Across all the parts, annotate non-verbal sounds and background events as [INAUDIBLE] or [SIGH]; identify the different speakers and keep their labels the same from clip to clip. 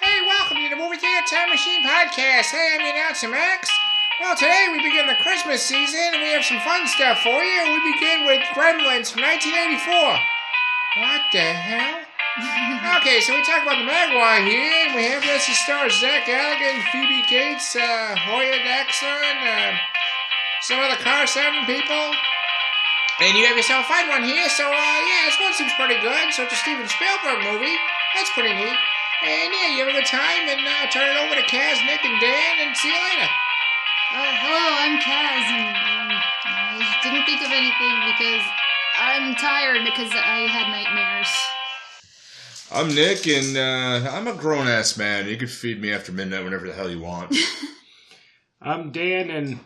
Speaker 1: Hey, welcome to the Movie Theater Time Machine Podcast. Hey, I'm the announcer, Max. Well, today we begin the Christmas season and we have some fun stuff for you. We begin with Gremlins from 1984. What the hell? okay, so we talk about the Magpie here, and we have this that stars Zach Galligan, Phoebe Gates, uh, Hoya Daxon, uh, some other Car 7 people. And you have yourself find one here, so uh, yeah, this one seems pretty good. So it's a Steven Spielberg movie. That's pretty neat. And yeah, you have a good time, and uh, turn it over to Kaz, Nick, and Dan, and see you later.
Speaker 2: Uh, hello, I'm Kaz, and um, I didn't think of anything because I'm tired because I had nightmares.
Speaker 3: I'm Nick, and uh, I'm a grown ass man. You can feed me after midnight whenever the hell you want.
Speaker 4: I'm Dan, and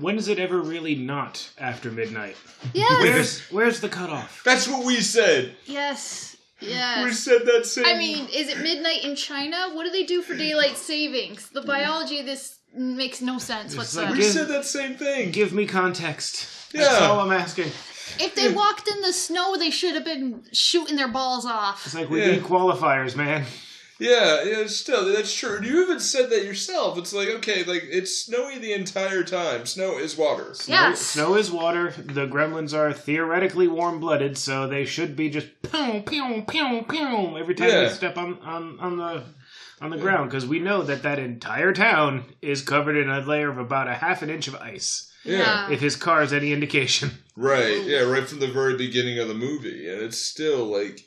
Speaker 4: when is it ever really not after midnight?
Speaker 2: Yes,
Speaker 4: Where's where's the cutoff?
Speaker 3: That's what we said.
Speaker 2: yes,
Speaker 3: We
Speaker 2: yes.
Speaker 3: said that same.
Speaker 2: I mean, is it midnight in China? What do they do for daylight savings? The biology of this makes no sense whatsoever.
Speaker 3: we said that same thing.
Speaker 4: Give me context. That's all
Speaker 3: yeah.
Speaker 4: I'm asking.
Speaker 2: if they walked in the snow, they should have been shooting their balls off.
Speaker 4: It's like we
Speaker 3: Yeah.
Speaker 4: need qualifiers, man.
Speaker 3: yeah, yeah, still, that's true. You even said that yourself. It's like, okay, like, it's snowy the entire time. Snow is water.
Speaker 2: Yes.
Speaker 4: Snow is water. The gremlins are theoretically warm blooded, so they should be just pew pew pew pew every time
Speaker 3: Yeah.
Speaker 4: they step on on on the on the ground because we know that that entire town is covered in a layer of about a half an inch of ice.
Speaker 3: Yeah.
Speaker 4: If his car is any indication.
Speaker 3: Right, yeah, right from the very beginning of the movie. And it's still like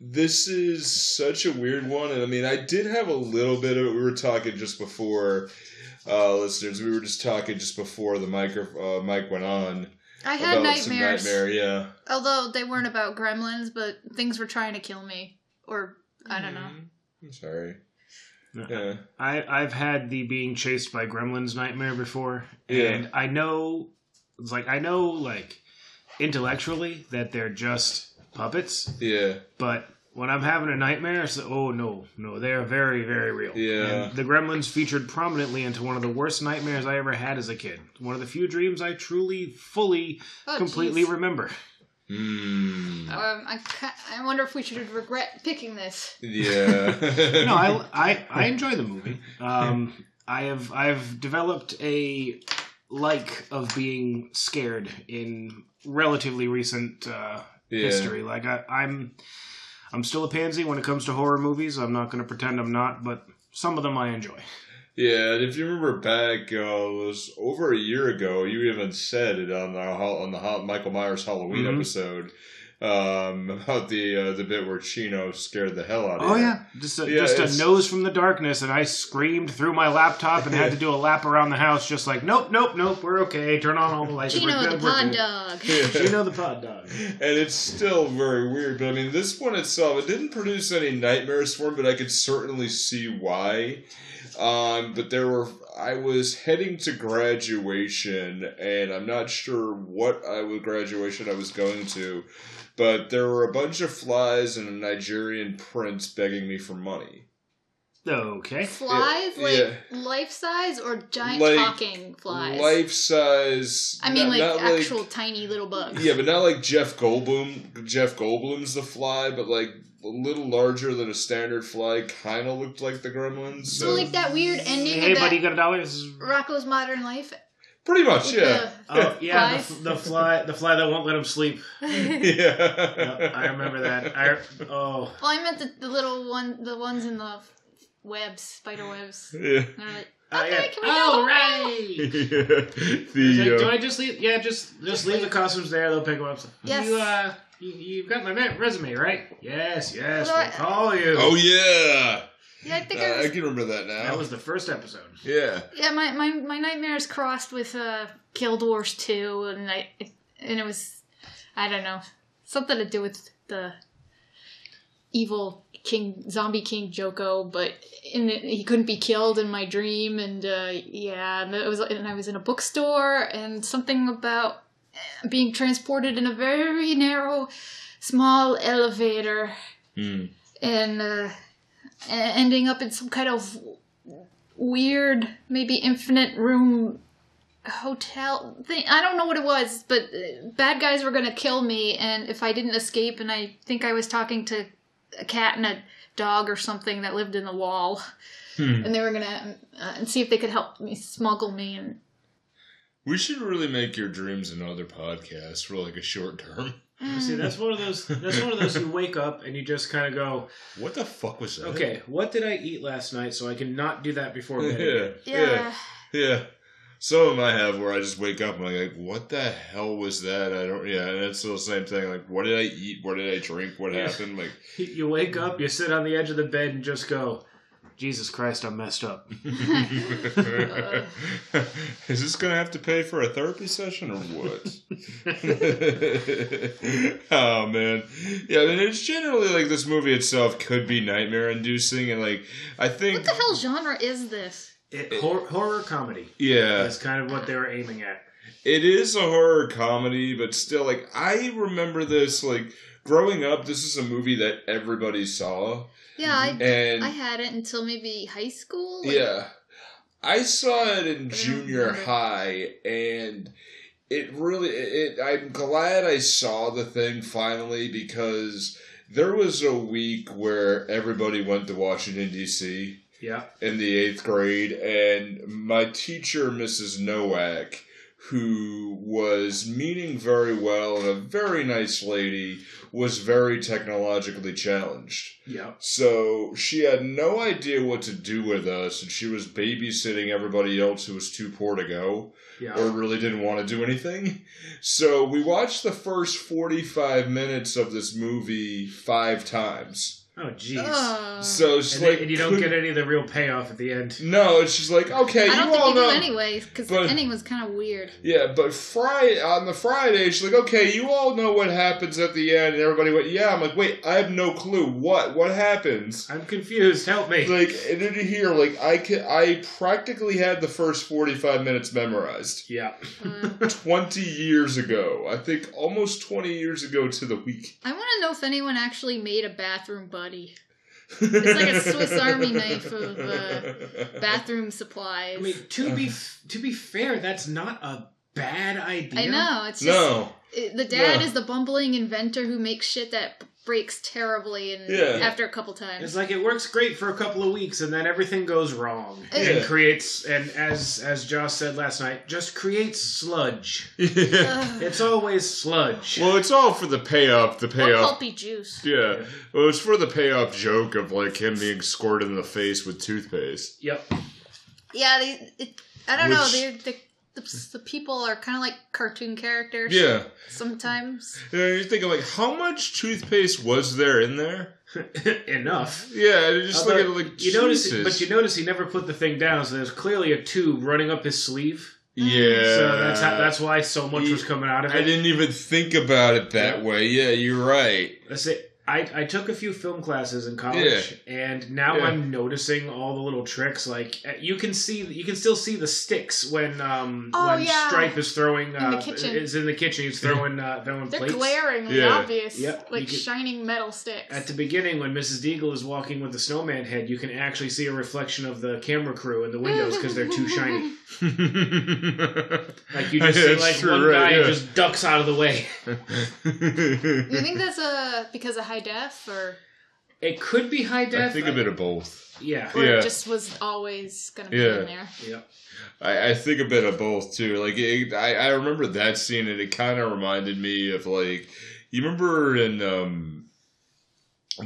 Speaker 3: this is such a weird one. And I mean, I did have a little bit of it. We were talking just before, uh, listeners, we were just talking just before the micro, uh, mic went on
Speaker 2: I had
Speaker 3: about some
Speaker 2: nightmares.
Speaker 3: nightmare. Yeah.
Speaker 2: Although they weren't about gremlins, but things were trying to kill me. Or, I don't
Speaker 3: Mm.
Speaker 2: know.
Speaker 3: I'm sorry.
Speaker 4: No.
Speaker 3: Yeah.
Speaker 4: I, I've had the being chased by gremlins nightmare before, and I know, it's like I know, like intellectually that they're just puppets,
Speaker 3: Yeah.
Speaker 4: but when I'm having a nightmare, it's oh no, no, they are very, very real.
Speaker 3: Yeah.
Speaker 4: And the gremlins featured prominently into one of the worst nightmares I ever had as a kid. One of the few dreams I truly, fully,
Speaker 2: Oh,
Speaker 4: completely
Speaker 2: jeez.
Speaker 4: remember.
Speaker 3: Mm.
Speaker 2: Um, I, ca- I wonder if we should regret picking this.
Speaker 3: Yeah.
Speaker 4: [LAUGHS] no, I, I I enjoy the movie. Um, I have I've developed a like of being scared in relatively recent uh,
Speaker 3: [LAUGHS] yeah.
Speaker 4: history. Like I, I'm I'm still a pansy when it comes to horror movies. I'm not going to pretend I'm not, but some of them I enjoy.
Speaker 3: Yeah, and if you remember back, uh, it was over a year ago. You even said it on the Hol- on the Hol- Michael Myers Halloween
Speaker 4: Mhm.
Speaker 3: episode um, about the uh, the bit where Chino scared the hell out of
Speaker 4: Oh
Speaker 3: you.
Speaker 4: yeah, just a,
Speaker 3: Yeah,
Speaker 4: just
Speaker 3: it's-
Speaker 4: a nose from the darkness, and I screamed through my laptop and had to do a lap around the house, just like nope, nope, nope, we're okay. Turn on all the lights.
Speaker 2: Chino
Speaker 4: we're
Speaker 2: the
Speaker 4: good, we're
Speaker 2: pond
Speaker 4: good."
Speaker 2: dog.
Speaker 3: [LAUGHS] Yeah.
Speaker 4: Chino the pod dog.
Speaker 3: and it's still very weird, but I mean, this one itself, it didn't produce any nightmares for me, but I could certainly see why. Um, but there were, I was heading to graduation, and I'm not sure what I was graduation I was going to, but there were a bunch of flies and a Nigerian prince begging me for money.
Speaker 4: Okay.
Speaker 2: Flies,
Speaker 3: Yeah,
Speaker 2: like
Speaker 3: yeah.
Speaker 2: life size or giant
Speaker 3: Like,
Speaker 2: talking flies?
Speaker 3: Life size.
Speaker 2: I mean,
Speaker 3: not-
Speaker 2: like
Speaker 3: not like-
Speaker 2: actual tiny little bugs.
Speaker 3: Yeah, but not like Jeff Goldblum. Jeff Goldblum's the fly, but like a little larger than a standard fly. Kind of looked like the Gremlins.
Speaker 2: So,
Speaker 3: So
Speaker 2: like that weird ending
Speaker 4: Hey,
Speaker 2: of that
Speaker 4: buddy, got a dollar? This is-
Speaker 2: Rocco's Modern Life.
Speaker 3: pretty much,
Speaker 2: with
Speaker 3: yeah, [LAUGHS]
Speaker 4: Oh yeah,
Speaker 2: Flies.
Speaker 4: the, the fly, the fly that won't let him sleep.
Speaker 2: the-
Speaker 3: [LAUGHS] yeah.
Speaker 4: Yeah, I remember
Speaker 3: [LAUGHS]
Speaker 4: that. I oh
Speaker 2: [LAUGHS] well, I meant the, the little one, the ones in the webs, spider
Speaker 3: [LAUGHS]
Speaker 2: webs.
Speaker 3: Yeah.
Speaker 2: And they're like,
Speaker 4: Oh,
Speaker 2: okay,
Speaker 4: yeah.
Speaker 2: can we go?
Speaker 4: all right. It's like, do
Speaker 3: the
Speaker 4: I just leave? Yeah, just just leave the costumes there. They'll pick them up.
Speaker 2: Yes.
Speaker 4: You, uh, you, you've got my re- resume, right? Yes, yes.
Speaker 2: Well,
Speaker 4: We'll call you.
Speaker 3: uh, oh yeah,
Speaker 2: Yeah, I think I
Speaker 3: Uh,
Speaker 2: was
Speaker 3: I can remember that now.
Speaker 4: That was the first episode.
Speaker 3: yeah,
Speaker 2: Yeah, my, my, my nightmares crossed with uh, Guild Wars 2, and I and it was, I don't know, something to do with the evil king, zombie king Joko, but in it, he couldn't be killed in my dream, and uh, yeah, and it was and I was in a bookstore, and something about being transported in a very narrow, small elevator,
Speaker 3: Hmm.
Speaker 2: and uh, e- ending up in some kind of weird, maybe infinite room hotel thing. I don't know what it was, but uh, bad guys were going to kill me, and if I didn't escape, and I think I was talking to a cat and a dog or something that lived in the wall,
Speaker 3: Hmm.
Speaker 2: and they were gonna uh, and see if they could help me smuggle me. And
Speaker 3: We should really make your dreams another podcast for like a short term. [LAUGHS]
Speaker 2: Mm.
Speaker 4: See, that's one of those. That's one of those. You wake up and you just kind of go,
Speaker 3: What the fuck was that?
Speaker 4: "Okay, what did I eat last night?" So I can not do that before bed.
Speaker 3: [LAUGHS] Yeah.
Speaker 4: again."
Speaker 3: Yeah. Yeah. Some of them I have where I just wake up and I'm like, what the hell was that? I don't, yeah. And it's still the same thing. Like, what did I eat? What did I drink? What
Speaker 4: Yeah.
Speaker 2: [LAUGHS]
Speaker 3: happened? Like, [LAUGHS]
Speaker 4: You wake up, you sit on the edge of the bed, and just go, "Jesus Christ, I'm messed up."
Speaker 3: is this going to have to pay for a therapy session or what? [LAUGHS] oh man, yeah. I mean, it's generally like this movie itself could be nightmare inducing, and like I think,
Speaker 2: What the hell genre is this?
Speaker 4: It, hor- horror comedy
Speaker 3: yeah,
Speaker 4: is kind of what they were aiming at.
Speaker 3: it is a horror comedy, but still, like I remember this like growing up. This is a movie that everybody saw,
Speaker 2: Yeah, I
Speaker 3: and
Speaker 2: I had it until maybe high school. like-
Speaker 3: Yeah. I saw it in
Speaker 2: don't
Speaker 3: junior
Speaker 2: remember.
Speaker 3: high and it really it I'm glad I saw the thing finally because there was a week where everybody went to Washington DC
Speaker 4: Yeah,
Speaker 3: in the 8th grade and my teacher Mrs. Nowak who was meaning very well and a very nice lady was very technologically challenged.
Speaker 4: yeah.
Speaker 3: So she had no idea what to do with us, and she was babysitting everybody else who was too poor to go
Speaker 4: Yeah.
Speaker 3: or really didn't want to do anything. So we watched the first 45 minutes of this movie five times.
Speaker 4: oh, jeez.
Speaker 2: Ugh.
Speaker 3: So she's
Speaker 4: and,
Speaker 3: like,
Speaker 4: then- and you don't get any of the real payoff at the end.
Speaker 3: No, it's just like, okay,
Speaker 2: I
Speaker 3: you
Speaker 2: don't think
Speaker 3: all
Speaker 2: you do
Speaker 3: know.
Speaker 2: anyway, because the
Speaker 3: but-
Speaker 2: ending was kind of weird.
Speaker 3: Yeah, but Friday on the Friday, she's like, "Okay, you all know what happens at the end," and everybody went, "Yeah." I'm like, "Wait, I have no clue what what happens."
Speaker 4: I'm confused. Help me.
Speaker 3: like and then here like i could i practically had the first 45
Speaker 4: [LAUGHS]
Speaker 3: minutes memorized
Speaker 4: yeah.
Speaker 2: Uh,
Speaker 3: 20 years ago i think almost 20 years ago to the week
Speaker 2: I want to know if anyone actually made a bathroom buddy, like a
Speaker 3: [LAUGHS]
Speaker 2: Swiss Army knife of, uh, bathroom supplies.
Speaker 4: I mean, to be f- to be fair, that's not a bad idea.
Speaker 2: I know it's just
Speaker 3: no
Speaker 2: it- the dad
Speaker 3: No.
Speaker 2: is the bumbling inventor who makes shit that b- breaks terribly and
Speaker 3: Yeah.
Speaker 2: after a couple times.
Speaker 4: It's like it works great for a couple of weeks, and then everything goes wrong,
Speaker 2: Yeah.
Speaker 4: and creates and as as Josh said last night, just creates sludge.
Speaker 2: Ugh.
Speaker 4: It's always sludge.
Speaker 3: [LAUGHS] well it's all for the payoff the
Speaker 2: Or
Speaker 3: payoff
Speaker 2: pulpy juice.
Speaker 3: yeah well it's for the payoff joke of like him being squirted in the face with toothpaste
Speaker 4: yep. [LAUGHS]
Speaker 2: Yeah, they, it, I don't know.
Speaker 3: Which-
Speaker 2: They, they, the, the people are kind of like cartoon characters.
Speaker 3: yeah
Speaker 2: Sometimes.
Speaker 3: Yeah, you're thinking like how much toothpaste was there in there
Speaker 4: Enough.
Speaker 3: yeah and you just look
Speaker 4: Although,
Speaker 3: at it like
Speaker 4: you notice,
Speaker 3: Jesus.
Speaker 4: but you notice he never put the thing down, so there's clearly a tube running up his sleeve.
Speaker 3: yeah
Speaker 4: So that's how, that's why so much was coming out of
Speaker 3: I
Speaker 4: it.
Speaker 3: didn't even think about it that way. Yeah, you're right. [LAUGHS]
Speaker 4: That's it. I, I took a few film classes in college, and now
Speaker 3: Yeah.
Speaker 4: I'm noticing all the little tricks. Like uh, you can see, you can still see the sticks when um
Speaker 2: Oh,
Speaker 4: when
Speaker 2: yeah.
Speaker 4: Stripe is throwing uh,
Speaker 2: the kitchen.
Speaker 4: is in the kitchen. He's throwing uh, throwing
Speaker 2: They're
Speaker 4: plates.
Speaker 2: glaringly
Speaker 3: Yeah.
Speaker 2: obvious,
Speaker 4: Yep, you
Speaker 2: like
Speaker 4: could-
Speaker 2: shining metal sticks.
Speaker 4: At the beginning, when Mrs. Deagle is walking with the snowman head, you can actually see a reflection of the camera crew in the windows because they're too shiny. Like you
Speaker 3: [LAUGHS]
Speaker 4: just see like one guy just ducks out of the way.
Speaker 2: you think that's a because of high def, or,
Speaker 4: It could be high
Speaker 3: I
Speaker 4: def.
Speaker 3: think a bit of both.
Speaker 4: Yeah.
Speaker 2: or
Speaker 3: Yeah.
Speaker 2: it just was always going to
Speaker 3: Yeah.
Speaker 2: be in there?
Speaker 4: Yeah.
Speaker 3: I, I think a bit of both too. Like it, I, I remember that scene, and it kind of reminded me of like you remember in um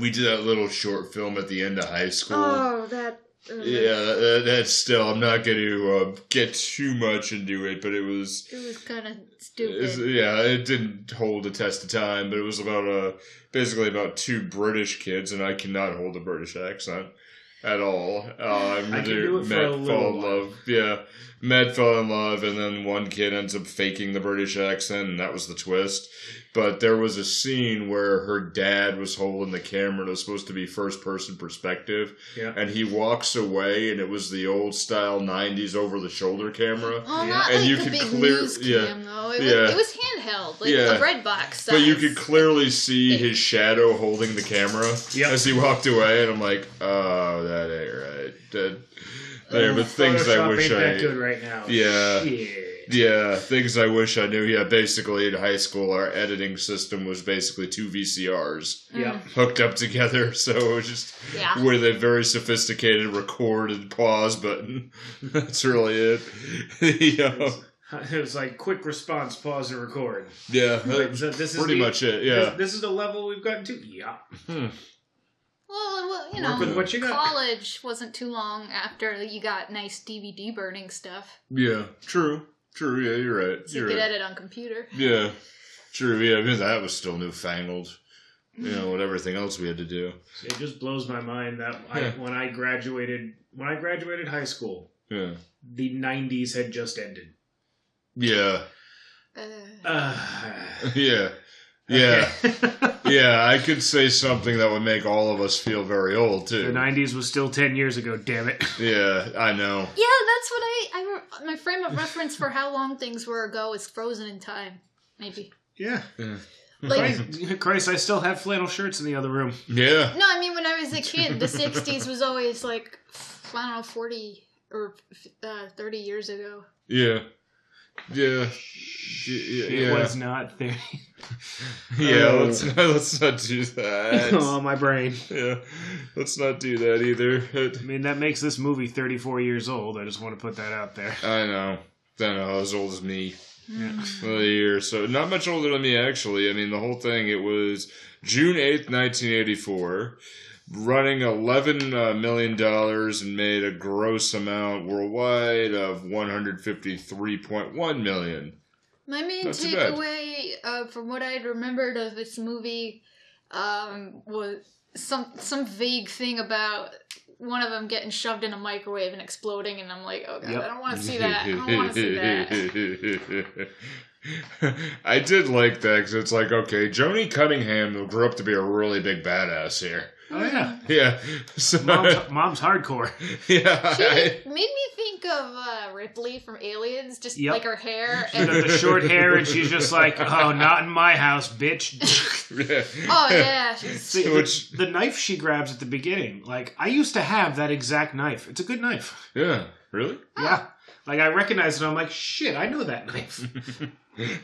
Speaker 3: we did that little short film at the end of high school.
Speaker 2: Oh, that.
Speaker 3: Yeah, that, that's still. I'm not going to uh, get too much into it, but it was
Speaker 2: It was kind of
Speaker 3: It's-
Speaker 2: stupid.
Speaker 3: yeah, it didn't hold the test of time, but it was about uh basically about two British kids, and I cannot hold a British accent at all. Um,
Speaker 4: I can
Speaker 3: they-
Speaker 4: do it for
Speaker 3: Matt
Speaker 4: a little
Speaker 3: fell in
Speaker 4: while.
Speaker 3: love. Yeah, Matt fell in love, and then one kid ends up faking the British accent, and that was the twist. But there was a scene where her dad was holding the camera, and it was supposed to be first person perspective,
Speaker 4: Yeah.
Speaker 3: and he walks away, and it was the old style '90s over the shoulder camera.
Speaker 2: Oh,
Speaker 4: Yeah.
Speaker 2: not
Speaker 3: And
Speaker 2: like
Speaker 3: you
Speaker 2: the
Speaker 3: could
Speaker 2: big
Speaker 3: clear-
Speaker 2: news
Speaker 3: yeah.
Speaker 2: cam though. It,
Speaker 3: Yeah.
Speaker 2: was, it was handheld, like
Speaker 3: Yeah.
Speaker 2: a red box. Size.
Speaker 3: But you could clearly see his shadow holding the camera
Speaker 4: Yep.
Speaker 3: as he walked away, and I'm like, oh, that ain't right. That, there are
Speaker 4: Ooh,
Speaker 3: things I
Speaker 4: Photoshop
Speaker 3: wish
Speaker 4: ain't
Speaker 3: I.
Speaker 4: that good right now.
Speaker 3: Yeah.
Speaker 4: Shit.
Speaker 3: yeah, things I wish I knew. Yeah, basically in high school, our editing system was basically two VCRs [LAUGHS]
Speaker 4: Yeah.
Speaker 3: hooked up together. [LAUGHS] So it was just
Speaker 2: Yeah.
Speaker 3: with a very sophisticated record and pause button. [LAUGHS] That's really it. [LAUGHS] you know?
Speaker 4: It was like quick response, pause, and record.
Speaker 3: Yeah,
Speaker 4: Like,
Speaker 3: that's
Speaker 4: so this is
Speaker 3: Uh, pretty
Speaker 4: the-
Speaker 3: much it. Yeah.
Speaker 4: This, this is the level we've gotten to. Yeah.
Speaker 2: Well, well, you
Speaker 4: Work with
Speaker 2: know,
Speaker 4: what you got.
Speaker 2: college wasn't too long after you got nice DVD burning stuff.
Speaker 3: Yeah, true. True. Yeah, you're right.
Speaker 2: So you
Speaker 3: You're
Speaker 2: could
Speaker 3: right.
Speaker 2: edit on computer.
Speaker 3: Yeah, true. Yeah, because that was still newfangled. You know, with everything else we had to do.
Speaker 4: It just blows my mind that I,
Speaker 3: Yeah.
Speaker 4: when I graduated, when I graduated high school,
Speaker 3: Yeah.
Speaker 4: the '90s had just ended. [SIGHS]
Speaker 3: Yeah.
Speaker 2: Uh,
Speaker 3: [LAUGHS]
Speaker 4: Uh,
Speaker 3: Yeah. Yeah.
Speaker 4: okay.
Speaker 3: Yeah. I could say something that would make all of us feel very
Speaker 4: [LAUGHS]
Speaker 3: old,
Speaker 4: the
Speaker 3: too.
Speaker 4: '90s was still ten years ago. Damn it.
Speaker 3: Yeah, I know.
Speaker 2: yeah, that's what I, I. re- My frame of reference for how long things were ago is frozen in time.
Speaker 3: [LAUGHS]
Speaker 2: Maybe.
Speaker 4: Yeah.
Speaker 2: Like,
Speaker 4: Christ, Christ, I still have flannel shirts in the other room.
Speaker 3: Yeah.
Speaker 2: no, I mean, when I was a kid, the 60s was always like, I don't know, 40 or uh, 30 years ago.
Speaker 3: Yeah. Yeah. Yeah.
Speaker 4: It
Speaker 3: Yeah.
Speaker 4: was not there.
Speaker 3: Yeah,
Speaker 4: Oh.
Speaker 3: Let's [LAUGHS] not, let's not do
Speaker 4: oh, [LAUGHS]
Speaker 3: that.
Speaker 4: my brain.
Speaker 3: Yeah. Let's not do that either.
Speaker 4: I mean, that makes this movie 34 years old. I just want to put that out
Speaker 3: [LAUGHS]
Speaker 4: there.
Speaker 3: I know. I know. As old as me.
Speaker 2: Hmm.
Speaker 4: Yeah.
Speaker 3: Well, a year. So not much older than me, actually. I mean, the whole thing. It was June eighth, nineteen eighty four. Running eleven uh, million dollars and made a gross amount worldwide of one hundred fifty three point one million.
Speaker 2: My main
Speaker 3: Not too bad.
Speaker 2: takeaway uh, from what I had remembered of this movie um, was some some vague thing about one of them getting shoved in a microwave and exploding, and I'm like, oh god,
Speaker 4: Yep.
Speaker 2: I don't want to see that. I don't want to see
Speaker 3: [LAUGHS]
Speaker 2: that.
Speaker 3: I did like that because it's like okay, Joni Cunningham grew up to be a really big badass here. [LAUGHS]
Speaker 4: Oh, yeah.
Speaker 3: Yeah, so
Speaker 4: Mom's, mom's hardcore.
Speaker 3: [LAUGHS] yeah,
Speaker 2: She
Speaker 3: [LAUGHS] I-
Speaker 2: made me think of uh, Ripley from Aliens, just
Speaker 4: Yep.
Speaker 2: like her hair.
Speaker 4: She got
Speaker 3: [LAUGHS]
Speaker 2: And,
Speaker 4: the short hair, and she's just like, oh, not in my house, bitch.
Speaker 3: [LAUGHS] yeah.
Speaker 2: oh yeah, she's,
Speaker 4: See,
Speaker 3: Which-
Speaker 4: the, the knife she grabs at the beginning, like, I used to have that exact knife. It's a good knife.
Speaker 3: yeah, really. [LAUGHS]
Speaker 4: Yeah. Like, I recognize it. I'm like, shit, I know that knife.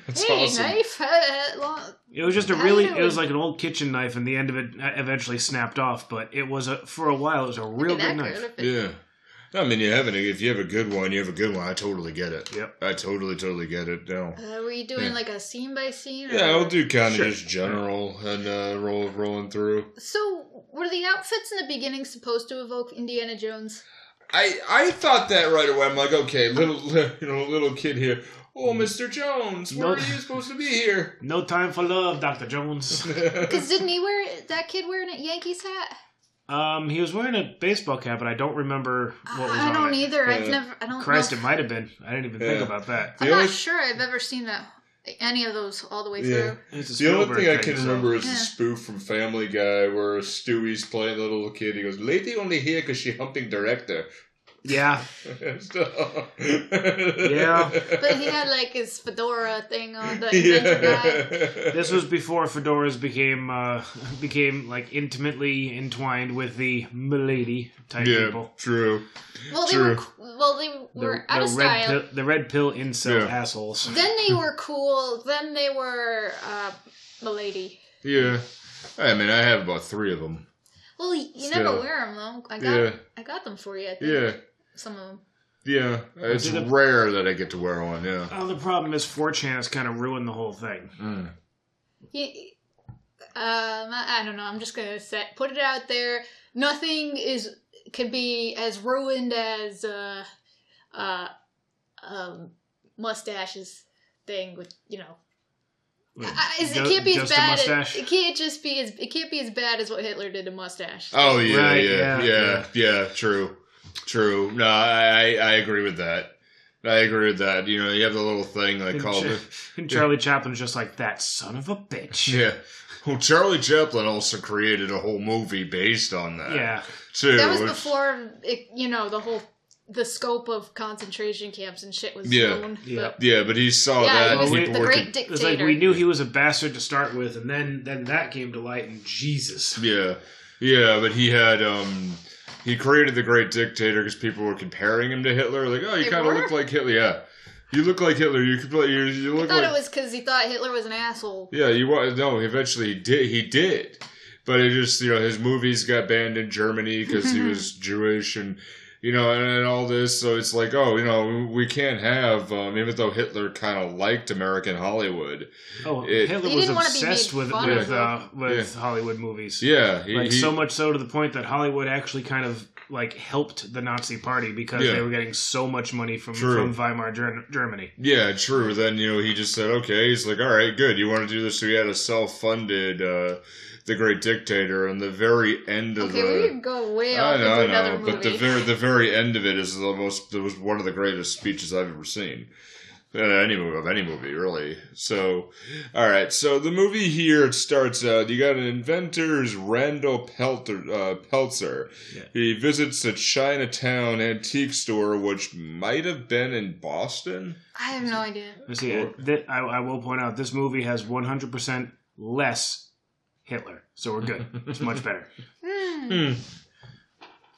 Speaker 3: That's
Speaker 2: hey [LAUGHS]
Speaker 3: awesome.
Speaker 2: knife, uh, long,
Speaker 4: It was just a
Speaker 2: How
Speaker 4: really.
Speaker 2: do
Speaker 4: It was
Speaker 2: we-
Speaker 4: like an old kitchen knife, and the end of it uh, eventually snapped off. But it was a for a while. It was a real
Speaker 2: look
Speaker 4: good
Speaker 2: at that
Speaker 4: knife.
Speaker 2: good.
Speaker 3: Yeah. I mean, you have an, if you have a good one, you have a good one. I totally get it.
Speaker 4: Yep.
Speaker 3: I totally, totally get it. No.
Speaker 2: Uh, were you doing
Speaker 3: Yeah.
Speaker 2: like a scene by scene? or-
Speaker 3: Yeah, I'll do kind of
Speaker 4: Sure.
Speaker 3: just general and uh, roll rolling through.
Speaker 2: So, were the outfits in the beginning supposed to evoke Indiana Jones?
Speaker 3: I I thought that right away. I'm like, okay, little [LAUGHS] you know, little kid here. Oh, Mr. Jones, where
Speaker 4: Nope.
Speaker 3: are you supposed to be [LAUGHS] here?
Speaker 4: No time for love, Doctor Jones. [LAUGHS]
Speaker 2: Because didn't he wear that kid wearing a Yankees hat?
Speaker 4: um, he was wearing a baseball cap, but I don't remember what was
Speaker 2: I
Speaker 4: on
Speaker 2: don't
Speaker 4: it.
Speaker 2: either. I've
Speaker 3: Yeah.
Speaker 2: never. I don't.
Speaker 4: Christ,
Speaker 2: know.
Speaker 4: it might have been. I didn't even think
Speaker 3: Yeah.
Speaker 4: about that.
Speaker 2: I'm
Speaker 3: The
Speaker 2: not
Speaker 3: only-
Speaker 2: sure I've ever seen that any of those all the way
Speaker 3: Yeah.
Speaker 2: through.
Speaker 4: It's a
Speaker 3: The only
Speaker 4: Spielberg
Speaker 3: thing I can
Speaker 4: so-
Speaker 3: remember is
Speaker 2: Yeah.
Speaker 3: the spoof from Family Guy where Stewie's playing the little kid. He goes, "Lady only here because she humping director."
Speaker 4: Yeah,
Speaker 3: [LAUGHS] So-
Speaker 4: Yeah.
Speaker 2: But
Speaker 3: [LAUGHS]
Speaker 2: he had like his fedora thing on the inventor guy.
Speaker 3: yeah.
Speaker 4: this was before fedoras became uh, [LAUGHS] became like intimately entwined with the milady type
Speaker 3: yeah,
Speaker 4: people.
Speaker 3: true.
Speaker 2: Well, they were.
Speaker 3: True.
Speaker 2: c- Well, they
Speaker 4: The,
Speaker 2: were out
Speaker 4: the
Speaker 2: of
Speaker 4: red
Speaker 2: style.
Speaker 4: pill, the red pill incel
Speaker 3: Yeah.
Speaker 4: assholes.
Speaker 2: Then they were cool. Then they were uh, milady.
Speaker 3: Yeah, I mean, I have about three of them.
Speaker 2: Well, you you
Speaker 3: Still.
Speaker 2: never wear them though. I got.
Speaker 3: Yeah.
Speaker 2: I got them for you. I think.
Speaker 3: Yeah,
Speaker 2: Some of them.
Speaker 3: yeah. It's
Speaker 4: it a-
Speaker 3: rare that I get to wear one. Yeah.
Speaker 4: Oh, the problem is 4chan has kind of ruined the whole thing.
Speaker 3: Mm.
Speaker 2: He, um, I, I don't know. I'm just gonna set, put it out there. Nothing is can be as ruined as uh, uh, um, mustaches thing with you know. I, I- it
Speaker 4: Ju-
Speaker 2: can't be as
Speaker 4: just a
Speaker 2: bad. As,
Speaker 4: mustache?
Speaker 2: it can't just be as it can't be as bad as what Hitler did to mustache.
Speaker 3: Oh yeah,
Speaker 4: Right,
Speaker 3: yeah,
Speaker 4: yeah,
Speaker 3: yeah, yeah, True, true. No, I, I I agree with that. I agree with that. You know, you have the little thing they
Speaker 4: And
Speaker 3: call
Speaker 4: Cha-
Speaker 3: it.
Speaker 4: and Charlie Chaplin's just like that son of a bitch.
Speaker 3: Yeah. Well, Charlie Chaplin also created a whole movie based on that.
Speaker 4: Yeah.
Speaker 3: too.
Speaker 2: that was
Speaker 3: which-
Speaker 2: before it, you know the whole the scope of concentration camps and shit was
Speaker 3: Yeah.
Speaker 2: known.
Speaker 4: Yeah. Oh,
Speaker 2: but-
Speaker 3: Yeah, but he saw
Speaker 2: Yeah,
Speaker 3: that.
Speaker 2: he was
Speaker 3: and
Speaker 4: the
Speaker 3: people were
Speaker 2: great
Speaker 4: It's like
Speaker 2: Dictator.
Speaker 4: we knew he was a bastard to start with, and then then that came to light, and Jesus.
Speaker 3: Yeah, yeah, but he had um, he created the Great Dictator because people were comparing him to Hitler. Like, oh, you
Speaker 2: They
Speaker 3: kind of
Speaker 2: were?
Speaker 3: look like Hitler. Yeah, You look like Hitler. You could play. You, you
Speaker 2: I
Speaker 3: look
Speaker 2: thought
Speaker 3: like.
Speaker 2: it was because he thought Hitler was an asshole.
Speaker 3: yeah, you want no. Eventually, he did. He did, but it just you know his movies got banned in Germany because
Speaker 2: [LAUGHS]
Speaker 3: he was Jewish and. You know, and, and all this, so it's like, oh, you know, we can't have. Um, even though Hitler kind of liked American Hollywood,
Speaker 4: Oh,
Speaker 3: It-
Speaker 4: Hitler
Speaker 2: He
Speaker 4: was
Speaker 2: didn't wanna be
Speaker 4: obsessed
Speaker 2: made
Speaker 4: with
Speaker 2: fun
Speaker 4: with,
Speaker 2: of.
Speaker 4: uh, with Hollywood movies.
Speaker 3: yeah, he,
Speaker 4: like
Speaker 3: he-
Speaker 4: so much so to the point that Hollywood actually kind of like helped the Nazi Party because
Speaker 3: Yeah.
Speaker 4: they were getting so much money from
Speaker 3: True.
Speaker 4: from Weimar Ger- Germany.
Speaker 3: Yeah, true. Then you know he just said, "Okay." He's like, "All right, good. You want to do this?" So he had a self-funded, uh, the Great Dictator, and the very end of
Speaker 2: Okay, we
Speaker 3: the.
Speaker 2: could go way
Speaker 3: I
Speaker 2: off
Speaker 3: know,
Speaker 2: into
Speaker 3: I
Speaker 2: another
Speaker 3: know,
Speaker 2: movie.
Speaker 3: but the very the very end of it is the most. It was one of the greatest speeches I've ever seen. Uh, any movie of any movie, really. So, all right. So the movie here it starts. Uh, you got an inventor's Randall Pelter, uh, Peltzer.
Speaker 4: Yeah.
Speaker 3: He visits a Chinatown antique store, which might have been in Boston.
Speaker 2: I have no idea.
Speaker 4: Let's see, I- thi- I, I will point out this movie has 100 percent less Hitler, so we're good. It's much better.
Speaker 2: Hmm.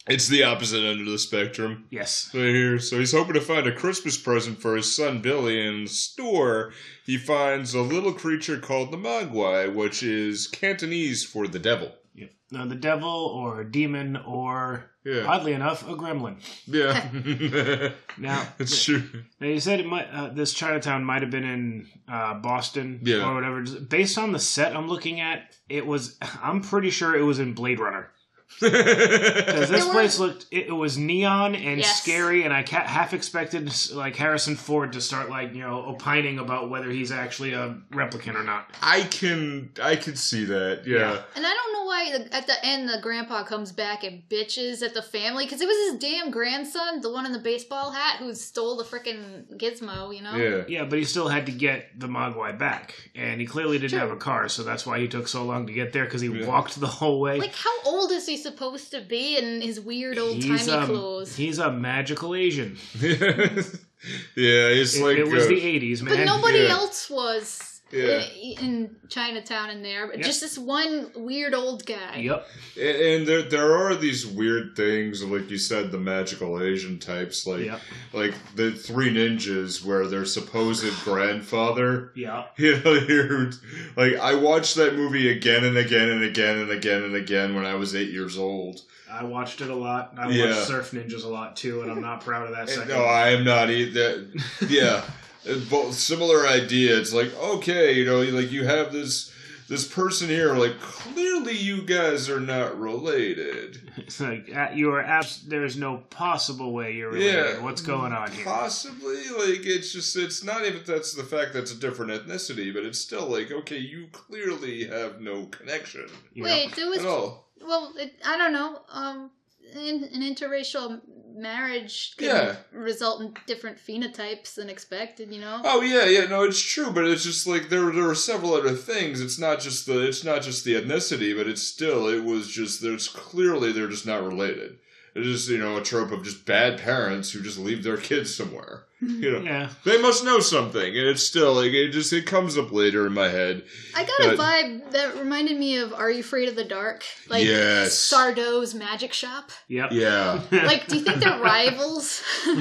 Speaker 3: It's the opposite end of the spectrum.
Speaker 4: Yes.
Speaker 3: So here, so he's hoping to find a Christmas present for his son Billy. and In the store, he finds a little creature called the Mogwai, which is Cantonese for the devil.
Speaker 4: Yep. No, the devil or a demon or
Speaker 3: Yeah,
Speaker 4: oddly enough a gremlin.
Speaker 3: [LAUGHS] yeah,
Speaker 4: Now
Speaker 3: it's true.
Speaker 4: Now you said it might, uh, this Chinatown might have been in uh, Boston
Speaker 3: Yeah.
Speaker 4: or whatever. Just Based on the set I'm looking at, it was. I'm pretty sure it was in Blade Runner because this
Speaker 2: There were-
Speaker 4: place looked. It, it was neon and
Speaker 2: Yes.
Speaker 4: scary, and I ca- half expected like Harrison Ford to start like you know opining about whether he's actually a replicant or not.
Speaker 3: I can, I can see that. Yeah,
Speaker 2: And I don't know why the, at the end the grandpa comes back and bitches at the family because it was his damn grandson, the one in the baseball hat, who stole the frickin' gizmo. You know.
Speaker 3: yeah.
Speaker 4: Yeah, but he still had to get the Mogwai back, and he clearly didn't
Speaker 2: Sure.
Speaker 4: have a car, so that's why he took so long to get there because he
Speaker 3: Yeah.
Speaker 4: walked the whole way.
Speaker 2: Like, how old is he supposed to be in his weird old timey
Speaker 4: a-
Speaker 2: clothes?
Speaker 4: he's a magical Asian.
Speaker 3: yeah, [LAUGHS] it's
Speaker 4: It,
Speaker 3: like
Speaker 4: it was
Speaker 3: uh,
Speaker 4: the '80s, man.
Speaker 2: but nobody
Speaker 3: yeah.
Speaker 2: else was
Speaker 3: Yeah.
Speaker 2: in, in Chinatown in there, but
Speaker 4: Yeah.
Speaker 2: just this one weird old guy.
Speaker 4: Yep.
Speaker 3: And, and there there are these weird things, like you said, the magical Asian types, like
Speaker 4: Yep.
Speaker 3: like the three ninjas, where their supposed grandfather. [LAUGHS]
Speaker 4: Yeah.
Speaker 3: You know, you're- like I watched that movie again and again and again and again and again when I was eight years old.
Speaker 4: I watched it a lot. I
Speaker 3: Yeah.
Speaker 4: watched Surf Ninjas a lot too, and I'm not proud of that
Speaker 3: And
Speaker 4: second.
Speaker 3: no, I am not either. Yeah, [LAUGHS] It's both similar idea. It's like okay, you know, like you have this this person here. Like clearly, you guys are not related.
Speaker 4: It's like uh, you are abs- there's no possible way you're related.
Speaker 3: Yeah.
Speaker 4: What's going on here?
Speaker 3: Possibly, like it's just it's not even that's the fact that's a different ethnicity, but it's still like okay, you clearly have no connection
Speaker 4: You know?
Speaker 2: Wait, there was
Speaker 3: at all.
Speaker 2: well, it, I don't know. Um, in, an interracial marriage can
Speaker 3: Yeah.
Speaker 2: result in different phenotypes than expected. You know.
Speaker 3: Oh yeah, yeah, no, it's true, but it's just like there there are several other things. It's not just the it's not just the ethnicity, but it's still it was just there's clearly they're just not related. It's just you know a trope of just bad parents who just leave their kids somewhere. You know
Speaker 4: Yeah.
Speaker 3: they must know something, and it's still like it just it comes up later in my head.
Speaker 2: I got a
Speaker 3: Uh,
Speaker 2: vibe that reminded me of Are You Afraid of the Dark? Like
Speaker 3: Yes.
Speaker 2: Sardo's magic shop.
Speaker 4: Yep.
Speaker 3: Yeah, [LAUGHS]
Speaker 2: Like, do you think they're rivals? [LAUGHS] do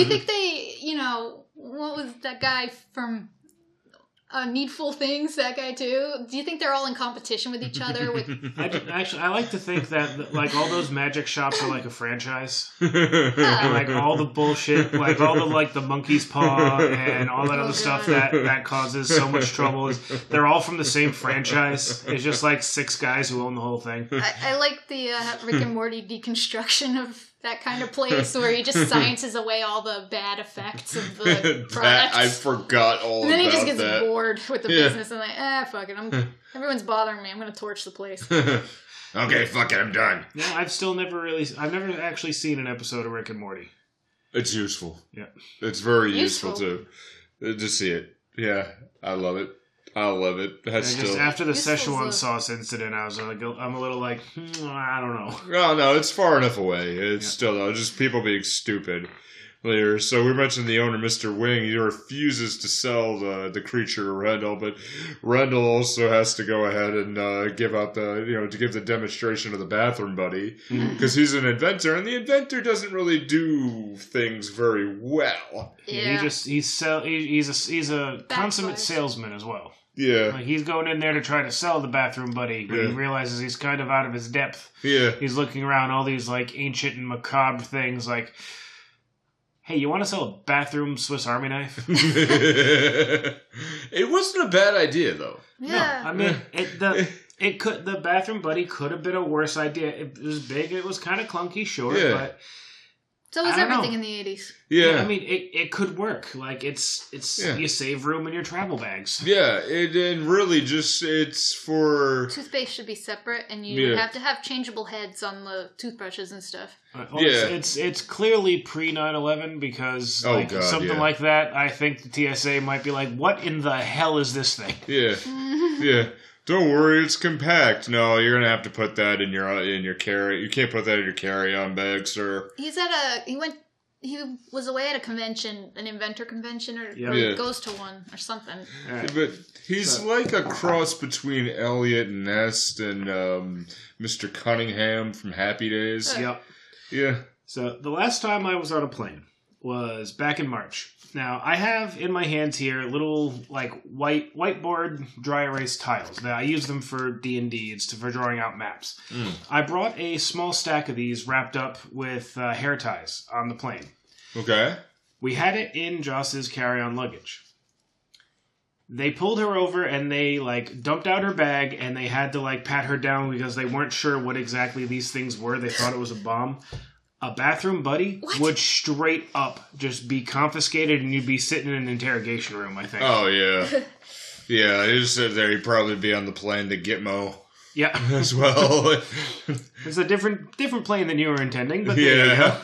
Speaker 2: you think they, you know, what was that guy from uh, Needful Things? That guy too. Do you think they're all in competition with each other? With
Speaker 4: [LAUGHS] I d- actually, I like to think that like all those magic shops are like a franchise, and
Speaker 2: uh,
Speaker 4: like all the bullshit, like all the like the monkey's paw and all that
Speaker 2: Oh,
Speaker 4: other stuff that
Speaker 2: God.
Speaker 4: that causes so much trouble is they're all from the same franchise. It's just like six guys who own the whole thing.
Speaker 2: I, I like the uh, Rick
Speaker 3: [LAUGHS]
Speaker 2: and Morty deconstruction of that kind of place where he
Speaker 3: [LAUGHS]
Speaker 2: just sciences away all the bad effects of the products.
Speaker 3: that I forgot all
Speaker 2: And then he
Speaker 3: about
Speaker 2: just gets
Speaker 3: that.
Speaker 2: bored with the
Speaker 3: Yeah.
Speaker 2: business and like, ah, fuck it. I'm
Speaker 3: [LAUGHS]
Speaker 2: everyone's bothering me. I'm gonna torch the place.
Speaker 3: okay, fuck it, I'm done.
Speaker 4: Yeah, I've still never really, I've never actually seen an episode of Rick and Morty.
Speaker 3: It's useful.
Speaker 4: Yeah.
Speaker 3: it's very useful,
Speaker 2: Useful.
Speaker 3: too. Uh, To see it, yeah, I love it. I love it. I
Speaker 4: And just
Speaker 3: still.
Speaker 4: after the
Speaker 2: This was
Speaker 4: Szechuan
Speaker 2: a-
Speaker 4: sauce incident, I was like, I'm a little like, hmm, I don't know.
Speaker 3: uh, Oh no, it's far enough away. It's still though, just people being stupid. later. So we mentioned the owner, Mr. Wing. He refuses to sell the, the creature to Rendell, but Rendell also has to go ahead and uh, give out the, you know, to give the demonstration of the bathroom buddy
Speaker 5: Mm.
Speaker 3: because he's an inventor, and the inventor doesn't really do things very well.
Speaker 2: Yeah.
Speaker 4: He just he's sell he, he's a he's a consummate
Speaker 2: Backslash.
Speaker 4: salesman as well.
Speaker 3: Yeah,
Speaker 4: Like he's going in there to try to sell the bathroom buddy, but
Speaker 3: Yeah.
Speaker 4: he realizes he's kind of out of his depth.
Speaker 3: yeah.
Speaker 4: He's looking around all these like ancient and macabre things like Hey, you want to sell a bathroom Swiss Army knife?
Speaker 5: [LAUGHS] it wasn't a bad idea though.
Speaker 2: yeah.
Speaker 4: No, I mean it
Speaker 3: [LAUGHS]
Speaker 4: the it could the bathroom buddy could have been a worse idea. It was big, it was kind of clunky, sure,
Speaker 3: Yeah.
Speaker 4: but
Speaker 2: so was
Speaker 4: I don't
Speaker 2: everything
Speaker 4: know.
Speaker 2: in the 80s.
Speaker 3: Yeah.
Speaker 4: I mean it, it could work. Like it's it's
Speaker 3: Yeah.
Speaker 4: you save room in your travel bags.
Speaker 3: yeah, it, and really just it's for
Speaker 2: Toothpaste should be separate, and you
Speaker 3: Yeah.
Speaker 2: have to have changeable heads on the toothbrushes and stuff.
Speaker 4: Uh, well, it's-
Speaker 3: Yeah.
Speaker 4: it's, it's pre 9/11 because
Speaker 3: Oh,
Speaker 4: like,
Speaker 3: God,
Speaker 4: something
Speaker 3: yeah.
Speaker 4: like that. I think the TSA might be like, "What in the hell is this
Speaker 3: [LAUGHS]
Speaker 4: thing?"
Speaker 3: yeah, yeah. Don't worry, it's compact. No, you're gonna have to put that in your in your carry. You can't put that in your carry-on bag, sir.
Speaker 2: He's at a he went he was away at a convention, an inventor convention, or,
Speaker 4: Yeah.
Speaker 2: or
Speaker 3: Yeah.
Speaker 2: goes to one or something.
Speaker 3: But he's like a cross between Elliot Nest and um, Mr. Cunningham from Happy Days.
Speaker 4: Yep.
Speaker 3: Yeah,
Speaker 4: So the last time I was on a plane was back in March. Now I have in my hands here little like white whiteboard dry erase tiles. Now I use them for D and D. It's to- for drawing out maps.
Speaker 3: Hmm.
Speaker 4: I brought a small stack of these wrapped up with uh, hair ties on the plane.
Speaker 3: okay.
Speaker 4: We had it in Joss's carry-on luggage. They pulled her over and they like dumped out her bag and they had to like pat her down because they weren't sure what exactly these things were. They thought it was a bomb. A bathroom buddy
Speaker 2: What?
Speaker 4: would straight up just be confiscated and you'd be sitting in an interrogation room, I think.
Speaker 3: Oh yeah, yeah. He just said there he'd probably be on the plane to Gitmo [LAUGHS]
Speaker 4: Yeah.
Speaker 3: as well.
Speaker 4: It's a different different plane than you were intending, but there you go.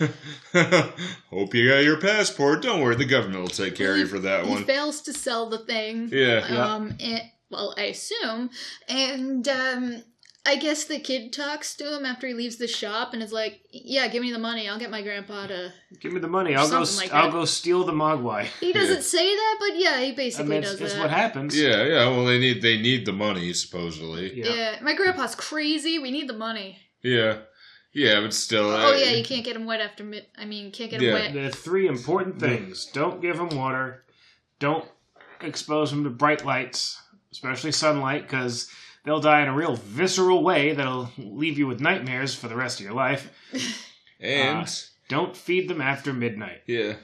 Speaker 3: Yeah. [LAUGHS] Hope you got your passport. Don't worry, the government will take care of you for that
Speaker 2: He
Speaker 3: one.
Speaker 2: fails to sell the thing.
Speaker 3: Yeah.
Speaker 4: Yeah.
Speaker 2: Um, and, well, I assume. And um, I guess the kid talks to him after he leaves the shop and is like, "Yeah, give me the money. I'll get my grandpa to."
Speaker 4: Give me the money. I'll go.
Speaker 2: Something like
Speaker 4: st- I'll
Speaker 2: that.
Speaker 4: go steal the Mogwai.
Speaker 2: He doesn't say that, but yeah, he
Speaker 4: I
Speaker 2: basically
Speaker 4: mean, it's,
Speaker 2: does
Speaker 4: it's
Speaker 2: that.
Speaker 4: what happens.
Speaker 3: Yeah, yeah. Well, they need they need the money supposedly.
Speaker 2: yeah. my grandpa's crazy. We need the money.
Speaker 3: Yeah, yeah. But still,
Speaker 2: Oh
Speaker 3: I-
Speaker 2: yeah, you can't get him wet after. Mid- I mean, can't get him
Speaker 3: Yeah.
Speaker 2: wet.
Speaker 4: The three important things: don't give them water, don't expose them to bright lights, especially sunlight, because they'll die in a real visceral way that'll leave you with nightmares for the rest of your life.
Speaker 3: and
Speaker 4: Don't feed them after midnight.
Speaker 3: yeah,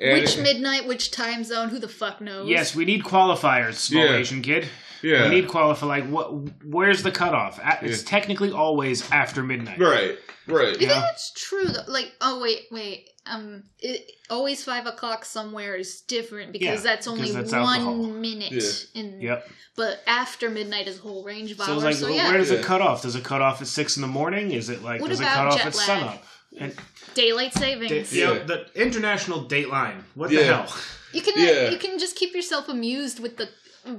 Speaker 3: and
Speaker 2: Which midnight? Which time zone? Who the fuck knows?
Speaker 4: Yes, we need qualifiers, small
Speaker 3: Yeah.
Speaker 4: Asian kid.
Speaker 3: yeah,
Speaker 4: We need qualify. Like, what? Where's the cutoff? A- It's technically always after midnight.
Speaker 3: right, right.
Speaker 2: You
Speaker 4: Yeah.
Speaker 2: think that's true though? Like, oh wait, wait. Um, it, always five o'clock somewhere is different because
Speaker 4: Yeah,
Speaker 2: that's only
Speaker 4: because that's
Speaker 2: one
Speaker 4: alcohol.
Speaker 2: minute.
Speaker 3: Yeah.
Speaker 2: In,
Speaker 4: Yep.
Speaker 2: But after midnight is a whole range of
Speaker 4: So
Speaker 2: hours.
Speaker 4: it's like,
Speaker 2: so
Speaker 4: well,
Speaker 2: yeah,
Speaker 4: where does
Speaker 3: Yeah.
Speaker 4: it cut off? Does it cut off at six in the morning? Is it like
Speaker 2: What
Speaker 4: does it
Speaker 2: about
Speaker 4: cut off
Speaker 2: jet
Speaker 4: at
Speaker 2: lag?
Speaker 4: sunup? And
Speaker 2: daylight savings.
Speaker 3: Yeah.
Speaker 4: Yeah, the international dateline. What
Speaker 3: Yeah.
Speaker 4: the hell?
Speaker 2: You can uh,
Speaker 3: Yeah.
Speaker 2: you can just keep yourself amused with the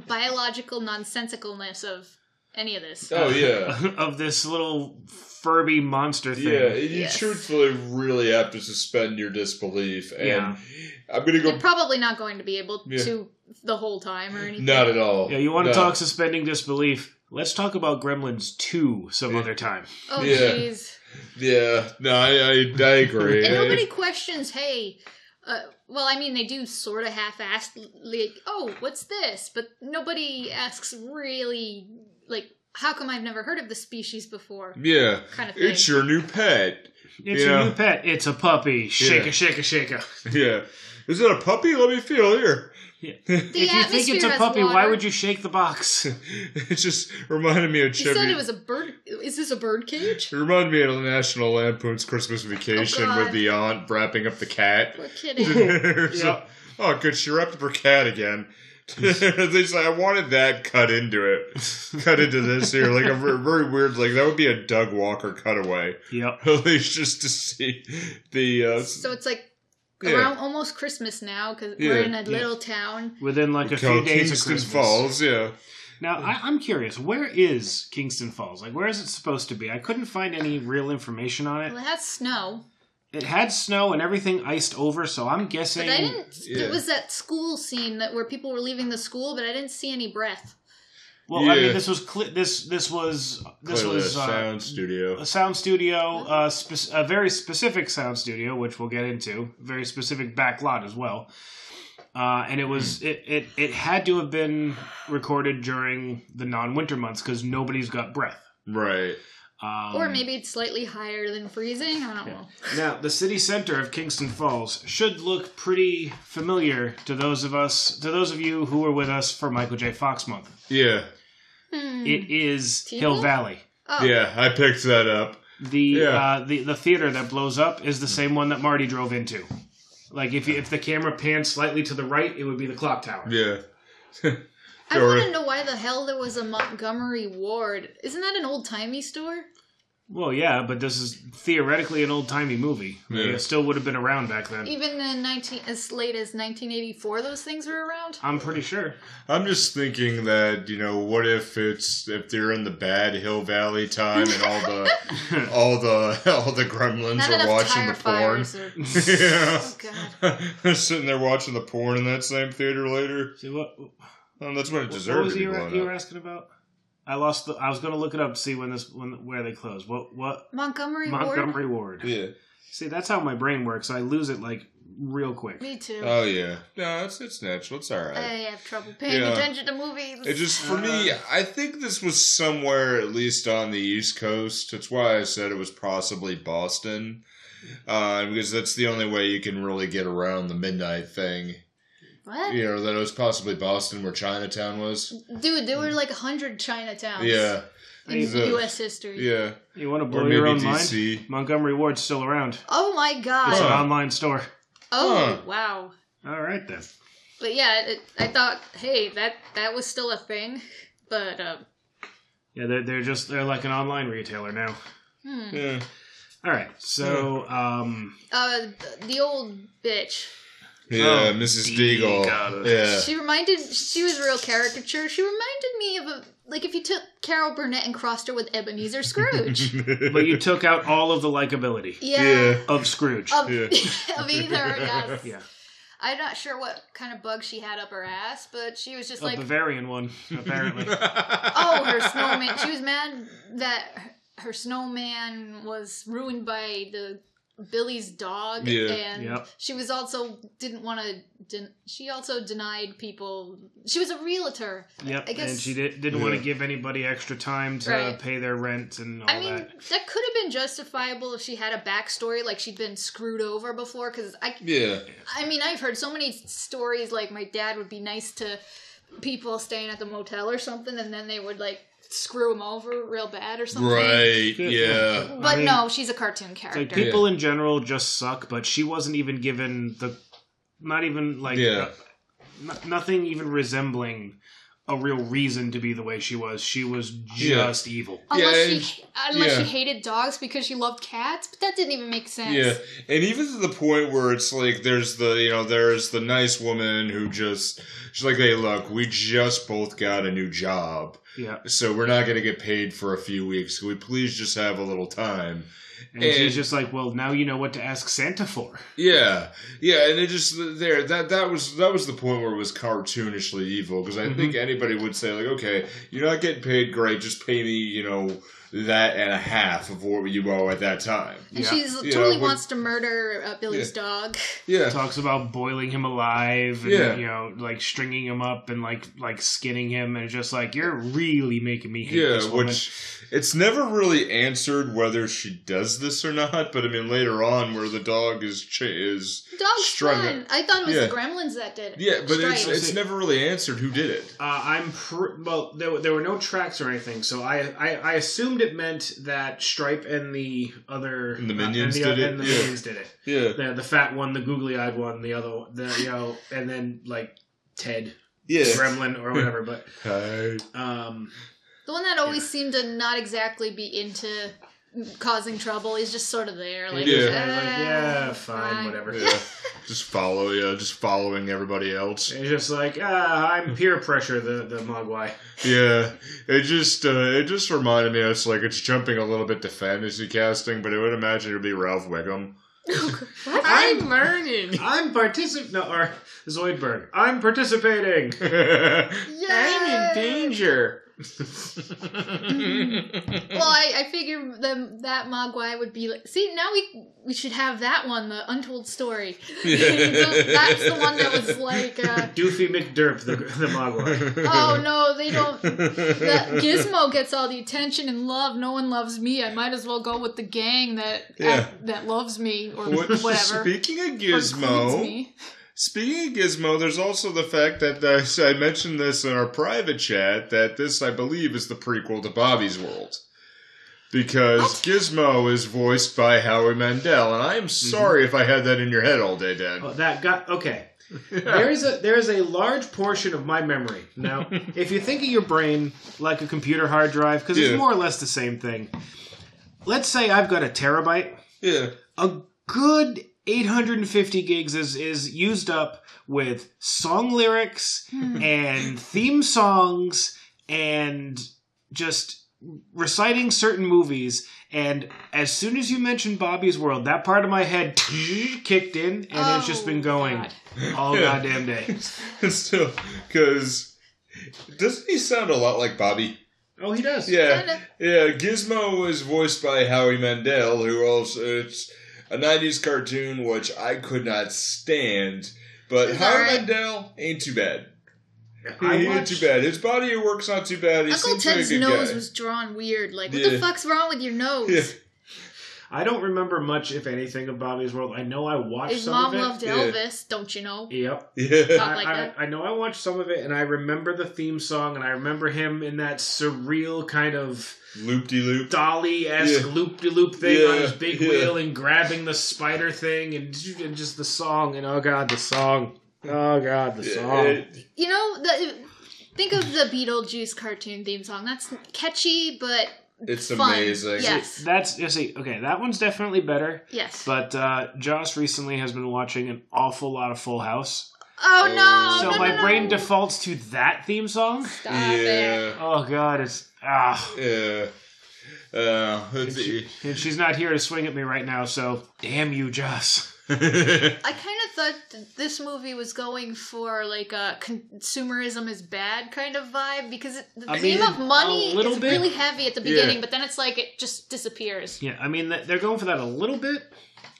Speaker 2: biological nonsensicalness of any of this.
Speaker 3: Oh yeah.
Speaker 4: [LAUGHS]
Speaker 2: [LAUGHS]
Speaker 4: of this little Furby monster thing.
Speaker 3: Yeah, you
Speaker 2: Yes.
Speaker 3: truthfully really have to suspend your disbelief, and
Speaker 4: Yeah.
Speaker 3: I'm gonna go. [LAUGHS]
Speaker 2: You're probably not going to be able
Speaker 3: Yeah.
Speaker 2: to the whole time or anything.
Speaker 3: Not at all.
Speaker 4: Yeah, you want to
Speaker 3: No.
Speaker 4: talk suspending disbelief? Let's talk about Gremlins 2 some other time.
Speaker 2: Oh
Speaker 3: Yeah.
Speaker 2: jeez.
Speaker 3: Yeah, no, I, I, I agree.
Speaker 2: And [LAUGHS] nobody questions, hey, uh, well, I mean, they do sort of half-assed, like, oh, what's this? But nobody asks really, like, how come I've never heard of this species before?
Speaker 4: Mm.
Speaker 3: yeah,
Speaker 2: Kind of thing.
Speaker 3: it's your new pet. [LAUGHS]
Speaker 4: It's
Speaker 3: Yeah.
Speaker 4: your new pet. It's a puppy. Shake
Speaker 3: Yeah.
Speaker 4: a shake a shake a.
Speaker 3: Yeah. Is it a puppy? Let me feel here. [LAUGHS]
Speaker 2: The
Speaker 4: if you think it's a puppy, why would you shake the
Speaker 3: [LAUGHS]
Speaker 4: box?
Speaker 3: It just reminded me of
Speaker 2: He
Speaker 3: Chevy.
Speaker 2: said it was a bird. Is this a bird cage?
Speaker 3: It reminded me of the National Lampoon's Christmas Vacation
Speaker 2: Oh, God.
Speaker 3: with the aunt wrapping up the cat. [LAUGHS]
Speaker 2: We're kidding.
Speaker 3: So-
Speaker 4: [LAUGHS] Yeah.
Speaker 3: Oh, good. She wrapped up her cat again. [LAUGHS] they just, I wanted that cut into it. Cut into this here. Like, a ver- very weird, like, that would be a Doug Walker cutaway. [LAUGHS]
Speaker 4: yep.
Speaker 3: At least just to see the, uh,
Speaker 2: so it's like
Speaker 3: Yeah.
Speaker 2: around almost Christmas now because we're
Speaker 3: Yeah,
Speaker 2: in a
Speaker 4: yeah.
Speaker 2: little town.
Speaker 4: Within like a few days
Speaker 3: Kingston
Speaker 4: of Christmas.
Speaker 3: Falls, yeah.
Speaker 4: Now, I, I'm curious. Where is Kingston Falls? Like, where is it supposed to be? I couldn't find any real information on it.
Speaker 2: Well, it has snow.
Speaker 4: It had snow and everything iced over, so I'm guessing.
Speaker 2: But I didn't.
Speaker 3: yeah.
Speaker 2: It was that school scene that where people were leaving the school, but I didn't see any breath.
Speaker 4: Well, I
Speaker 3: Yeah.
Speaker 4: mean, this was cle this this was this
Speaker 3: Clearly
Speaker 4: was
Speaker 3: a
Speaker 4: uh,
Speaker 3: sound studio.
Speaker 4: a sound studio, uh, spec- a very specific sound studio, which we'll get into. Very specific back lot as well. Uh, and it was
Speaker 3: Hmm.
Speaker 4: it, it it had to have been recorded during the non-winter months because nobody's got breath.
Speaker 3: Right.
Speaker 4: Um,
Speaker 2: or maybe it's slightly higher than freezing. I don't know.
Speaker 4: Now, the city center of Kingston Falls should look pretty familiar to those of us, to those of you who were with us for Michael J. Fox Month.
Speaker 3: Yeah.
Speaker 2: Hmm.
Speaker 4: It is Hill
Speaker 2: Teal?
Speaker 4: Valley.
Speaker 2: oh,
Speaker 3: Yeah, I picked that up.
Speaker 4: The,
Speaker 3: Yeah.
Speaker 4: uh, the the theater that blows up is the same one that Marty drove into. Like if you, if the camera panned slightly to the right, it would be the clock tower.
Speaker 3: Yeah.
Speaker 2: I
Speaker 3: Or-
Speaker 2: want to know why the hell there was a Montgomery Ward. Isn't that an old timey store?
Speaker 4: Well, yeah, but this is theoretically an old timey movie. Like,
Speaker 3: Yeah.
Speaker 4: It still would have been around back then.
Speaker 2: Even in nineteen, as late as nineteen eighty four, those things were around.
Speaker 4: I'm pretty sure.
Speaker 3: I'm just thinking that you know, what if it's if they're in the bad Hill Valley time and all
Speaker 4: [LAUGHS]
Speaker 3: the all the all the gremlins
Speaker 2: Not
Speaker 3: are
Speaker 2: enough
Speaker 3: watching
Speaker 2: tire
Speaker 3: the porn.
Speaker 2: fires. Or,
Speaker 3: yeah.
Speaker 2: oh god.
Speaker 3: [LAUGHS] They're sitting there watching the porn in that same theater later.
Speaker 4: See what?
Speaker 3: Um, that's when it
Speaker 4: What-
Speaker 3: deserved
Speaker 4: what was
Speaker 3: to be
Speaker 4: you, were-
Speaker 3: blown
Speaker 4: you
Speaker 3: up.
Speaker 4: were asking about? I lost. The, I was going to look it up to see when this when where they closed. What what
Speaker 2: Montgomery, Ward.
Speaker 4: Montgomery Ward?
Speaker 3: Yeah.
Speaker 4: See, that's how my brain works. I lose it like real quick.
Speaker 2: Me too.
Speaker 3: Oh yeah. No, it's it's natural. It's all right.
Speaker 2: I have trouble paying
Speaker 3: Yeah.
Speaker 2: attention to movies.
Speaker 3: It just for
Speaker 4: Uh.
Speaker 3: me, I think this was somewhere at least on the East Coast. That's why I said it was possibly Boston, uh, because that's the only way you can really get around the midnight thing.
Speaker 2: what?
Speaker 3: You know that it was possibly Boston where Chinatown was.
Speaker 2: Dude, there were like a hundred Chinatowns.
Speaker 3: Yeah,
Speaker 2: In
Speaker 3: He's a-
Speaker 2: U.S. history.
Speaker 3: yeah,
Speaker 4: You want to
Speaker 3: or
Speaker 4: blow your
Speaker 3: maybe
Speaker 4: own
Speaker 3: DC.
Speaker 4: mind? Montgomery Ward's still around.
Speaker 2: Oh my god.
Speaker 4: It's an
Speaker 3: Huh.
Speaker 4: online store.
Speaker 2: Oh
Speaker 3: Huh.
Speaker 2: wow.
Speaker 4: All right then.
Speaker 2: But yeah, it, I thought, hey, that that was still a thing. [LAUGHS] But um,
Speaker 4: Yeah, they're, they're just they're like an online retailer now.
Speaker 2: hmm.
Speaker 3: Yeah.
Speaker 4: All right, so um,
Speaker 2: uh, th- the old bitch.
Speaker 3: Yeah,
Speaker 4: Oh,
Speaker 3: Mrs.
Speaker 4: D
Speaker 3: Deagle.
Speaker 4: got
Speaker 3: Yeah,
Speaker 2: She reminded. She was a real caricature. She reminded me of a like if you took Carol Burnett and crossed her with Ebenezer
Speaker 3: [LAUGHS]
Speaker 2: Scrooge.
Speaker 4: but you took out all of the likability
Speaker 2: yeah.
Speaker 4: of Scrooge.
Speaker 2: Of,
Speaker 3: Yeah.
Speaker 2: [LAUGHS] of either, yes.
Speaker 4: yeah,
Speaker 2: I'm not sure what kind of bug she had up her ass, but she was just
Speaker 4: a
Speaker 2: like,
Speaker 4: Bavarian one apparently.
Speaker 2: [LAUGHS] oh, her snowman. She was mad that her snowman was ruined by the Billy's dog,
Speaker 3: Yeah.
Speaker 2: and
Speaker 4: Yep.
Speaker 2: she was also didn't want to. Den- she also denied people. She was a realtor.
Speaker 4: Yep,
Speaker 2: I guess-
Speaker 4: and she did, didn't want
Speaker 3: Yeah.
Speaker 4: to give anybody extra time to
Speaker 2: Right.
Speaker 4: pay their rent and all
Speaker 2: I mean,
Speaker 4: that.
Speaker 2: that. could have been justifiable if she had a backstory, like she'd been screwed over before. Because I,
Speaker 4: [LAUGHS]
Speaker 3: yeah,
Speaker 2: I mean, I've heard so many stories like my dad would be nice to people staying at the motel or something, and then they would like screw him over real bad or something.
Speaker 3: right,
Speaker 4: Good.
Speaker 3: yeah,
Speaker 2: But
Speaker 4: I mean,
Speaker 2: no, she's a cartoon
Speaker 4: It's Like
Speaker 2: character.
Speaker 4: people in general just suck, but she wasn't even given the, not even like,
Speaker 3: Yeah.
Speaker 4: no- no- nothing even resembling a real reason to be the way she was. She was
Speaker 3: Yeah.
Speaker 4: just evil.
Speaker 2: Unless
Speaker 3: Yeah,
Speaker 2: she unless
Speaker 3: yeah.
Speaker 2: she hated dogs because she loved cats, but that didn't even make sense.
Speaker 3: yeah. And even to the point where it's like there's the you know there's the nice woman who just she's like, hey, look, we just both got a new job,
Speaker 4: Yeah,
Speaker 3: so we're not gonna get paid for a few weeks. Can we please just have a little time?
Speaker 4: and,
Speaker 3: And-
Speaker 4: she's just like, well, now you know what to ask Santa for.
Speaker 3: Yeah, yeah, and it just there that that was that was the point where it was cartoonishly evil because I think anybody would say like, okay, you're not getting paid great, just pay me, you know, that and a half of what you owe at that time.
Speaker 2: And
Speaker 4: Yeah.
Speaker 2: she's
Speaker 3: Yeah,
Speaker 2: totally
Speaker 3: when-
Speaker 2: wants to murder uh, Billy's dog.
Speaker 3: Yeah,
Speaker 4: Talks about boiling him alive, and
Speaker 3: Yeah.
Speaker 4: you know, like stringing him up and like like skinning him, and it's just like you're really making me hate
Speaker 3: yeah,
Speaker 4: this woman.
Speaker 3: which it's never really answered whether she does this or not. But I mean, later on, where the dog is ch- is
Speaker 2: Dog's
Speaker 3: Strung
Speaker 2: fun.
Speaker 3: up.
Speaker 2: I thought it was
Speaker 3: Yeah.
Speaker 2: the Gremlins that did it.
Speaker 3: yeah, but it's
Speaker 2: Stripes.
Speaker 3: it's never really answered who did it.
Speaker 4: Uh, I'm pr- well. There, were- there were no tracks or anything, so I, I I assumed it meant that Stripe and the other
Speaker 3: And the
Speaker 4: uh,
Speaker 3: minions
Speaker 4: and the,
Speaker 3: did it,
Speaker 4: and the
Speaker 3: yeah.
Speaker 4: minions did it.
Speaker 3: Yeah,
Speaker 4: The, the fat one, the googly eyed one, the other, the you know, and then like Ted
Speaker 3: yeah.
Speaker 4: Gremlin or whatever. But
Speaker 3: Hi.
Speaker 4: um,
Speaker 2: the one that always seemed to not exactly be into causing trouble. He's just sort of there, like
Speaker 4: I
Speaker 3: Yeah.
Speaker 2: "Ah,
Speaker 4: was like, yeah, fine,
Speaker 2: fine."
Speaker 4: whatever.
Speaker 3: Yeah, just follow. Yeah, just following everybody else.
Speaker 4: It's just like ah, I'm peer pressure the the Mogwai.
Speaker 3: Yeah, it just uh, it just reminded me. It's like it's jumping a little bit to fantasy casting, but I would imagine it'd be Ralph Wiggum. [LAUGHS]
Speaker 2: What?
Speaker 1: I'm learning.
Speaker 4: I'm participating. No, or Zoidberg. I'm participating.
Speaker 1: I'm in
Speaker 2: Yay!
Speaker 1: danger.
Speaker 2: Well, I, I figure the, that Mogwai would be like. See, now we we should have that one, the untold
Speaker 3: [LAUGHS]
Speaker 2: story. That's the one that was like, uh,
Speaker 4: Doofy McDerp, the, the Mogwai.
Speaker 3: [LAUGHS]
Speaker 2: oh no, they don't. The, Gizmo gets all the attention and love. No one loves me. I might as well go with the gang that
Speaker 3: Yeah.
Speaker 2: that loves me or [LAUGHS]
Speaker 3: What-
Speaker 2: whatever.
Speaker 3: Speaking of
Speaker 2: or includes
Speaker 3: Gizmo,
Speaker 2: me.
Speaker 3: speaking of Gizmo, there's also the fact that uh, [LAUGHS] so I mentioned this in our private chat that this, I believe, is the prequel to Bobby's World. Because Gizmo is voiced by Howie Mandel, and I'm sorry if I had that in your head all day, Dad.
Speaker 4: Oh, that got okay. There is a there is a large portion of my memory now. If you think of your brain like a computer hard drive, because
Speaker 3: Yeah.
Speaker 4: it's more or less the same thing. Let's say I've got a terabyte.
Speaker 3: [LAUGHS] yeah.
Speaker 4: a good 850 gigs is is used up with song lyrics
Speaker 2: Hmm.
Speaker 4: and theme songs and just reciting certain movies and as soon as you mentioned Bobby's World that part of my head [LAUGHS] kicked in and it's just been
Speaker 2: Oh,
Speaker 4: going
Speaker 2: God.
Speaker 4: all
Speaker 3: Yeah.
Speaker 4: goddamn
Speaker 3: [LAUGHS]
Speaker 4: day.
Speaker 3: Still, because doesn't he sound a lot like Bobby?
Speaker 4: Oh, he does.
Speaker 3: Yeah,
Speaker 2: Kinda.
Speaker 3: yeah. Gizmo was voiced by Howie Mandel, who also it's a '90s cartoon which I could not stand. But
Speaker 2: He's
Speaker 3: Howie
Speaker 2: alright.
Speaker 3: Mandel ain't too bad. He
Speaker 4: I
Speaker 3: ain't
Speaker 4: watched,
Speaker 3: too bad. His body of work's not too bad. He
Speaker 2: Uncle
Speaker 3: seems like a
Speaker 2: Ted's
Speaker 3: good
Speaker 2: nose
Speaker 3: guy.
Speaker 2: was drawn weird. Like, what
Speaker 3: Yeah.
Speaker 2: the fuck's wrong with your nose?
Speaker 3: Yeah.
Speaker 4: I don't remember much if anything of Bobby's World. I know I watched
Speaker 2: His
Speaker 4: some
Speaker 2: mom
Speaker 4: of it.
Speaker 2: loved
Speaker 3: Yeah.
Speaker 2: Elvis, don't you know?
Speaker 4: Yep.
Speaker 3: [LAUGHS] Yeah,
Speaker 2: Not like
Speaker 4: I,
Speaker 2: that.
Speaker 4: I, I know I watched some of it, and I remember the theme song, and I remember him in that surreal kind of
Speaker 3: loop de loop.
Speaker 4: dolly esque
Speaker 3: Yeah.
Speaker 4: loop de loop thing on
Speaker 3: Yeah,
Speaker 4: his big
Speaker 3: yeah.
Speaker 4: wheel and grabbing the spider thing, and, and just the song, and oh god, the song. Oh god, the song.
Speaker 2: You know, the, think of the Beetlejuice cartoon theme song. That's catchy, but
Speaker 3: It's
Speaker 2: fun.
Speaker 3: amazing.
Speaker 2: Yes,
Speaker 4: That's you see, okay, that one's definitely better.
Speaker 2: yes.
Speaker 4: But uh, Joss recently has been watching an awful lot of Full House,
Speaker 2: oh no!
Speaker 4: so
Speaker 2: no,
Speaker 4: my
Speaker 2: no, no.
Speaker 4: brain defaults to that theme song.
Speaker 2: Stop it.
Speaker 3: yeah,
Speaker 4: Oh god, it's ah.
Speaker 3: yeah. Uh, let's
Speaker 4: She-
Speaker 3: see.
Speaker 4: and she's not here to swing at me right now, so damn you, Joss.
Speaker 3: [LAUGHS]
Speaker 2: I kind of thought that this movie was going for like a consumerism is bad kind of vibe because it, the
Speaker 4: I
Speaker 2: theme
Speaker 4: mean,
Speaker 2: of money
Speaker 4: a little
Speaker 2: is
Speaker 4: bit.
Speaker 2: really heavy at the beginning, but then it's like it just disappears.
Speaker 4: Yeah, I mean th- they're going for that a little bit,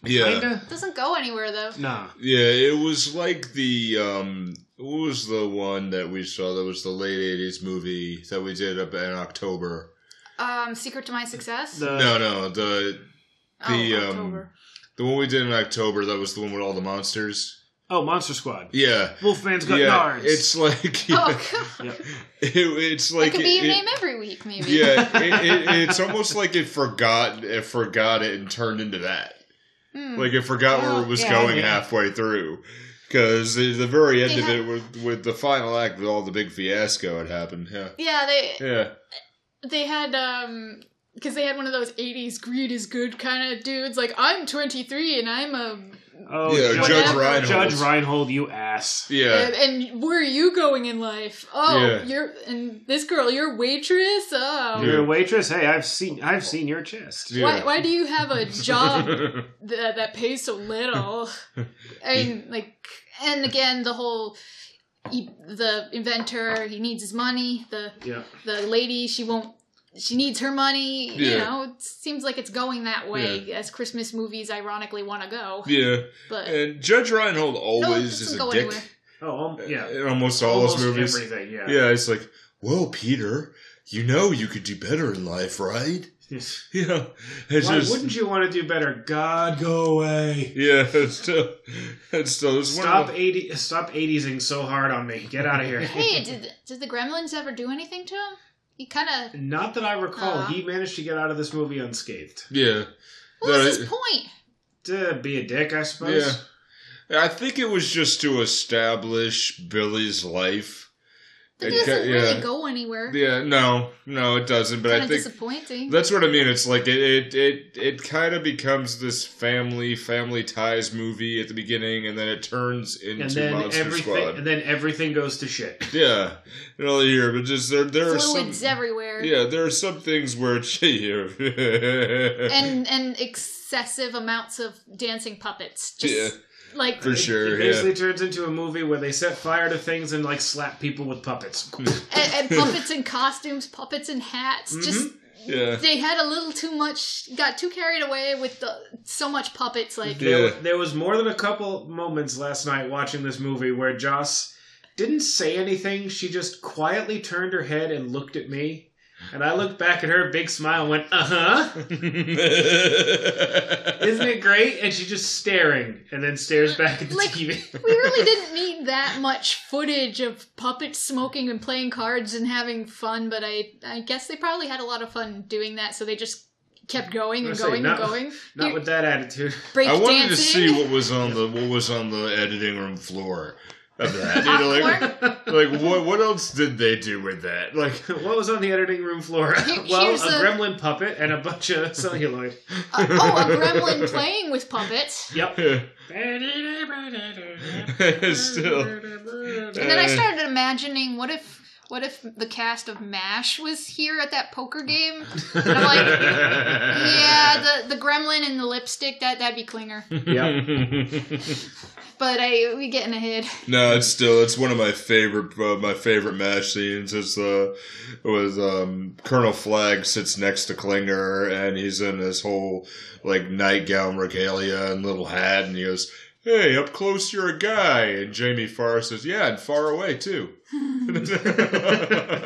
Speaker 3: yeah.
Speaker 4: kinda.
Speaker 2: It doesn't go anywhere though.
Speaker 4: Nah,
Speaker 3: Yeah, it was like the um what was the one that we saw that was the late eighties movie that we did up in October.
Speaker 2: Um, Secret to My Success.
Speaker 4: the
Speaker 3: no, no, the the,
Speaker 2: oh,
Speaker 3: um,
Speaker 2: October.
Speaker 3: the one we did in October that was the one with all the monsters.
Speaker 4: oh Monster Squad,
Speaker 3: Yeah.
Speaker 4: Wolfman's got
Speaker 3: yeah,
Speaker 4: yards.
Speaker 3: it's like [LAUGHS] [LAUGHS] yeah,
Speaker 2: oh, God.
Speaker 3: it, it's like
Speaker 2: that could be your
Speaker 3: it-
Speaker 2: name every week, maybe.
Speaker 3: yeah, it, it, it's almost like it forgot it forgot it and turned into that.
Speaker 2: [LAUGHS] Hmm.
Speaker 3: Like it forgot where it was
Speaker 4: yeah,
Speaker 3: going
Speaker 4: yeah.
Speaker 3: halfway through. Because the very end
Speaker 2: They
Speaker 3: of
Speaker 2: had-
Speaker 3: it, with, with the final act, with all the big fiasco, had happened. Yeah,
Speaker 2: Yeah, they
Speaker 3: yeah.
Speaker 2: they had um because they had one of those '80s greed is good kind of dudes. Like I'm 23 and I'm um, a
Speaker 4: oh
Speaker 3: yeah,
Speaker 2: Judge Whatever.
Speaker 4: Reinhold.
Speaker 3: Reinhold.
Speaker 4: Judge Reinhold, you ass.
Speaker 3: Yeah.
Speaker 2: And, and where are you going in life? Oh,
Speaker 3: Yeah.
Speaker 2: you're and this girl, you're a waitress. Oh,
Speaker 4: You're a waitress. Hey, I've seen I've seen your chest.
Speaker 3: Yeah.
Speaker 2: why why do you have
Speaker 3: [LAUGHS]
Speaker 2: a job that that pays so little? I mean, like, and again, the whole he, the inventor he needs his money. The
Speaker 4: Yeah,
Speaker 2: the lady she won't. She needs her money. You
Speaker 3: Yeah.
Speaker 2: know, it seems like it's going that way as Christmas movies ironically want to go.
Speaker 3: yeah.
Speaker 2: But
Speaker 3: And Judge Reinhold
Speaker 2: no, it
Speaker 3: always is
Speaker 2: doesn't
Speaker 3: a
Speaker 2: go
Speaker 3: dick [LAUGHS]
Speaker 2: anywhere.
Speaker 4: oh um, yeah,
Speaker 3: in almost Uh, all
Speaker 4: Almost
Speaker 3: his movies.
Speaker 4: everything. Yeah,
Speaker 3: Yeah, it's like, well, Peter, you know you could do better in life, right? [LAUGHS] You know, it's
Speaker 4: Why
Speaker 3: just
Speaker 4: wouldn't you want to do better? God, go away.
Speaker 3: yeah. [LAUGHS] It's still, it's still. It's one of
Speaker 4: Stop
Speaker 3: the-
Speaker 4: eighty. Stop eightiesing so hard on me. Get out of
Speaker 2: [LAUGHS]
Speaker 4: here.
Speaker 2: Hey, did did the Gremlins ever do anything to him? He kind of
Speaker 4: Not that I recall,
Speaker 2: Aw.
Speaker 4: he managed to get out of this movie unscathed.
Speaker 3: Yeah.
Speaker 2: What was
Speaker 3: That-
Speaker 2: his point?
Speaker 4: To be a dick, I suppose.
Speaker 3: Yeah. I think it was just to establish Billy's life
Speaker 2: That
Speaker 3: It
Speaker 2: doesn't
Speaker 3: ca-
Speaker 2: really
Speaker 3: yeah.
Speaker 2: go anywhere.
Speaker 3: Yeah, no, no, it doesn't. But
Speaker 2: kind
Speaker 3: I
Speaker 2: of
Speaker 3: think
Speaker 2: disappointing.
Speaker 3: that's what I mean. It's like it, it, it, it kind of becomes this family, family ties movie at the beginning, and then it turns into
Speaker 4: and then
Speaker 3: Monster
Speaker 4: everything
Speaker 3: Squad.
Speaker 4: and then everything goes to shit.
Speaker 3: yeah, another year, but just there, there are some.
Speaker 2: Fluids everywhere.
Speaker 3: Yeah, there are some things where [LAUGHS] it's here.
Speaker 2: And and excessive amounts of dancing puppets. Just
Speaker 3: yeah, [LAUGHS]
Speaker 2: like
Speaker 3: for
Speaker 4: It
Speaker 3: sure.
Speaker 4: basically
Speaker 3: Yeah,
Speaker 4: turns into a movie where they set fire to things and like slap people with
Speaker 3: [LAUGHS]
Speaker 4: puppets.
Speaker 2: and, and puppets in costumes, puppets in hats.
Speaker 3: Mm-hmm.
Speaker 2: Just
Speaker 3: yeah.
Speaker 2: they had a little too much. Got too carried away with the, so much puppets. Like
Speaker 3: Yeah.
Speaker 4: There, there was more than a couple moments last night watching this movie where Joss didn't say anything. She just quietly turned her head and looked at me. And I looked back at her, big smile, and went, uh huh. Isn't it great? And she's just staring and then stares back at the
Speaker 2: Like-
Speaker 4: TV.
Speaker 2: we really didn't need that much footage of puppets smoking and playing cards and having fun, but I I guess they probably had a lot of fun doing that, so they just kept going and
Speaker 4: I say,
Speaker 2: going
Speaker 4: not-
Speaker 2: and going.
Speaker 4: [LAUGHS] Not with that attitude. [LAUGHS]
Speaker 2: Break
Speaker 3: I wanted to
Speaker 2: dancing.
Speaker 3: see what was on the what was on the editing room floor of that. You know, like,
Speaker 2: Popcorn.
Speaker 3: like what what else did they do with that? Like [LAUGHS]
Speaker 4: What was on the editing room floor? [LAUGHS]
Speaker 2: Here-
Speaker 4: well, a
Speaker 2: here's a-
Speaker 4: gremlin puppet and a bunch of celluloid.
Speaker 3: [LAUGHS]
Speaker 2: Uh, oh, a gremlin playing with puppets.
Speaker 4: [LAUGHS] Yep.
Speaker 3: still
Speaker 2: And
Speaker 3: Uh.
Speaker 2: then I started imagining what if what if the cast of MASH was here at that poker
Speaker 3: [LAUGHS]
Speaker 2: game? And I'm like, yeah, the, the gremlin and the lipstick, that that'd be clinger.
Speaker 4: Yep.
Speaker 2: But I we getting ahead.
Speaker 3: No, it's still it's one of my favorite uh, my favorite match scenes. It's uh was um Colonel Flagg sits next to Klinger and he's in this whole like nightgown regalia and little hat and he goes, "Hey, up close you're a guy." And Jamie Farr says, "Yeah, and far away too." [LAUGHS]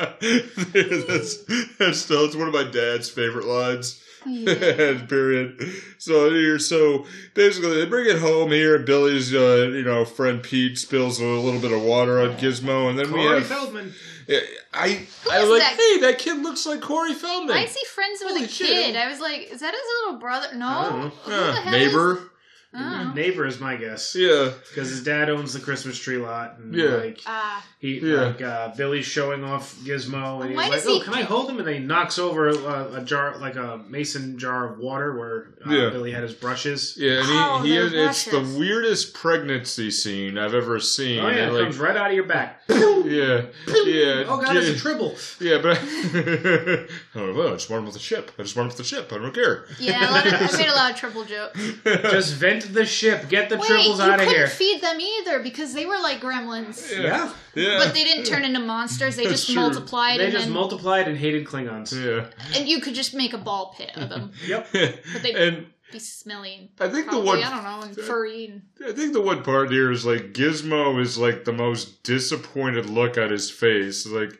Speaker 3: that's, that's still it's one of my dad's favorite lines. [LAUGHS] period. So here, so basically, they bring it home here. Billy's, uh, you know, friend Pete spills a little bit of water on Gizmo, and then we
Speaker 4: Corey
Speaker 3: have.
Speaker 4: Feldman.
Speaker 3: Yeah, I
Speaker 5: I
Speaker 2: is
Speaker 5: was like,
Speaker 2: that?
Speaker 5: hey, that kid looks like Corey Feldman.
Speaker 2: I see friends with
Speaker 5: Holy
Speaker 2: a
Speaker 5: shit.
Speaker 2: kid. I was like, is that his little brother? No.
Speaker 4: Oh.
Speaker 2: Who the
Speaker 3: uh,
Speaker 2: hell is-
Speaker 3: neighbor.
Speaker 2: Oh.
Speaker 4: Neighbor is my guess.
Speaker 3: Yeah,
Speaker 4: Because his dad owns the Christmas tree lot. And,
Speaker 3: Yeah.
Speaker 4: Like,
Speaker 2: Ah,
Speaker 4: He
Speaker 3: Yeah.
Speaker 4: like uh, Billy's showing off Gizmo, and he's
Speaker 2: Why
Speaker 4: like,
Speaker 2: does
Speaker 4: "Oh,
Speaker 2: he-
Speaker 4: can I hold him?" And then he knocks over a, a jar, like a mason jar of water, where uh,
Speaker 3: Yeah.
Speaker 4: Billy had his brushes.
Speaker 3: yeah.
Speaker 2: Oh,
Speaker 3: And he, he
Speaker 2: those
Speaker 3: is, it's the
Speaker 2: brushes.
Speaker 3: weirdest pregnancy scene I've ever seen.
Speaker 4: Oh yeah,
Speaker 3: and
Speaker 4: it comes
Speaker 3: like,
Speaker 4: right out of your back.
Speaker 3: yeah, yeah.
Speaker 4: oh god,
Speaker 3: yeah,
Speaker 4: it's a
Speaker 3: [LAUGHS]
Speaker 4: triple.
Speaker 3: yeah, but I, oh, well, I just want him with the ship. I just want him with the ship. I don't care.
Speaker 2: yeah. A lot of, I made a lot of triple jokes.
Speaker 4: Just vent the ship. Get the
Speaker 2: Wait,
Speaker 4: triples
Speaker 2: you
Speaker 4: out of
Speaker 2: couldn't
Speaker 4: here.
Speaker 2: feed them either because they were like gremlins.
Speaker 4: yeah,
Speaker 3: yeah.
Speaker 2: But they didn't turn into monsters. They
Speaker 3: That's
Speaker 2: just
Speaker 3: true.
Speaker 2: multiplied,
Speaker 4: they
Speaker 2: and,
Speaker 4: just
Speaker 2: then,
Speaker 4: multiplied and hated Klingons.
Speaker 3: yeah.
Speaker 2: and you could just make a ball pit of them.
Speaker 3: [LAUGHS]
Speaker 4: Yep.
Speaker 2: they-
Speaker 3: and
Speaker 2: Be smelly and
Speaker 3: I think
Speaker 2: probably,
Speaker 3: the one
Speaker 2: I don't know, and furry. And,
Speaker 3: I think the one part here is like Gizmo is like the most disappointed look on his face. Like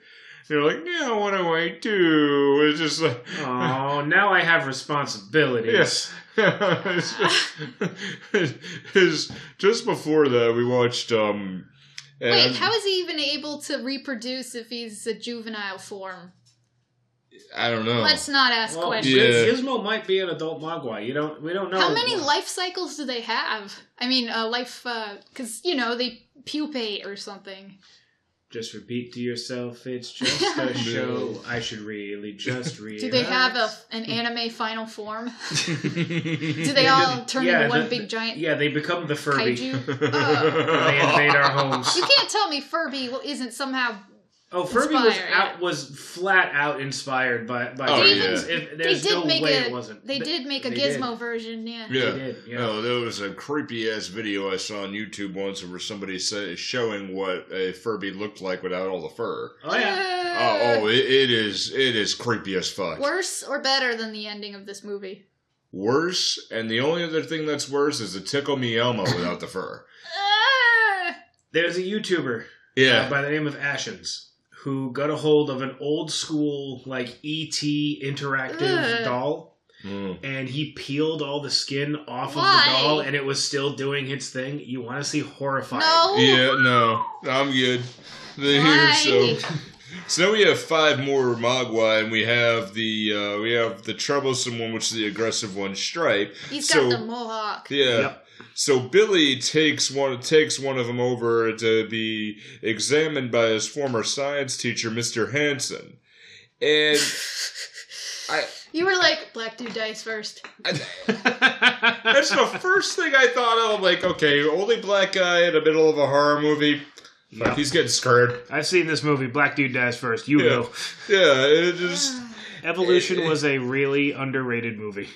Speaker 3: you're like, now what do I do? It's just like [LAUGHS]
Speaker 4: Oh, now I have responsibilities.
Speaker 3: Yes. It's just, [LAUGHS] it's- just before that we watched um
Speaker 2: wait,
Speaker 3: and
Speaker 2: how is he even able to reproduce if he's a juvenile form?
Speaker 3: I don't know. [LAUGHS]
Speaker 2: Let's not ask
Speaker 4: Well,
Speaker 2: questions.
Speaker 3: Yeah.
Speaker 4: Gizmo might be an adult Mogwai. You don't. We don't know.
Speaker 2: How many life cycles do they have? I mean, uh, life, because, you know, they pupate or something.
Speaker 4: Just repeat to yourself,
Speaker 2: [LAUGHS]
Speaker 4: it's just a show. I should really
Speaker 3: [LAUGHS]
Speaker 4: just read.
Speaker 2: Do they have a, an anime final
Speaker 4: [LAUGHS]
Speaker 2: form? Do they all turn
Speaker 4: Yeah,
Speaker 2: into one
Speaker 4: the-
Speaker 2: big giant
Speaker 4: Yeah, they become the Furby. [LAUGHS]
Speaker 2: kaiju? Oh.
Speaker 4: They invade our
Speaker 2: [LAUGHS]
Speaker 4: homes.
Speaker 2: You can't tell me Furby well, isn't somehow.
Speaker 4: Oh, Furby was
Speaker 2: Inspired.
Speaker 4: out was flat out inspired by by
Speaker 3: Oh,
Speaker 4: Gizmos.
Speaker 2: yeah.
Speaker 4: If, there's
Speaker 2: they did
Speaker 4: no
Speaker 2: make
Speaker 4: way
Speaker 2: a.
Speaker 4: it wasn't.
Speaker 2: They did make a
Speaker 4: they
Speaker 2: Gizmo version. Yeah.
Speaker 3: yeah.
Speaker 4: They did, yeah.
Speaker 3: No, there was a creepy ass video I saw on YouTube once where somebody sa showing what a Furby looked like without all the fur.
Speaker 4: Oh yeah.
Speaker 3: Uh, oh, it, it is it is creepy as fuck.
Speaker 2: Worse or better than the ending of this movie?
Speaker 3: worse, and the only other thing that's worse is the Tickle Me Elmo without the fur.
Speaker 2: Ah!
Speaker 4: There's a YouTuber uh,
Speaker 3: [LAUGHS] Yeah,
Speaker 4: by the name of Ashens who got a hold of an old school like ET interactive
Speaker 2: Ugh.
Speaker 4: doll.
Speaker 3: Mm.
Speaker 4: and he peeled all the skin off
Speaker 2: Why?
Speaker 4: of the doll and it was still doing its thing. You
Speaker 2: Oh.
Speaker 4: want to see horrifying.
Speaker 2: No.
Speaker 3: yeah, no, I'm good. The- Here, so So now we have five more Magua, and we have the uh, we have the troublesome one, which is the aggressive one, Stripe.
Speaker 2: He's
Speaker 3: So-
Speaker 2: got the mohawk.
Speaker 3: Yeah.
Speaker 4: Yep.
Speaker 3: So Billy takes one takes one of them over to be examined by his former science teacher, Mister Hansen, and
Speaker 2: You were like, black dude dies first.
Speaker 3: that's the first thing I thought of. I'm like, okay, only black guy in the middle of a horror movie. Fuck,
Speaker 4: Yeah.
Speaker 3: He's getting scared.
Speaker 4: [LAUGHS] I've seen this movie, Black Dude Dies First. You
Speaker 3: Yeah.
Speaker 4: know.
Speaker 3: Yeah, it just
Speaker 2: Ah.
Speaker 3: [LAUGHS]
Speaker 4: Evolution was a really underrated movie.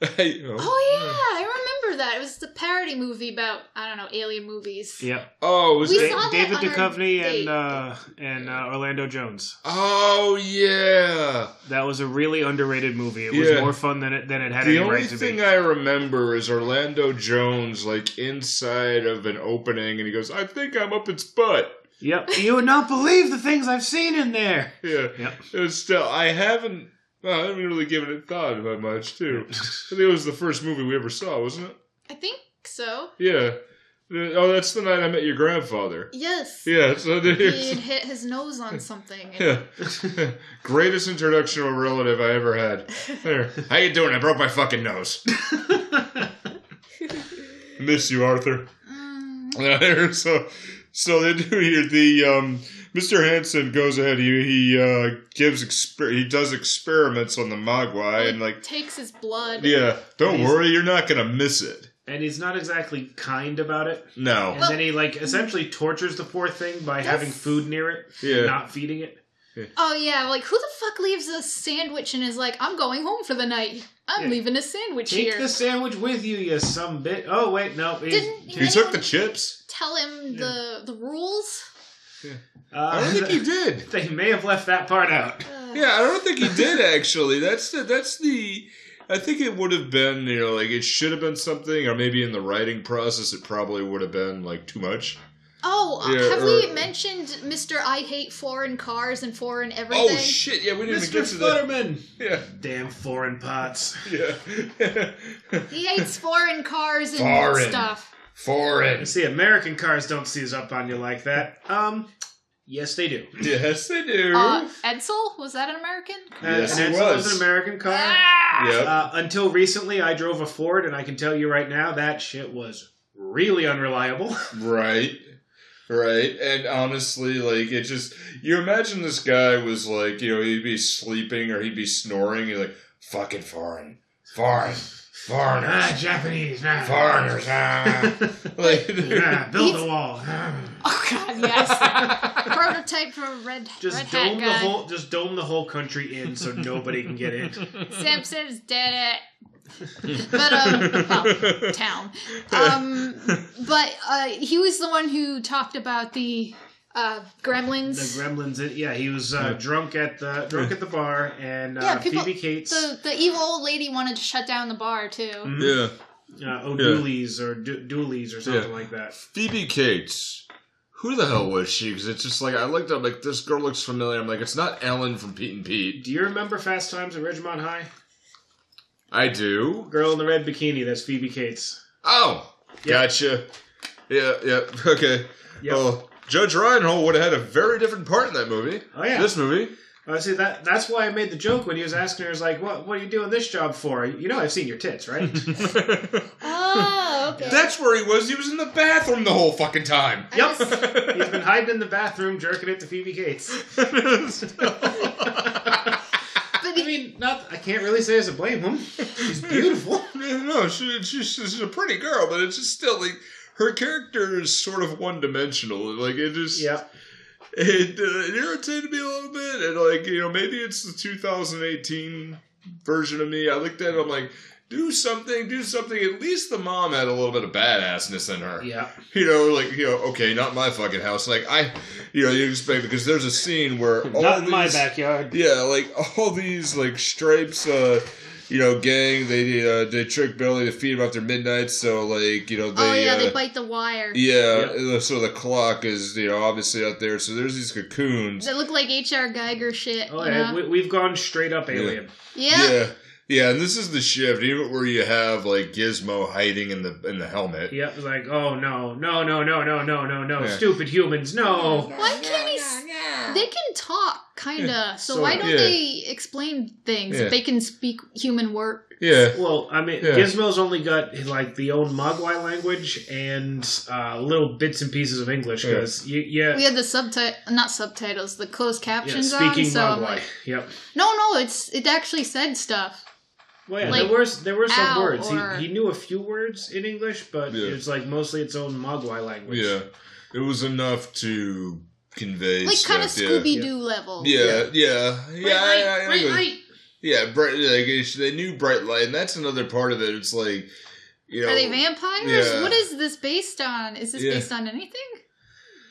Speaker 3: I, you
Speaker 2: Oh
Speaker 3: know.
Speaker 2: yeah, I remember that. It was the parody movie about I don't know alien movies.
Speaker 4: Yeah.
Speaker 3: oh, was
Speaker 2: We
Speaker 3: it?
Speaker 2: saw that
Speaker 4: David
Speaker 2: on our
Speaker 4: Duchovny
Speaker 2: date.
Speaker 4: and uh, and uh, Orlando Jones.
Speaker 3: Oh yeah.
Speaker 4: That was a really underrated movie. It was
Speaker 3: Yeah.
Speaker 4: more fun than it than it had
Speaker 3: The
Speaker 4: any
Speaker 3: only
Speaker 4: right to
Speaker 3: thing
Speaker 4: be.
Speaker 3: I remember is Orlando Jones like inside of an opening, and he goes, "I think I'm up its butt."
Speaker 4: yep. [LAUGHS] You would not believe the things I've seen in there.
Speaker 3: Yeah,
Speaker 4: Yep.
Speaker 3: it was still I haven't. Well, I haven't really given it thought about much too. I think it was the first movie we ever saw, wasn't it?
Speaker 2: I think so.
Speaker 3: Yeah. Uh, Oh, that's the night I met your grandfather.
Speaker 2: Yes.
Speaker 3: Yeah. So
Speaker 2: He'd
Speaker 3: there's,
Speaker 2: hit his nose on something. and-
Speaker 3: [LAUGHS] yeah. [LAUGHS] Greatest introductional relative I ever had. There. How you doing? I broke my fucking nose. [LAUGHS] Miss you, Arthur. [LAUGHS]
Speaker 2: Mm,
Speaker 3: Yeah, so so they do here the um Mr. Hansen goes ahead he he uh gives exper- he does experiments on the Mogwai and like
Speaker 2: takes his blood.
Speaker 3: yeah don't
Speaker 4: He's-
Speaker 3: worry you're not gonna miss it
Speaker 4: And he's not exactly kind about it.
Speaker 3: no
Speaker 4: And then he like essentially tortures the poor thing by having food near it,
Speaker 3: Yeah.
Speaker 4: not feeding it.
Speaker 2: Oh yeah, like who the fuck leaves a sandwich and is like, I'm going home for the night. I'm
Speaker 4: Yeah.
Speaker 2: leaving a sandwich
Speaker 4: Take
Speaker 2: here.
Speaker 4: the sandwich with you, you some bit. Oh wait, no. he-
Speaker 2: Didn't
Speaker 3: he took the chips
Speaker 2: Tell him the the rules.
Speaker 3: I
Speaker 4: uh,
Speaker 3: don't think he did
Speaker 4: [LAUGHS] They may have left that part [LAUGHS] out.
Speaker 2: Ugh.
Speaker 3: yeah I don't think he did actually that's the that's the I think it would have been you know like it should have been something or maybe in the writing process it probably would have been like too much
Speaker 2: Oh, uh,
Speaker 3: Yeah,
Speaker 2: have
Speaker 3: or-
Speaker 2: we mentioned Mr. I hate foreign cars and foreign everything?
Speaker 3: oh shit yeah we didn't even
Speaker 4: Mr.
Speaker 3: get to that
Speaker 4: Futterman.
Speaker 3: yeah
Speaker 4: Damn foreign pots.
Speaker 3: yeah [LAUGHS]
Speaker 2: He hates foreign cars and
Speaker 3: Foreign.
Speaker 2: stuff.
Speaker 3: foreign
Speaker 4: You see, American cars don't seize up on you like that. Um, yes, they do.
Speaker 3: Yes, they do.
Speaker 2: Uh, Edsel? Was that an American?
Speaker 3: Yes,
Speaker 4: and
Speaker 3: it
Speaker 4: Edsel
Speaker 3: was.
Speaker 4: an American car.
Speaker 2: Ah! [LAUGHS]
Speaker 3: yep.
Speaker 4: Uh, until recently, I drove a Ford, and I can tell you right now that shit was really unreliable. [LAUGHS]
Speaker 3: Right. Right. And honestly, like, it just, you imagine this guy was like, you know, he'd be sleeping or he'd be snoring. You're like, fucking foreign. Foreign.
Speaker 4: ah,
Speaker 3: Foreigners.
Speaker 4: Japanese. Ah.
Speaker 3: Foreigners.
Speaker 4: [LAUGHS]
Speaker 3: Ah. like,
Speaker 4: Ah, build
Speaker 2: He's-
Speaker 4: a
Speaker 2: [LAUGHS]
Speaker 4: wall. Ah.
Speaker 2: Oh god,
Speaker 4: [LAUGHS]
Speaker 2: yes. Prototype for a red, red
Speaker 4: Just
Speaker 2: hat
Speaker 4: dome the
Speaker 2: guy. [LAUGHS]
Speaker 4: whole. Just dome the whole country in so nobody can get in.
Speaker 2: Simpsons did
Speaker 4: [LAUGHS]
Speaker 2: it. but um, well, town. Um, but uh, he was the one who talked about the uh, gremlins.
Speaker 4: The Gremlins. it- Yeah, he was uh, drunk at the drunk at the bar, and uh,
Speaker 2: Yeah, people-
Speaker 4: Phoebe Cates. Mm-hmm.
Speaker 2: the, the evil old lady wanted to shut down the bar too.
Speaker 3: yeah.
Speaker 4: uh, O'Dooley's or Do- Dooley's or something
Speaker 3: Yeah.
Speaker 4: like that.
Speaker 3: Phoebe Cates. Who the hell was she? Because it's just like, I looked up, like, this girl looks familiar. I'm like, it's not Ellen from Pete and Pete.
Speaker 4: Do you remember Fast Times at Ridgemont High?
Speaker 3: I do.
Speaker 4: Girl in the red bikini. That's Phoebe Cates.
Speaker 3: Oh, gotcha. Yeah, yeah, okay.
Speaker 4: Yep.
Speaker 3: Well, Judge Reinhold would have had a very different part in that movie.
Speaker 4: Oh, yeah. [LAUGHS]
Speaker 3: This movie.
Speaker 4: Uh, see that that's why I made the joke when he was asking her, "Is like, what what are you doing this job for? You know, I've seen your tits, [LAUGHS] right?"
Speaker 2: Oh, okay.
Speaker 3: That's where he was. He was in the bathroom the whole fucking time.
Speaker 4: [LAUGHS]
Speaker 2: I
Speaker 4: yep.
Speaker 2: was-
Speaker 4: He's been hiding in the bathroom, jerking it to Phoebe Cates.
Speaker 2: but
Speaker 4: I
Speaker 2: he-
Speaker 4: mean, not I can't really say as a blame him. She's [LAUGHS] beautiful.
Speaker 3: no, she, she, she's a pretty girl, but it's just still like her character is sort of one dimensional. Like it just
Speaker 4: Yep.
Speaker 3: it, uh, it irritated me a little bit. And like you know, maybe it's the 2018 version of me. I looked at it. I'm like, do something, do something. At least the mom had a little bit of badassness in her.
Speaker 4: Yeah.
Speaker 3: You know, like you know, okay, not my fucking house. Like I, you know, you expect because there's a scene where all these,
Speaker 4: backyard.
Speaker 3: yeah, like all these like stripes, uh, you know, gang. They uh, they trick Billy to feed him after midnight. So like you know they.
Speaker 2: oh yeah,
Speaker 3: uh,
Speaker 2: they bite the wire.
Speaker 3: yeah, so the clock is you know obviously out there. So there's these cocoons.
Speaker 2: They look like H.R. Geiger shit.
Speaker 4: Oh
Speaker 2: you
Speaker 4: yeah,
Speaker 2: know?
Speaker 4: we, we've gone straight up alien.
Speaker 2: yeah.
Speaker 3: yeah, yeah, and this is the shift, even where you have like Gizmo hiding in the in the helmet.
Speaker 4: Yep. It's like, oh no, no, no, no, no, no, no, no,
Speaker 3: Yeah.
Speaker 4: stupid humans, no.
Speaker 2: [LAUGHS] Why can't he? s-
Speaker 1: now.
Speaker 2: They can talk, kind
Speaker 3: Yeah,
Speaker 2: of. So,
Speaker 3: sort
Speaker 2: why
Speaker 3: of,
Speaker 2: don't
Speaker 3: yeah.
Speaker 2: they explain things
Speaker 3: Yeah.
Speaker 2: if they can speak human word?
Speaker 3: Yeah.
Speaker 4: Well, I mean,
Speaker 3: Yeah.
Speaker 4: Gizmo's only got like the own Mogwai language and uh, little bits and pieces of English because yeah. you,
Speaker 2: We
Speaker 4: yeah,
Speaker 2: had the subtitle, not subtitles, the closed
Speaker 4: yeah,
Speaker 2: captions
Speaker 4: speaking
Speaker 2: on. So I'm
Speaker 4: Mogwai.
Speaker 2: like,
Speaker 4: yep.
Speaker 2: no, no, it's it actually said stuff.
Speaker 4: Well, yeah,
Speaker 2: Like,
Speaker 4: there were there were some
Speaker 2: ow,
Speaker 4: words.
Speaker 2: or-
Speaker 4: He, he knew a few words in English, but
Speaker 3: Yeah.
Speaker 4: it's like mostly its own Mogwai language.
Speaker 3: Yeah. It was enough to convey
Speaker 2: Like
Speaker 3: stuff.
Speaker 2: kind of
Speaker 3: yeah.
Speaker 2: Scooby Doo level.
Speaker 3: Yeah, yeah, yeah,
Speaker 2: right,
Speaker 3: I- I- I
Speaker 2: right,
Speaker 3: was-
Speaker 2: right.
Speaker 3: yeah. Bright, like it's- they knew bright light, and that's another part of it. It's like, you know,
Speaker 2: Are they vampires?
Speaker 3: Yeah.
Speaker 2: What is this based on? Is this
Speaker 3: Yeah.
Speaker 2: based on anything?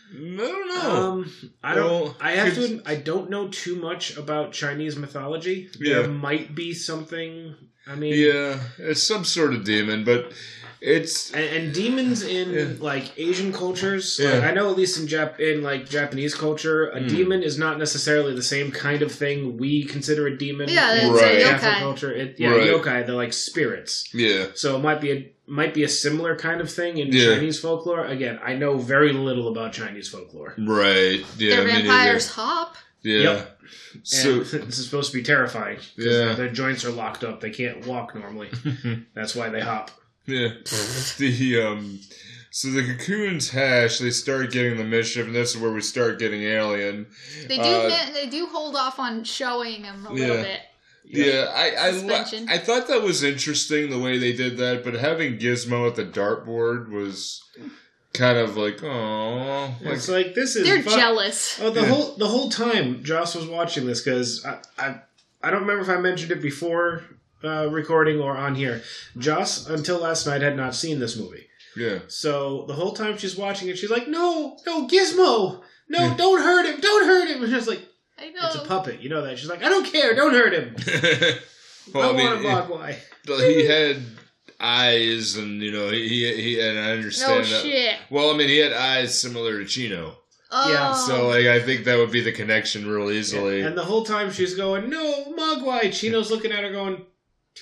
Speaker 3: I don't know.
Speaker 2: Oh.
Speaker 4: Um, I don't.
Speaker 3: Well,
Speaker 4: I have to.
Speaker 3: could-
Speaker 4: admit, I don't know too much about Chinese mythology.
Speaker 3: Yeah.
Speaker 4: There might be something. I mean,
Speaker 3: yeah, it's some sort of demon, but it's
Speaker 4: and, and demons in
Speaker 3: Yeah.
Speaker 4: like Asian cultures. Like,
Speaker 3: Yeah.
Speaker 4: I know at least in Jap in like Japanese culture, a
Speaker 3: Hmm.
Speaker 4: demon is not necessarily the same kind of thing we consider a demon.
Speaker 2: Yeah,
Speaker 4: in
Speaker 3: it's a Right.
Speaker 4: Japanese
Speaker 2: yokai.
Speaker 4: culture. It, yeah,
Speaker 3: Right.
Speaker 4: yokai. They're like spirits.
Speaker 3: yeah,
Speaker 4: So it might be a might be a similar kind of thing in
Speaker 3: Yeah.
Speaker 4: Chinese folklore. Again, I know very little about Chinese folklore.
Speaker 3: right. Yeah,
Speaker 2: They're
Speaker 3: me neither.
Speaker 2: vampires hop.
Speaker 3: Yeah.
Speaker 4: Yep.
Speaker 3: So
Speaker 4: and [LAUGHS] this is supposed to be terrifying. 'cause
Speaker 3: Yeah.
Speaker 4: Their joints are locked up. They can't walk
Speaker 3: [LAUGHS]
Speaker 4: normally. That's why they hop.
Speaker 3: Yeah. the um so the cocoons hash, they start getting the mischief, and this is where we start getting alien.
Speaker 2: They do.
Speaker 3: Uh,
Speaker 2: ma- they do hold off on showing them a little
Speaker 3: Yeah.
Speaker 2: bit.
Speaker 3: Yeah, I I, lo-
Speaker 2: Suspension.
Speaker 3: I thought that was interesting the way they did that, but having Gizmo at the dartboard was kind of like oh, like,
Speaker 4: It's like this is
Speaker 2: They're
Speaker 4: fu-
Speaker 2: jealous.
Speaker 4: Oh, the
Speaker 3: Yeah.
Speaker 4: whole the whole time Joss was watching this because I, I I don't remember if I mentioned it before uh, recording or on here. Joss until last night had not seen this movie,
Speaker 3: [LAUGHS] yeah,
Speaker 4: so the whole time she's watching it, she's like, "No, no, Gizmo, no, don't hurt him, don't hurt him." [LAUGHS] And just like
Speaker 2: I know.
Speaker 4: it's a puppet, you know that. She's like, "I don't care, don't hurt him.
Speaker 3: Well,
Speaker 4: I,
Speaker 3: I mean,
Speaker 4: want a Mogwai."
Speaker 3: he had eyes, and you know he he, he and I
Speaker 2: no
Speaker 3: understand that.
Speaker 2: shit.
Speaker 3: Well, I mean, he had eyes similar to Chino,
Speaker 2: Oh.
Speaker 4: Yeah,
Speaker 3: so like I think that would be the connection real easily. [LAUGHS]
Speaker 4: And the whole time she's going, "No, Mogwai." Chino's looking at her going,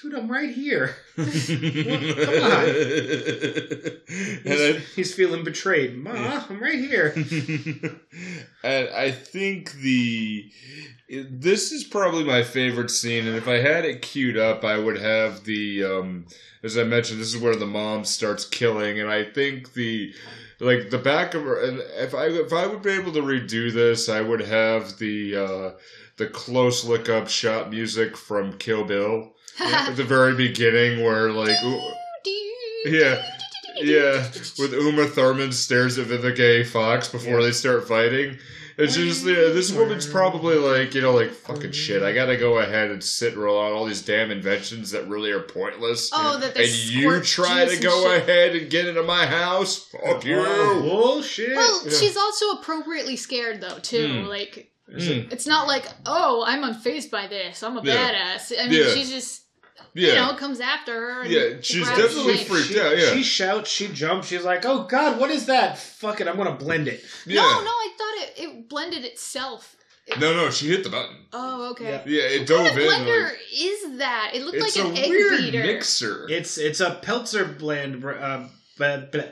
Speaker 4: "Dude, I'm right here."
Speaker 3: and I, [LAUGHS]
Speaker 4: He's, he's feeling betrayed. Ma, I'm right here.
Speaker 3: [LAUGHS] and I think the this is probably my favorite scene, and if I had it queued up, I would have the um, as I mentioned, this is where the mom starts killing, and I think the like the back of her and if I if I would be able to redo this, I would have the uh, the close look up shot music from Kill Bill
Speaker 2: Oh. [LAUGHS]
Speaker 4: uh,
Speaker 3: at the very beginning where like. Yeah. Yeah. With Uma Thurman stares at Vivica A. Fox before
Speaker 4: Yeah.
Speaker 3: they start fighting. It's just yeah, this woman's probably like, you know, like fucking shit. I gotta go ahead and sit and roll out all these damn inventions that really are pointless.
Speaker 2: Oh, that they
Speaker 3: and you
Speaker 2: squirt
Speaker 3: try
Speaker 2: juice and
Speaker 3: to go
Speaker 2: shit.
Speaker 3: ahead and get into my house? Fuck you.
Speaker 4: Oh, bullshit.
Speaker 2: Well,
Speaker 3: Yeah.
Speaker 2: she's also appropriately scared though too.
Speaker 3: Hmm.
Speaker 2: Like
Speaker 3: Mm,
Speaker 2: it's not like oh I'm unfazed by this. I'm a
Speaker 3: Yeah.
Speaker 2: badass. I mean
Speaker 3: Yeah.
Speaker 2: she's just
Speaker 3: yeah.
Speaker 2: you know comes after her. And
Speaker 3: Yeah, she's
Speaker 2: grabs her
Speaker 3: definitely
Speaker 2: leg.
Speaker 3: freaked
Speaker 4: she,
Speaker 3: out, yeah.
Speaker 4: She shouts, she jumps, she's like, oh god, what is that? Fuck it, I'm gonna blend it.
Speaker 3: yeah.
Speaker 2: No, no, I thought it, it blended itself. It-
Speaker 3: no, no, she hit the button.
Speaker 2: Oh, okay.
Speaker 4: Yeah.
Speaker 3: Yeah, it
Speaker 2: What
Speaker 3: dove
Speaker 2: kind
Speaker 3: in.
Speaker 2: of blender
Speaker 3: like-
Speaker 2: is that? It looked
Speaker 3: it's
Speaker 2: like an
Speaker 3: a
Speaker 2: egg
Speaker 3: weird
Speaker 2: beater.
Speaker 3: mixer.
Speaker 4: It's it's a Peltzer blend. br- Uh, blah, blah, blah,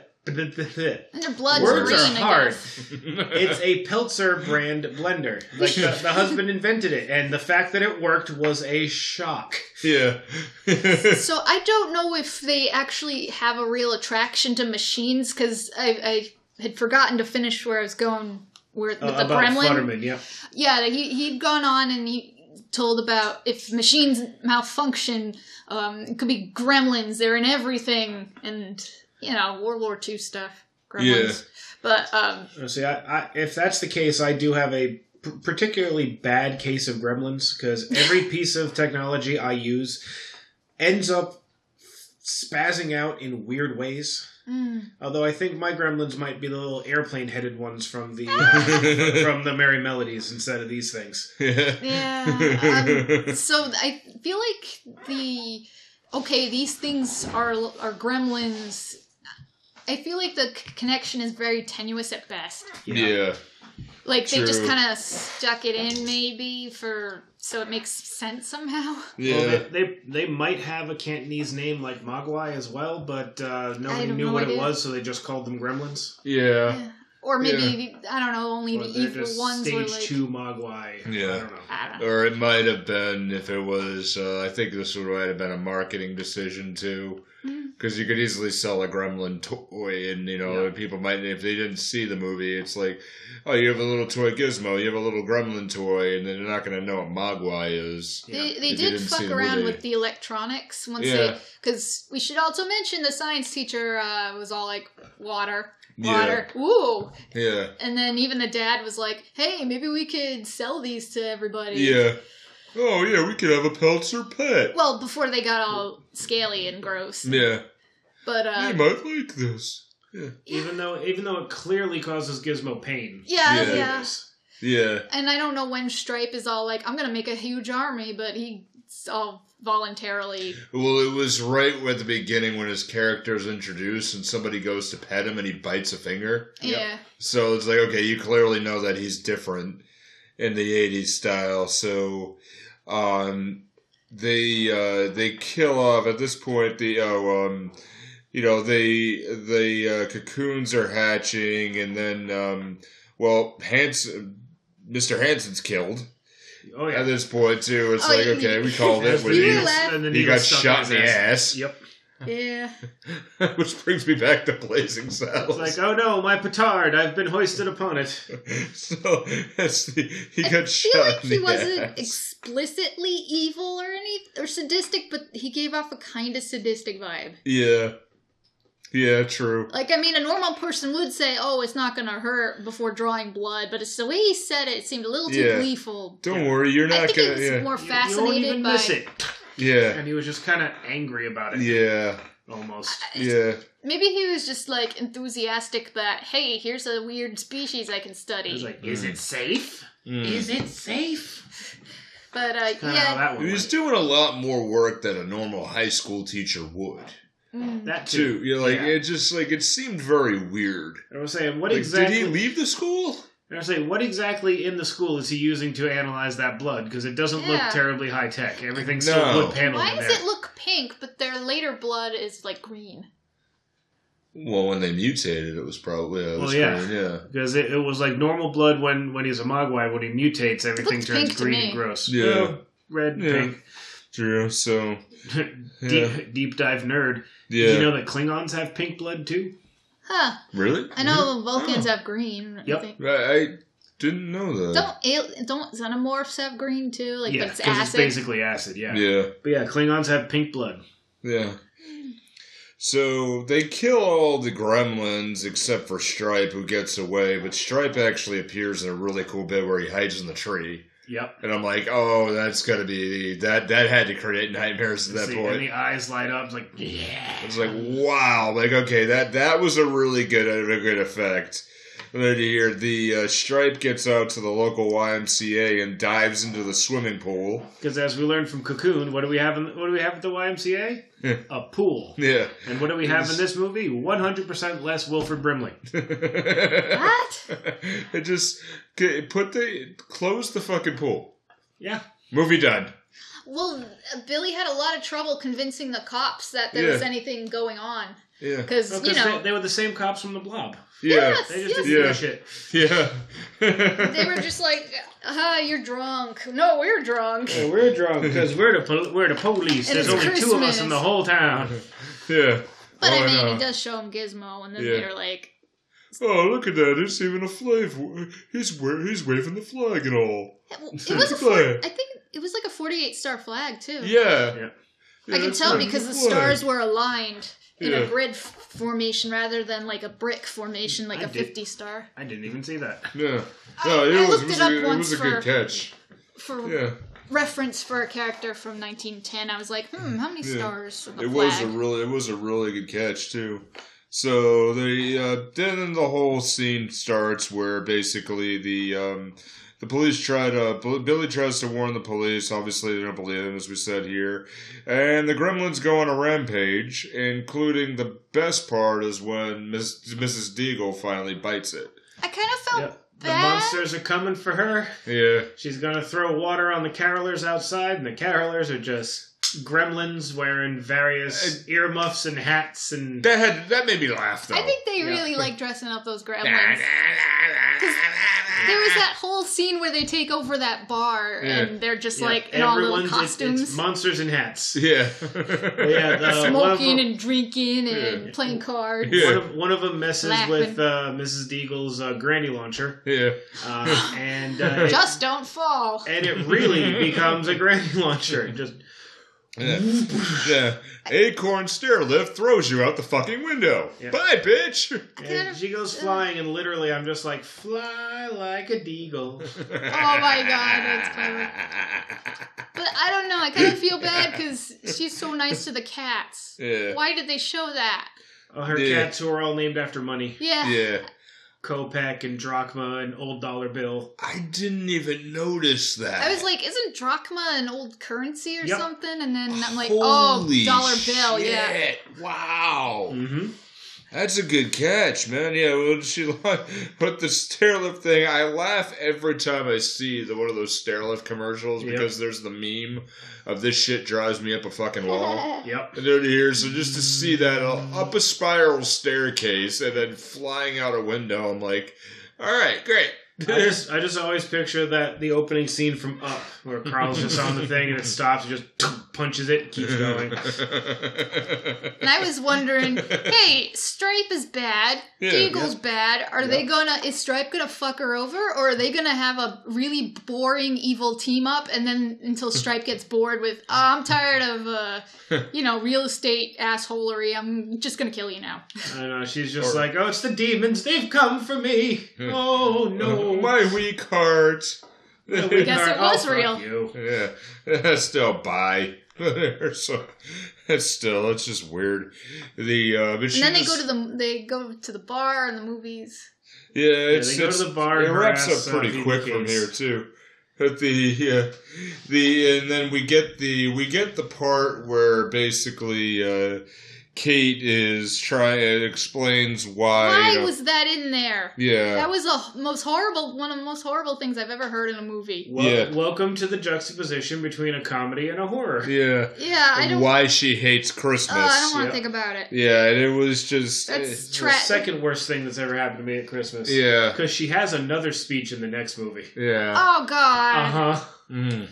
Speaker 4: blah, blah.
Speaker 2: And their blood's
Speaker 4: Words
Speaker 2: green.
Speaker 4: are
Speaker 2: I
Speaker 4: hard.
Speaker 2: guess.
Speaker 4: It's a Peltzer brand blender. Like the, the husband invented it, and the fact that it worked was a shock.
Speaker 3: [LAUGHS] yeah. [LAUGHS]
Speaker 2: So I don't know if they actually have a real attraction to machines because I, I had forgotten to finish where I was going where, with
Speaker 4: Uh,
Speaker 2: the
Speaker 4: about
Speaker 2: gremlin.
Speaker 4: Futterman, yeah.
Speaker 2: Yeah, he he'd gone on and he told about if machines malfunction, um, it could be gremlins. They're in everything, and you know World War II stuff. Gremlins. But um,
Speaker 4: Uh, See, I, I, if that's the case, I do have a p- particularly bad case of gremlins because
Speaker 2: [LAUGHS]
Speaker 4: every piece of technology I use ends up spazzing out in weird ways.
Speaker 2: mm,
Speaker 4: Although I think my gremlins might be the little airplane-headed ones from the
Speaker 2: [LAUGHS]
Speaker 4: uh, from the Merry Melodies instead of these things.
Speaker 3: yeah.
Speaker 2: yeah. Um, so I feel like the okay, these things are are gremlins. I feel like the c- connection is very tenuous at best.
Speaker 3: yeah.
Speaker 2: Like they just
Speaker 3: True.
Speaker 2: kind of stuck it in, maybe for so it makes sense somehow.
Speaker 3: Yeah.
Speaker 4: Well, they, they they might have a Cantonese name like Mogwai as well, but uh, nobody
Speaker 2: have
Speaker 4: knew
Speaker 2: no
Speaker 4: what
Speaker 2: idea.
Speaker 4: it was, so they just called them gremlins.
Speaker 3: yeah.
Speaker 2: Yeah. or maybe I don't know. Only the evil ones were
Speaker 4: stage
Speaker 2: like
Speaker 4: two Mogwai.
Speaker 3: Yeah.
Speaker 4: I don't know.
Speaker 2: I don't know.
Speaker 3: Or it might have been if it was. Uh, I think this would might have been a marketing decision too,
Speaker 2: Mhm.
Speaker 3: because you could easily sell a Gremlin toy, and you know
Speaker 4: Yeah.
Speaker 3: people might if they didn't see the movie, it's like, oh, you have a little toy Gizmo, you have a little Gremlin toy, and then they're not going to know what Mogwai is.
Speaker 2: They,
Speaker 3: If
Speaker 2: they
Speaker 3: you
Speaker 2: did
Speaker 3: didn't
Speaker 2: fuck
Speaker 3: see the
Speaker 2: around
Speaker 3: movie.
Speaker 2: with the electronics once
Speaker 3: Yeah.
Speaker 2: they because we should also mention the science teacher uh, was all like water
Speaker 3: Yeah,
Speaker 2: water ooh
Speaker 3: yeah,
Speaker 2: and then even the dad was like hey maybe we could sell these to everybody
Speaker 3: yeah. Oh yeah, we could have a Peltzer pet.
Speaker 2: well before they got all scaly and gross
Speaker 3: Yeah,
Speaker 2: but uh
Speaker 3: you might like this.
Speaker 4: Even though, even though it clearly causes Gizmo pain.
Speaker 2: yeah,
Speaker 3: Yeah.
Speaker 2: yeah
Speaker 3: Yeah,
Speaker 2: and I don't know when Stripe is all like I'm gonna make a huge army but he's all voluntarily
Speaker 3: Well, it was right at the beginning when his character is introduced and somebody goes to pet him and he bites a finger.
Speaker 4: Yep.
Speaker 2: yeah
Speaker 3: So it's like, okay, you clearly know that he's different in the 80s style. So um, they uh, they kill off at this point the oh, um, you know they the uh, cocoons are hatching and then um, well Hanson Mr. Hanson's killed
Speaker 4: Oh
Speaker 3: at
Speaker 4: yeah.
Speaker 3: this point too. It's
Speaker 2: Oh,
Speaker 3: like
Speaker 2: yeah.
Speaker 3: okay, we called it.
Speaker 4: As
Speaker 3: what
Speaker 4: the
Speaker 3: it
Speaker 2: You
Speaker 3: is.
Speaker 2: were laugh-
Speaker 4: and then
Speaker 3: He got
Speaker 4: stuck
Speaker 3: shot in
Speaker 4: his
Speaker 3: the ass.
Speaker 4: Yep.
Speaker 2: yeah
Speaker 3: [LAUGHS] Which brings me back to blazing cells.
Speaker 4: It's like, oh no, my petard! I've been hoisted upon it.
Speaker 3: [LAUGHS] so that's the, he got
Speaker 2: I
Speaker 3: [LAUGHS] shot.
Speaker 2: feel like
Speaker 3: in
Speaker 2: he
Speaker 3: the
Speaker 2: wasn't
Speaker 3: ass.
Speaker 2: explicitly evil or any or sadistic, but he gave off a kind of sadistic vibe.
Speaker 3: yeah, yeah, true.
Speaker 2: Like I mean, a normal person would say, "Oh, it's not gonna hurt" before drawing blood, but it's the way he said it, it seemed a little too
Speaker 3: Yeah.
Speaker 2: gleeful.
Speaker 3: Don't
Speaker 4: Yeah.
Speaker 3: worry, you're
Speaker 2: I
Speaker 3: not
Speaker 2: think
Speaker 3: gonna.
Speaker 2: it was
Speaker 3: Yeah,
Speaker 2: more
Speaker 4: You-
Speaker 2: fascinated
Speaker 4: you won't even
Speaker 2: by.
Speaker 4: miss it.
Speaker 3: yeah,
Speaker 4: And he was just kind of angry about it.
Speaker 3: yeah,
Speaker 4: Almost.
Speaker 3: yeah.
Speaker 2: Maybe he was just like enthusiastic that, "Hey, here's a weird species I can
Speaker 4: He
Speaker 2: study."
Speaker 4: was like, is it safe?
Speaker 3: Mm.
Speaker 4: Is it safe?
Speaker 2: but uh,
Speaker 4: Kind of how
Speaker 2: yeah,
Speaker 4: that one.
Speaker 3: He was
Speaker 4: Went.
Speaker 3: doing a lot more work than a normal high school teacher would.
Speaker 2: Mm.
Speaker 4: That
Speaker 3: Too,
Speaker 4: too.
Speaker 3: you know, like
Speaker 4: Yeah.
Speaker 3: it just like it seemed very weird.
Speaker 4: I was saying, what
Speaker 3: like,
Speaker 4: exactly?
Speaker 3: Did he leave the school?
Speaker 4: I was saying, what exactly in the school is he using to analyze that blood? Because it doesn't look
Speaker 2: Yeah.
Speaker 4: terribly high tech. Everything's
Speaker 3: No.
Speaker 4: still wood paneled
Speaker 2: why
Speaker 4: in
Speaker 2: does
Speaker 4: there.
Speaker 2: it look pink, but their later blood is like green?
Speaker 3: Well, when they mutated, it was probably. Uh,
Speaker 4: Well,
Speaker 3: was
Speaker 4: yeah.
Speaker 3: green, yeah.
Speaker 4: Because it, it was like normal blood when when he's a Mogwai. When he mutates, everything
Speaker 2: looked
Speaker 4: turns
Speaker 2: pink to
Speaker 4: green
Speaker 2: me.
Speaker 4: and gross.
Speaker 3: Yeah.
Speaker 4: Well, red,
Speaker 3: Yeah. True. So
Speaker 4: pink. [LAUGHS]
Speaker 3: yeah,
Speaker 4: deep, deep dive nerd.
Speaker 3: yeah.
Speaker 4: Did you know that Klingons have pink blood too?
Speaker 2: Huh?
Speaker 3: really?
Speaker 2: I know Vulcans
Speaker 4: Oh.
Speaker 2: have green. I
Speaker 4: Yep.
Speaker 2: think.
Speaker 3: I, I didn't know that.
Speaker 2: Don't al- don't xenomorphs have green too? Like
Speaker 4: yeah,
Speaker 2: but it's
Speaker 4: it's
Speaker 2: acid.
Speaker 4: basically acid. Yeah.
Speaker 3: yeah.
Speaker 4: But yeah, Klingons have pink blood.
Speaker 3: Yeah. So they kill all the gremlins except for Stripe, who gets away. But Stripe actually appears in a really cool bit where he hides in the tree,
Speaker 4: Yep.
Speaker 3: and I'm like, "Oh, that's gotta be that. That had to create nightmares at that
Speaker 4: See,
Speaker 3: point."
Speaker 4: and the eyes light up. It's like yeah.
Speaker 3: I was like, wow, like okay, that that was a really good a good effect. And then you hear the uh, stripe gets out to the local YMCA and dives into the swimming pool. [LAUGHS]
Speaker 4: Because as we learned from Cocoon, what do we have? In, what do we have at the YMCA?
Speaker 3: Yeah.
Speaker 4: A pool.
Speaker 3: Yeah,
Speaker 4: And what do we have in this movie? One hundred percent less Wilfred Brimley.
Speaker 2: what?
Speaker 3: [LAUGHS] it just c- put the close the fucking pool.
Speaker 4: Yeah.
Speaker 3: Movie done.
Speaker 2: Well, Billy had a lot of trouble convincing the cops that there
Speaker 3: Yeah.
Speaker 2: was anything going on
Speaker 3: Yeah,
Speaker 2: because
Speaker 4: Because
Speaker 2: you know
Speaker 4: they, they were the same cops from the Blob.
Speaker 3: yeah,
Speaker 2: Yes,
Speaker 4: They just
Speaker 2: yes.
Speaker 4: didn't give
Speaker 3: Yeah.
Speaker 4: a shit.
Speaker 3: yeah.
Speaker 2: they were just like, "Ah, you're drunk." No, we're drunk.
Speaker 4: Yeah, we're drunk because we're the pol- we're the police.
Speaker 2: And
Speaker 4: There's
Speaker 2: it's
Speaker 4: only two of us
Speaker 2: Christmas.
Speaker 4: in the whole town.
Speaker 3: [LAUGHS] yeah.
Speaker 2: But
Speaker 3: oh,
Speaker 2: I mean,
Speaker 3: no.
Speaker 2: it does show him Gizmo, and then
Speaker 3: Yeah.
Speaker 2: they're like,
Speaker 3: oh, look at that! It's even a flag. He's wa- he's waving the flag and all.
Speaker 2: "It
Speaker 3: [LAUGHS]
Speaker 2: was a, four- I think it was like a forty-eight star flag too."
Speaker 3: Yeah.
Speaker 4: Yeah.
Speaker 2: I can
Speaker 3: that's
Speaker 2: tell
Speaker 3: right.
Speaker 2: because the
Speaker 3: Why?
Speaker 2: stars were aligned in
Speaker 3: Yeah.
Speaker 2: a grid f- formation rather than like a brick formation, like
Speaker 4: I
Speaker 2: a
Speaker 4: did.
Speaker 2: fifty star.
Speaker 4: I didn't even see that.
Speaker 3: Yeah.
Speaker 2: I-
Speaker 3: No, it
Speaker 2: I
Speaker 3: was,
Speaker 2: looked
Speaker 3: it was
Speaker 2: it up
Speaker 3: a, it
Speaker 2: once
Speaker 3: was a good
Speaker 2: for-
Speaker 3: catch.
Speaker 2: For
Speaker 3: Yeah.
Speaker 2: reference for a character from 1910. I was like, hmm, how many
Speaker 3: Yeah.
Speaker 2: stars? in the
Speaker 3: It was a
Speaker 2: flag?
Speaker 3: really it was a really good catch too. So they uh, then the whole scene starts where basically the um, the police try to Bill- Billy tries to warn the police. Obviously, they don't believe him, as we said here. And the Gremlins go on a rampage, including the best part is when Miss, Mrs. Deagle finally bites it.
Speaker 2: I kind of felt
Speaker 4: Yep. The
Speaker 2: bad.
Speaker 4: monsters are coming for her.
Speaker 3: Yeah,
Speaker 4: She's gonna throw water on the carolers outside, and the carolers are just gremlins wearing various earmuffs and hats and
Speaker 3: That had that made me laugh though.
Speaker 2: I
Speaker 3: [LAUGHS]
Speaker 2: think [LAUGHS] they
Speaker 4: Yeah.
Speaker 2: really like dressing up those gremlins.
Speaker 3: Nah, nah, nah, nah, nah,
Speaker 2: There was
Speaker 3: nah.
Speaker 2: that whole scene where they take over that bar
Speaker 3: Yeah.
Speaker 2: and they're just
Speaker 4: Yeah,
Speaker 2: like in all little
Speaker 4: everyone's- it's-
Speaker 2: costumes.
Speaker 4: It's monsters in hats.
Speaker 3: Yeah.
Speaker 4: Yeah, the- one of
Speaker 2: smoking
Speaker 4: them-
Speaker 2: and drinking and
Speaker 3: Yeah.
Speaker 2: playing cards.
Speaker 4: One
Speaker 3: Yeah.
Speaker 4: of one of them messes
Speaker 2: Laughing.
Speaker 4: with uh, Mrs. Deagle's uh, granny launcher,
Speaker 3: [LAUGHS] yeah.
Speaker 2: [LAUGHS]
Speaker 4: uh, and uh, it-
Speaker 2: Just don't fall.
Speaker 4: and it really becomes a granny
Speaker 3: [LAUGHS]
Speaker 4: launcher. Just
Speaker 3: Yeah. yeah. Acorn stair lift throws you out the fucking window.
Speaker 4: Yeah.
Speaker 3: Bye, bitch.
Speaker 4: and she goes flying, and literally, I'm just like, fly like a
Speaker 3: [LAUGHS]
Speaker 4: deagle.
Speaker 3: oh
Speaker 2: my God, that's clever. But I don't know. I kind of feel bad because she's so nice to the cats.
Speaker 3: Yeah.
Speaker 2: Why did they show that?
Speaker 4: Oh, her
Speaker 3: Yeah.
Speaker 4: cats who are all named after money,
Speaker 2: Yeah.
Speaker 3: Yeah.
Speaker 4: Kopeck and Drachma and Old Dollar Bill.
Speaker 3: I didn't even notice that.
Speaker 2: I was like, isn't drachma an old currency or
Speaker 4: Yep.
Speaker 2: something? And then I'm like,
Speaker 3: Holy
Speaker 2: oh, dollar bill. Yeah.
Speaker 3: shit. Wow.
Speaker 4: Mm-hmm.
Speaker 3: That's a good catch, man. Yeah, well, she [LAUGHS] but the stairlift thing. I laugh every time I see the one of those stairlift commercials
Speaker 4: Yep.
Speaker 3: because there's the meme of this shit drives me up a fucking
Speaker 2: [LAUGHS]
Speaker 3: wall. [LAUGHS]
Speaker 4: Yep.
Speaker 3: And there it is. So just to see that uh, up a spiral staircase and then flying out a window, I'm like, all right, great.
Speaker 4: I just, I just always picture that the opening scene from Up, where Carl's just on the thing and it stops, and just [LAUGHS] punches it, and keeps
Speaker 3: [LAUGHS]
Speaker 4: going.
Speaker 2: And I was wondering, hey, Stripe is bad,
Speaker 3: [LAUGHS] Yeah.
Speaker 2: Deagle's bad. Are they gonna? Is Stripe gonna fuck her over, or are they gonna have a really boring evil team up? And then until Stripe gets bored with, oh, I'm tired of,
Speaker 3: [LAUGHS]
Speaker 2: uh, you know, real estate assholery. I'm just gonna kill you now.
Speaker 4: I don't know. She's just
Speaker 3: Or- Hmm.
Speaker 4: like, oh, it's the demons. They've come for me. Oh no,
Speaker 3: [LAUGHS] Oh, my weak heart.
Speaker 4: The weak
Speaker 2: Guess
Speaker 4: heart.
Speaker 2: it was
Speaker 4: Oh, fuck
Speaker 2: real.
Speaker 4: you.
Speaker 3: Yeah, [LAUGHS] that's still bye. [LAUGHS] so it's still it's just weird. The uh, but she
Speaker 2: And then they
Speaker 3: was-
Speaker 2: go to the they go to the bar and the movies.
Speaker 3: yeah, it's,
Speaker 4: they go to
Speaker 3: it's-
Speaker 4: the bar
Speaker 3: It
Speaker 4: and
Speaker 3: wraps
Speaker 4: harass,
Speaker 3: up pretty
Speaker 4: uh,
Speaker 3: quick
Speaker 4: the
Speaker 3: from
Speaker 4: kids.
Speaker 3: here too. But the uh, the and then we get the we get the part where basically uh, Kate is trying explains why. you
Speaker 2: Why
Speaker 3: know-
Speaker 2: was that in there?
Speaker 3: yeah,
Speaker 2: That was the most horrible one of the most horrible things I've ever heard in a movie.
Speaker 4: Wel-
Speaker 3: Yeah.
Speaker 4: Welcome to the juxtaposition between a comedy and a horror.
Speaker 3: yeah.
Speaker 2: Yeah, I
Speaker 3: And
Speaker 2: don't.
Speaker 3: why she hates Christmas.
Speaker 2: Oh, I don't want to
Speaker 4: yeah.
Speaker 2: think about it.
Speaker 3: yeah, and it was just
Speaker 2: That's
Speaker 3: eh,
Speaker 4: The
Speaker 2: trash.
Speaker 4: second worst thing that's ever happened to me at Christmas.
Speaker 3: yeah,
Speaker 4: Because she has another speech in the next movie.
Speaker 3: yeah.
Speaker 2: Oh God.
Speaker 4: Uh huh.
Speaker 3: Mhm.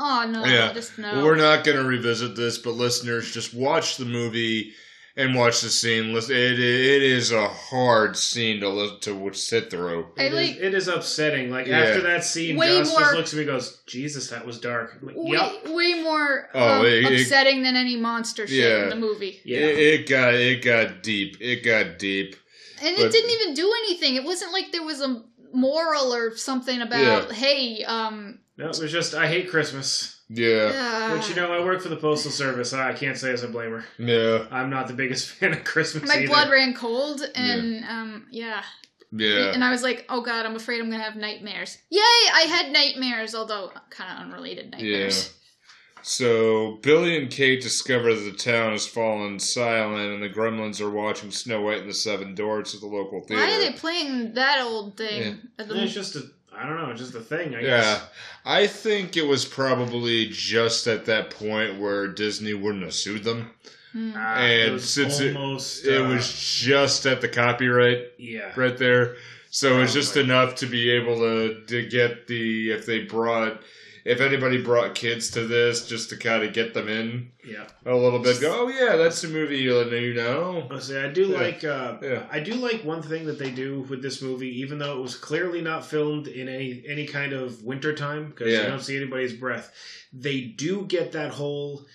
Speaker 2: Oh no,
Speaker 3: Yeah.
Speaker 2: just
Speaker 3: Well,
Speaker 2: no.
Speaker 3: we're not going to revisit this, but listeners, just watch the movie and watch the scene. Listen, It, it is a hard scene to li- to sit through.
Speaker 2: I
Speaker 4: It, is-
Speaker 2: like
Speaker 4: it is upsetting. Like,
Speaker 3: Yeah.
Speaker 4: after that scene,
Speaker 2: Way
Speaker 4: Josh
Speaker 2: more-
Speaker 4: just looks at me and goes, Jesus, that was dark. I'm like,
Speaker 2: way,
Speaker 4: yep.
Speaker 2: way more
Speaker 3: Oh,
Speaker 2: um,
Speaker 3: it- it-
Speaker 2: upsetting than any monster shit
Speaker 3: Yeah.
Speaker 2: in the movie.
Speaker 4: Yeah.
Speaker 3: It, it got it got deep. It got deep.
Speaker 2: And
Speaker 3: But-
Speaker 2: it didn't even do anything. It wasn't like there was a moral or something about hey, um,
Speaker 4: No, it was just, I hate Christmas.
Speaker 3: Yeah,
Speaker 2: uh,
Speaker 4: But you know, I work for the Postal Service. I can't say as a blamer.
Speaker 3: yeah,
Speaker 4: I'm not the biggest [LAUGHS] fan of Christmas
Speaker 2: my
Speaker 4: either.
Speaker 2: blood ran cold, and um, yeah.
Speaker 3: yeah.
Speaker 2: And I was like, oh god, I'm afraid I'm gonna have nightmares. Yay, I had nightmares, although kind of unrelated nightmares.
Speaker 3: So Billy and Kate discover that the town has fallen silent, and the Gremlins are watching Snow White and the Seven Dwarfs at the local theater.
Speaker 2: Why are they playing that old thing? at the-
Speaker 4: It's just a, I don't know, just a thing, I
Speaker 3: Yeah,
Speaker 4: guess.
Speaker 3: I think it was probably just at that point where Disney wouldn't have sued them.
Speaker 2: Hmm.
Speaker 4: Ah,
Speaker 3: And
Speaker 4: it was
Speaker 3: since it-
Speaker 4: almost,
Speaker 3: It
Speaker 4: uh,
Speaker 3: was just at the copyright
Speaker 4: yeah.
Speaker 3: right there, so it's
Speaker 4: Probably.
Speaker 3: just enough to be able to to get the if they brought if anybody brought kids to this just to kind of get them in
Speaker 4: Yeah.
Speaker 3: a little bit. Go, oh yeah, that's the movie you you know.
Speaker 4: Honestly, I do
Speaker 3: Yeah.
Speaker 4: like uh,
Speaker 3: Yeah.
Speaker 4: I do like one thing that they do with this movie, even though it was clearly not filmed in any any kind of wintertime because
Speaker 3: Yeah.
Speaker 4: you don't see anybody's breath. They do get that whole.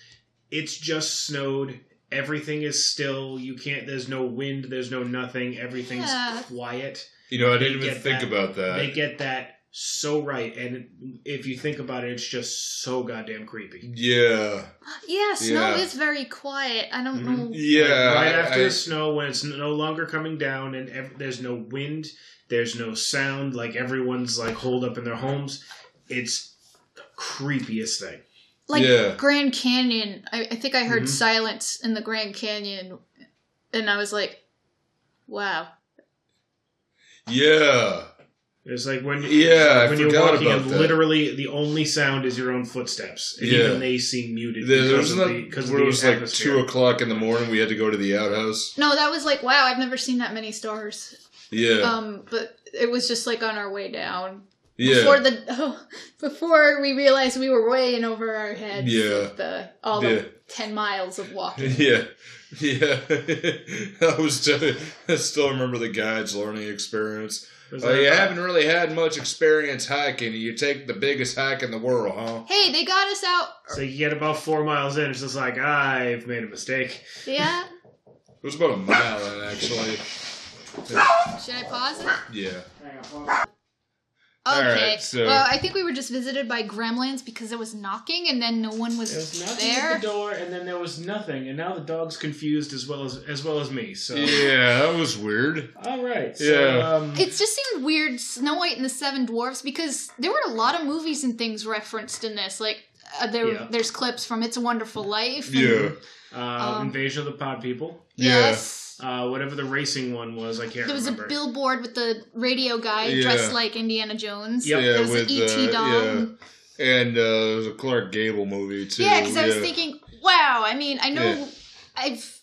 Speaker 4: It's just snowed. Everything is still. You can't. There's no wind. There's no nothing. Everything's
Speaker 2: Yeah.
Speaker 4: quiet.
Speaker 3: You know, I
Speaker 4: They
Speaker 3: didn't even
Speaker 4: get
Speaker 3: think
Speaker 4: that.
Speaker 3: about that.
Speaker 4: they get that so right, and if you think about it, it's just so goddamn creepy.
Speaker 3: yeah,
Speaker 2: Yeah, snow
Speaker 3: Yeah. Mm-hmm.
Speaker 2: is very quiet. I don't
Speaker 4: Mhm.
Speaker 2: know.
Speaker 3: yeah.
Speaker 4: Like, right
Speaker 3: Uh, I-
Speaker 4: after
Speaker 3: I-
Speaker 4: the snow, when it's no longer coming down and ev- there's no wind, there's no sound, like everyone's like holed up in their homes, it's the creepiest thing.
Speaker 2: Like
Speaker 3: Yeah. Mm-hmm.
Speaker 2: Grand Canyon. I, I think I heard
Speaker 4: Mhm.
Speaker 2: silence in the Grand Canyon, and I was like, wow.
Speaker 3: Yeah.
Speaker 4: It's like when
Speaker 3: Yeah, I
Speaker 4: when you're
Speaker 3: forgot
Speaker 4: walking,
Speaker 3: about
Speaker 4: and
Speaker 3: that.
Speaker 4: literally the only sound is your own footsteps, and
Speaker 3: Yeah.
Speaker 4: even they seem muted
Speaker 3: There, there
Speaker 4: because
Speaker 3: was
Speaker 4: of
Speaker 3: that
Speaker 4: the because of
Speaker 3: where
Speaker 4: the
Speaker 3: it was like
Speaker 4: atmosphere.
Speaker 3: two o'clock in the morning. We had to go to the outhouse.
Speaker 2: No, that was like wow, I've never seen that many stars.
Speaker 3: Yeah,
Speaker 2: Um, but it was just like on our way down
Speaker 3: yeah,
Speaker 2: before the [LAUGHS] before we realized we were way in over our heads.
Speaker 3: Yeah.
Speaker 2: with the all
Speaker 3: Yeah.
Speaker 2: the ten miles of walking.
Speaker 3: yeah, yeah. [LAUGHS] I was. T- I still remember the guide's learning experience.
Speaker 4: It was
Speaker 3: Oh,
Speaker 4: like,
Speaker 3: you haven't really had much experience hiking. You take the biggest hike in the world, huh?
Speaker 2: Hey, they got us out.
Speaker 4: So you get about four miles in, it's just like I've made a mistake.
Speaker 2: Yeah.
Speaker 3: It was about a mile [LAUGHS] in, actually.
Speaker 2: Should I pause it?
Speaker 3: Yeah. [LAUGHS] All
Speaker 2: Okay.
Speaker 3: right, so-
Speaker 2: Well, I think we were just visited by gremlins because there was knocking and then no one was,
Speaker 4: There was nothing
Speaker 2: there.
Speaker 4: at the door, and then there was nothing, and now the dog's confused as well as as well as me. So
Speaker 3: Yeah, that was weird.
Speaker 4: all right, so,
Speaker 3: Yeah.
Speaker 4: um,
Speaker 2: It just seemed weird, Snow White and the Seven Dwarfs, because there were a lot of movies and things referenced in this. Like uh, there,
Speaker 4: Yeah.
Speaker 2: there's clips from It's a Wonderful Life. and-
Speaker 3: Yeah.
Speaker 4: uh,
Speaker 2: um,
Speaker 4: invasion of the pod people,
Speaker 3: Yeah.
Speaker 2: Yes.
Speaker 4: uh, whatever the racing one was, I can't
Speaker 2: There was a
Speaker 4: remember.
Speaker 2: billboard with the radio guy
Speaker 3: Yeah.
Speaker 2: dressed like Indiana Jones.
Speaker 4: Yep.
Speaker 3: Yeah,
Speaker 2: There was
Speaker 3: with
Speaker 2: an E E.T.
Speaker 3: uh,
Speaker 2: doll.
Speaker 3: Yeah. And uh, it was a Clark Gable movie, too.
Speaker 2: Yeah, because I was thinking, wow. I mean, I know
Speaker 3: Yeah.
Speaker 2: I've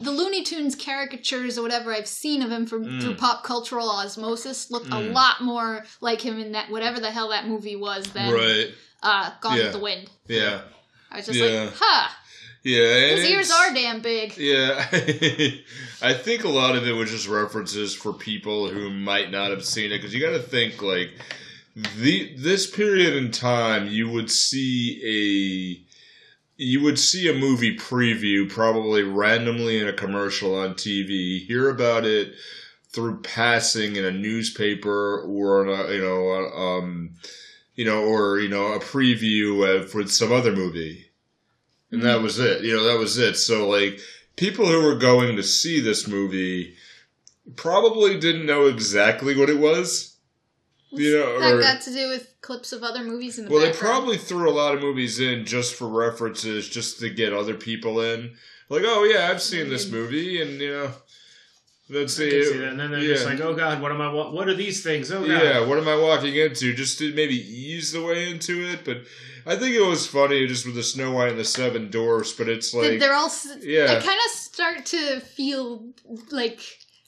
Speaker 2: the Looney Tunes caricatures or whatever I've seen of him from
Speaker 3: Mm.
Speaker 2: through pop cultural osmosis looked a lot more like him in that whatever the hell that movie was then.
Speaker 3: Right.
Speaker 2: Uh, Gone
Speaker 3: Yeah.
Speaker 2: with the Wind.
Speaker 3: Yeah.
Speaker 2: I was just
Speaker 3: Yeah.
Speaker 2: like, huh.
Speaker 3: Yeah. and
Speaker 2: His ears
Speaker 3: it's-
Speaker 2: are damn big.
Speaker 3: Yeah. [LAUGHS] I think a lot of it was just references for people who might not have seen it because you got to think like the this period in time you would see a you would see a movie preview probably randomly in a commercial on TV, hear about it through passing in a newspaper or on a, you know a- um you know or you know a preview of, with some other movie. And that was it. You know, that was it. So like people who were going to see this movie probably didn't know exactly what it was. You know,
Speaker 2: that
Speaker 3: or-
Speaker 2: got to do with clips of other movies in the
Speaker 3: well, they
Speaker 2: background.
Speaker 3: probably threw a lot of movies in just for references, just to get other people in. Like, oh yeah, I've seen this
Speaker 2: Mm-hmm.
Speaker 3: movie, and you know, let's
Speaker 4: I
Speaker 3: see,
Speaker 4: could see that. And then they're
Speaker 3: yeah,
Speaker 4: just like, "Oh God, what am I? wa- What are these things? Oh God!"
Speaker 3: yeah, what am I walking into? Just to maybe ease the way into it. But I think it was funny just with the Snow White and the Seven Dwarfs. But it's
Speaker 2: That
Speaker 3: like,
Speaker 2: they're all. s-
Speaker 3: yeah.
Speaker 2: I kind of start to feel like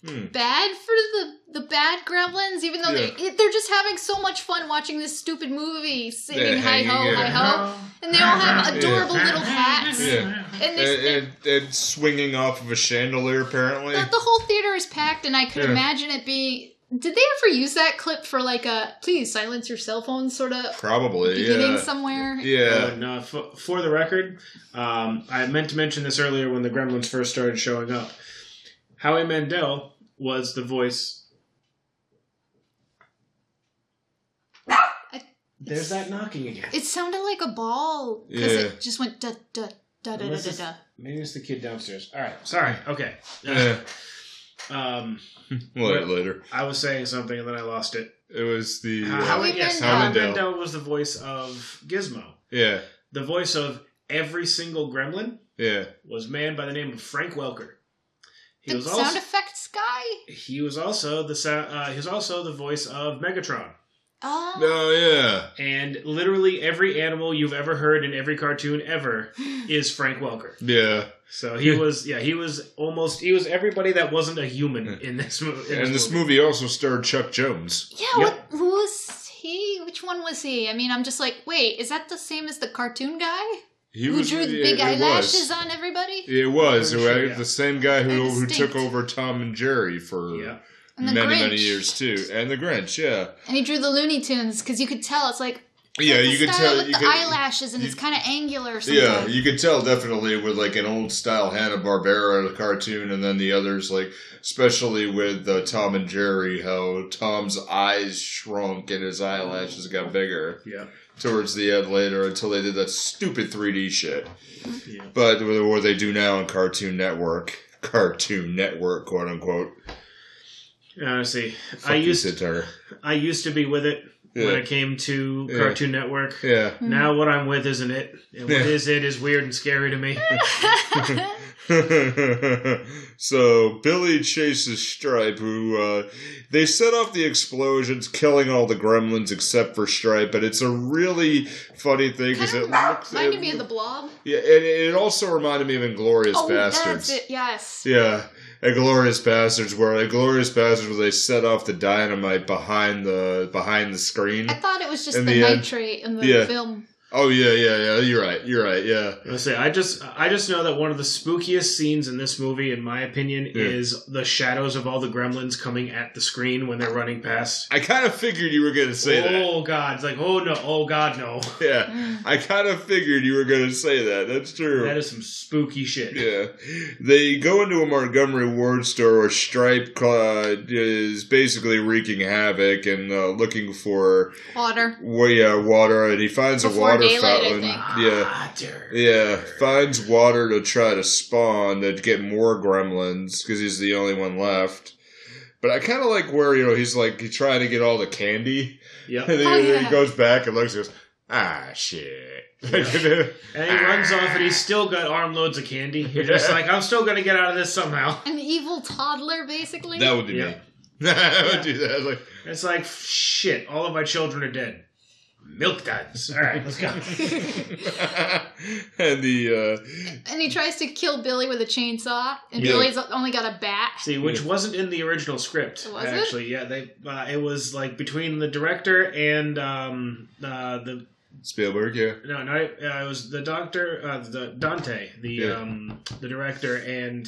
Speaker 3: Hmm.
Speaker 2: bad for the the bad gremlins, even though they they're just having so much fun watching this stupid movie,
Speaker 3: They're
Speaker 2: singing "Hi Ho,
Speaker 3: hanging
Speaker 2: Hi
Speaker 3: out.
Speaker 4: Uh-huh.
Speaker 2: Ho," and they all have adorable little hats,
Speaker 3: yeah,
Speaker 2: and,
Speaker 3: and,
Speaker 2: they,
Speaker 3: and, and swinging off of a chandelier apparently.
Speaker 2: the, the whole theater is packed, and I could
Speaker 3: Yeah.
Speaker 2: imagine it being. Did they ever use that clip for like a "Please silence your cell phone" sort of
Speaker 3: Probably,
Speaker 2: beginning
Speaker 3: yeah,
Speaker 2: somewhere?
Speaker 3: yeah.
Speaker 4: And, uh, f- for the record, um, I meant to mention this earlier when the Gremlins first started showing up. Howie Mandel was the voice. There's that knocking again.
Speaker 2: It sounded like a ball because
Speaker 3: Yeah.
Speaker 2: it just went da da da da da
Speaker 4: Unless
Speaker 2: da.
Speaker 4: it's-
Speaker 2: da.
Speaker 4: Maybe it's the kid downstairs. All right, sorry. Okay.
Speaker 3: yeah.
Speaker 4: Um,
Speaker 3: Wait, later.
Speaker 4: I was saying something and then I lost it.
Speaker 3: It was the
Speaker 4: How-
Speaker 3: uh,
Speaker 2: Howie
Speaker 4: yes,
Speaker 2: Mandel.
Speaker 4: Howie Mandel was the voice of Gizmo.
Speaker 3: yeah,
Speaker 4: The voice of every single Gremlin
Speaker 3: yeah.
Speaker 4: was man by the name of Frank Welker. He
Speaker 2: The
Speaker 4: was
Speaker 2: sound
Speaker 4: also
Speaker 2: effects guy.
Speaker 4: he was also the sou- uh, he was also the voice of Megatron.
Speaker 2: Oh,
Speaker 3: Oh yeah,
Speaker 4: And literally every animal you've ever heard in every cartoon ever
Speaker 2: [SIGHS]
Speaker 4: is Frank Welker.
Speaker 3: yeah.
Speaker 4: So he was, yeah, he was almost, he was everybody that wasn't a human in this movie.
Speaker 3: And this movie also starred Chuck Jones.
Speaker 2: yeah.
Speaker 4: Yep.
Speaker 2: What? Who was he? Which one was he? I mean, I'm just like, wait, is that the same as the cartoon guy
Speaker 3: He
Speaker 2: who drew the
Speaker 3: it-
Speaker 2: big
Speaker 3: it
Speaker 2: eyelashes
Speaker 3: was.
Speaker 2: on everybody?
Speaker 3: It was
Speaker 4: For
Speaker 3: It
Speaker 4: sure,
Speaker 3: was
Speaker 4: yeah.
Speaker 3: the same guy who
Speaker 2: They're
Speaker 3: who took
Speaker 2: distinct.
Speaker 3: over Tom and Jerry for
Speaker 4: Yeah.
Speaker 2: And the
Speaker 3: many many
Speaker 2: Grinch.
Speaker 3: years too, and the Grinch. Yeah,
Speaker 2: And he drew the Looney Tunes because you could tell it's like
Speaker 3: yeah.
Speaker 2: the
Speaker 3: You could
Speaker 2: style
Speaker 3: tell.
Speaker 2: with
Speaker 3: You
Speaker 2: the
Speaker 3: could,
Speaker 2: eyelashes, and it's kind of angular.
Speaker 3: yeah,
Speaker 2: Sometimes.
Speaker 3: you could tell definitely with like an old style Hanna Barbera cartoon, and then the others, like especially with uh, Tom and Jerry, how Tom's eyes shrunk and his eyelashes got bigger.
Speaker 4: Yeah.
Speaker 3: towards the end later until they did that stupid 3D shit.
Speaker 4: Yeah.
Speaker 3: But what they do now on Cartoon Network, Cartoon Network, quote unquote.
Speaker 4: Honestly,
Speaker 3: Fuck
Speaker 4: Uh, I
Speaker 3: you,
Speaker 4: used,
Speaker 3: Sid Turner.
Speaker 4: I used to be with it. when
Speaker 3: Yeah.
Speaker 4: it came to
Speaker 3: Yeah.
Speaker 4: Cartoon Network.
Speaker 3: Yeah.
Speaker 4: Now what I'm with isn't it, and what
Speaker 3: Yeah.
Speaker 4: is it is weird and scary to me.
Speaker 3: [LAUGHS] so Billy chases Stripe, who uh, they set off the explosions, killing all the gremlins except for Stripe. But it's a really funny thing because it looks
Speaker 2: Reminded me
Speaker 3: it-
Speaker 2: of the blob.
Speaker 3: yeah, and it also reminded me of Inglorious
Speaker 2: Oh,
Speaker 3: Bastards.
Speaker 2: that's it. Yes.
Speaker 3: Yeah, at Glorious Bastards, where at Glorious Bastards, where they set off the dynamite behind the behind the screen.
Speaker 2: I thought it was just
Speaker 3: In
Speaker 2: the,
Speaker 3: the end.
Speaker 2: nitrate in the
Speaker 3: Yeah.
Speaker 2: film.
Speaker 3: Oh yeah, yeah, yeah. You're right. You're right. Yeah.
Speaker 4: I say I just I just know that one of the spookiest scenes in this movie, in my opinion,
Speaker 3: Yeah.
Speaker 4: is the shadows of all the gremlins coming at the screen when they're running past.
Speaker 3: I kind of figured you were gonna say that.
Speaker 4: oh god! It's like oh no! Oh god! No!
Speaker 3: Yeah,
Speaker 2: Mm.
Speaker 3: I kind of figured you were gonna say that. That's true.
Speaker 4: That is some spooky shit.
Speaker 3: Yeah, they go into a Montgomery Ward store where Stripe uh, is basically wreaking havoc and uh, looking for
Speaker 2: Water.
Speaker 3: well, yeah, water, and he finds
Speaker 2: Before
Speaker 3: a water
Speaker 2: daylight, I
Speaker 3: fountain.
Speaker 2: think.
Speaker 3: Yeah,
Speaker 4: Ah, dear.
Speaker 3: yeah, finds water to try to spawn to get more gremlins because he's the only one left. But I kind of like where you know he's like he's trying to get all the candy, [LAUGHS]
Speaker 4: Yep.
Speaker 3: and then
Speaker 2: Oh,
Speaker 3: he-
Speaker 2: yeah.
Speaker 3: he goes back and looks and goes, ah shit. [LAUGHS]
Speaker 4: And he runs off, and he's still got armloads of candy. You're just like, I'm still gonna get out of this somehow.
Speaker 2: An evil toddler, basically.
Speaker 3: that would be me. I would do [LAUGHS] that. Like, [LAUGHS]
Speaker 4: It's like, shit, all of my children are dead. Milk duds. All right, let's
Speaker 3: [LAUGHS]
Speaker 4: go.
Speaker 3: and the uh,
Speaker 2: and he tries to kill Billy with a chainsaw, and
Speaker 3: Yeah.
Speaker 2: Billy's only got a bat.
Speaker 4: See, which wasn't in the original script.
Speaker 2: Was it?
Speaker 4: actually, yeah, they uh, it was like between the director and um uh, the
Speaker 3: uh, Spielberg, yeah,
Speaker 4: no no uh, it was the doctor uh, the Dante the
Speaker 3: Yeah.
Speaker 4: um the director and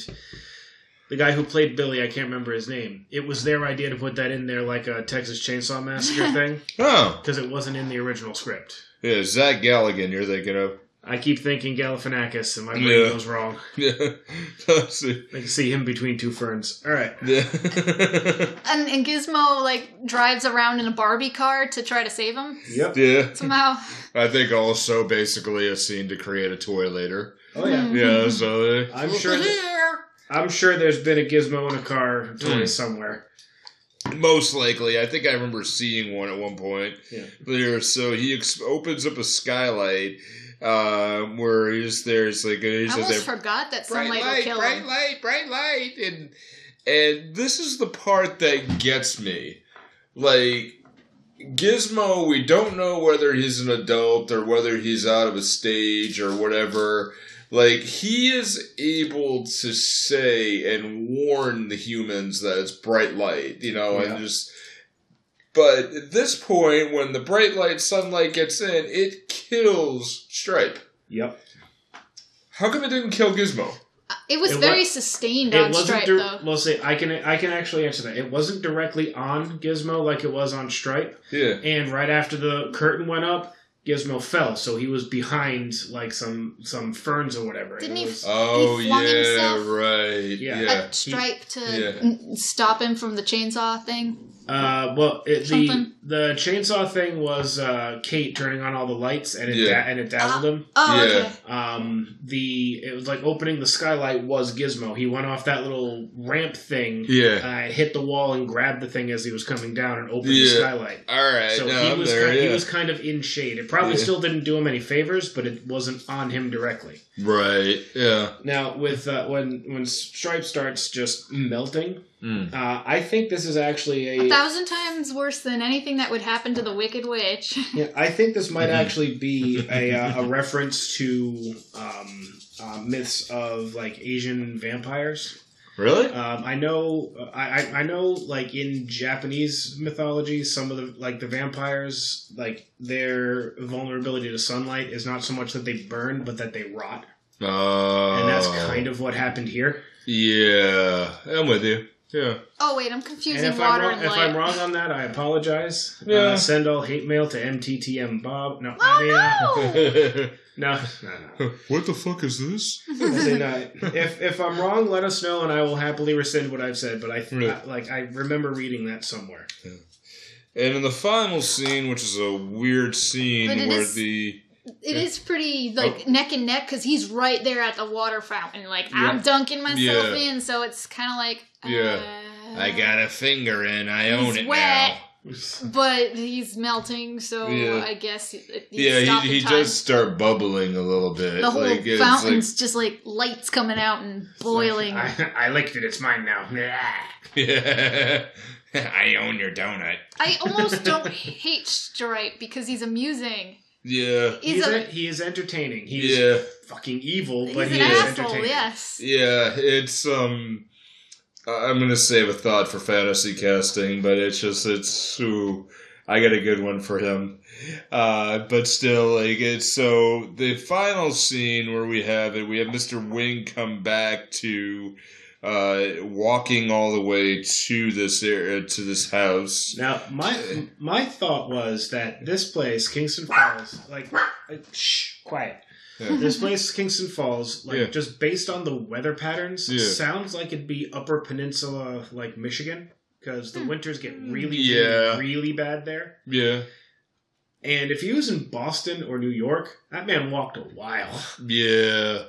Speaker 4: the guy who played Billy I can't remember his name. It was their idea to put that in there like a Texas
Speaker 2: [LAUGHS]
Speaker 4: Chainsaw Massacre thing
Speaker 3: oh
Speaker 4: because it wasn't in the original script.
Speaker 3: yeah, Zach Galligan. You're thinking of [LAUGHS]
Speaker 4: I keep thinking Galifianakis and my brain
Speaker 3: Yeah.
Speaker 4: goes wrong.
Speaker 3: yeah. Let's see.
Speaker 4: I can see him between two ferns. All right.
Speaker 3: yeah.
Speaker 2: And, and Gizmo like drives around in a Barbie car to try to save him
Speaker 4: Yep.
Speaker 3: [LAUGHS]
Speaker 4: [LAUGHS]
Speaker 3: yeah.
Speaker 2: somehow.
Speaker 3: I think also basically a scene to create a toy later.
Speaker 4: Oh yeah.
Speaker 3: Yeah, so uh,
Speaker 4: I'm sure. that- I'm sure there's been a gizmo in a car toy
Speaker 3: Mm.
Speaker 4: somewhere.
Speaker 3: most likely, I think I remember seeing one at one point
Speaker 4: Yeah.
Speaker 3: there. So he ex- opens up a skylight uh, where he's there's like
Speaker 2: I
Speaker 3: he's
Speaker 2: almost
Speaker 3: there,
Speaker 2: forgot that
Speaker 3: bright
Speaker 2: sunlight will
Speaker 3: light,
Speaker 2: kill
Speaker 3: bright
Speaker 2: him.
Speaker 3: light, bright light, and and this is the part that gets me. Like Gizmo, we don't know whether he's an adult or whether he's out of a stage or whatever. Like he is able to say and warn the humans that it's bright light, you know,
Speaker 4: Yeah.
Speaker 3: and just. But at this point, when the bright light sunlight gets in, it kills Stripe.
Speaker 4: Yep.
Speaker 3: How come it didn't kill Gizmo?
Speaker 2: It was
Speaker 4: It
Speaker 2: very
Speaker 4: wa-
Speaker 2: sustained
Speaker 4: It
Speaker 2: on
Speaker 4: wasn't.
Speaker 2: Stripe,
Speaker 4: Di-
Speaker 2: though.
Speaker 4: well, see, I can I can actually answer that. It wasn't directly on Gizmo like it was on Stripe.
Speaker 3: Yeah.
Speaker 4: And right after the curtain went up, Gizmo fell, so he was behind like some some ferns or whatever.
Speaker 2: Didn't
Speaker 4: it
Speaker 2: he
Speaker 4: was,
Speaker 3: Oh
Speaker 2: He
Speaker 3: yeah,
Speaker 2: flung himself
Speaker 3: right.
Speaker 4: Yeah.
Speaker 3: Yeah.
Speaker 2: A stripe to
Speaker 3: Yeah.
Speaker 2: n- stop him from the chainsaw thing.
Speaker 4: Uh, well, it, the
Speaker 2: Something.
Speaker 4: the chainsaw thing was uh, Kate turning on all the lights, and it
Speaker 3: Yeah.
Speaker 4: da- and it dazzled him.
Speaker 2: Oh,
Speaker 3: Yeah.
Speaker 2: okay.
Speaker 4: Um, the it was like opening the skylight was Gizmo. He went off that little ramp thing,
Speaker 3: Yeah.
Speaker 4: uh, hit the wall, and grabbed the thing as he was coming down, and opened the
Speaker 3: Yeah.
Speaker 4: skylight.
Speaker 3: All right.
Speaker 4: So
Speaker 3: no,
Speaker 4: he
Speaker 3: I'm
Speaker 4: was
Speaker 3: there.
Speaker 4: kind,
Speaker 3: yeah.
Speaker 4: he was kind of in shade. It probably
Speaker 3: Yeah.
Speaker 4: still didn't do him any favors, but it wasn't on him directly.
Speaker 3: right. Yeah.
Speaker 4: Now with uh, when when Stripe starts just melting,
Speaker 3: Mm.
Speaker 4: uh, I think this is actually
Speaker 2: A thousand times worse than anything that would happen to the Wicked Witch. [LAUGHS]
Speaker 4: Yeah, I think this might
Speaker 3: Mhm.
Speaker 4: actually be a, uh, a reference to um, uh, myths of like Asian vampires.
Speaker 3: Really?
Speaker 4: Um, I know, I, I- I know, like in Japanese mythology, some of the like the vampires, like their vulnerability to sunlight is not so much that they burn, but that they rot,
Speaker 3: Oh.
Speaker 4: and that's kind of what happened here.
Speaker 3: Yeah, I'm with you. Yeah.
Speaker 2: Oh, wait, I'm
Speaker 4: And
Speaker 2: confusing
Speaker 4: if I'm
Speaker 2: water
Speaker 4: wrong,
Speaker 2: and
Speaker 4: if
Speaker 2: light.
Speaker 4: I'm wrong on that, I apologize. Uh,
Speaker 3: Yeah.
Speaker 4: send all hate mail to MTTM Bob. No, I mean, uh,
Speaker 2: Oh,
Speaker 4: [LAUGHS]
Speaker 2: no!
Speaker 4: no, no, no.
Speaker 3: what the fuck is this?
Speaker 4: Say not. If if I'm wrong, let us know, and I will happily rescind what I've said. But I,
Speaker 3: Really?
Speaker 4: I like I remember reading that somewhere.
Speaker 3: And in the final scene, which is a weird scene
Speaker 2: But it
Speaker 3: where
Speaker 2: is-
Speaker 3: the
Speaker 2: It is pretty
Speaker 4: Oh.
Speaker 2: like neck and neck because he's right there at the water fountain. Like I'm dunking myself
Speaker 3: Yeah.
Speaker 2: in, so it's kind of like uh,
Speaker 3: Yeah. I got a finger in, I
Speaker 2: He's
Speaker 3: own it
Speaker 2: wet.
Speaker 3: now.
Speaker 2: But he's melting, so
Speaker 3: Yeah.
Speaker 2: I guess he, he's
Speaker 3: yeah,
Speaker 2: stopping
Speaker 3: he, he
Speaker 2: time.
Speaker 3: does start bubbling a little bit.
Speaker 2: The whole
Speaker 3: like, it's
Speaker 2: fountain's just like lights coming out and boiling. I,
Speaker 4: I, I licked it. It's mine now. [LAUGHS] Ah.
Speaker 3: like, [LAUGHS] yeah. [LAUGHS] I own your donut. [LAUGHS]
Speaker 2: almost don't hate Stripe because he's amusing.
Speaker 3: Yeah.
Speaker 2: He's,
Speaker 4: He's
Speaker 2: a,
Speaker 4: en- he is entertaining. He's
Speaker 3: Yeah.
Speaker 4: fucking evil,
Speaker 2: he's
Speaker 4: but
Speaker 2: an
Speaker 4: he is
Speaker 2: asshole.
Speaker 4: entertaining.
Speaker 2: Yes.
Speaker 3: Yeah, it's um I- I'm gonna save a thought for fantasy casting, but it's just it's ooh, I got a good one for him. Uh but still like it's so the final scene where we have it, we have Mr. Wing come back to uh walking all the way to this area to this house.
Speaker 4: Now, my my thought was that this place, Kingston Falls, like, like, shh, quiet.
Speaker 2: [LAUGHS]
Speaker 3: Yeah.
Speaker 4: This place, Kingston Falls, like,
Speaker 3: Yeah.
Speaker 4: just based on the weather patterns,
Speaker 3: Yeah.
Speaker 4: sounds like it'd be Upper Peninsula, like Michigan, because
Speaker 2: Hmm.
Speaker 4: the winters get really,
Speaker 3: Yeah.
Speaker 4: really, really bad there.
Speaker 3: Yeah.
Speaker 4: And if he was in Boston or New York, that man walked a while. [LAUGHS]
Speaker 3: Yeah.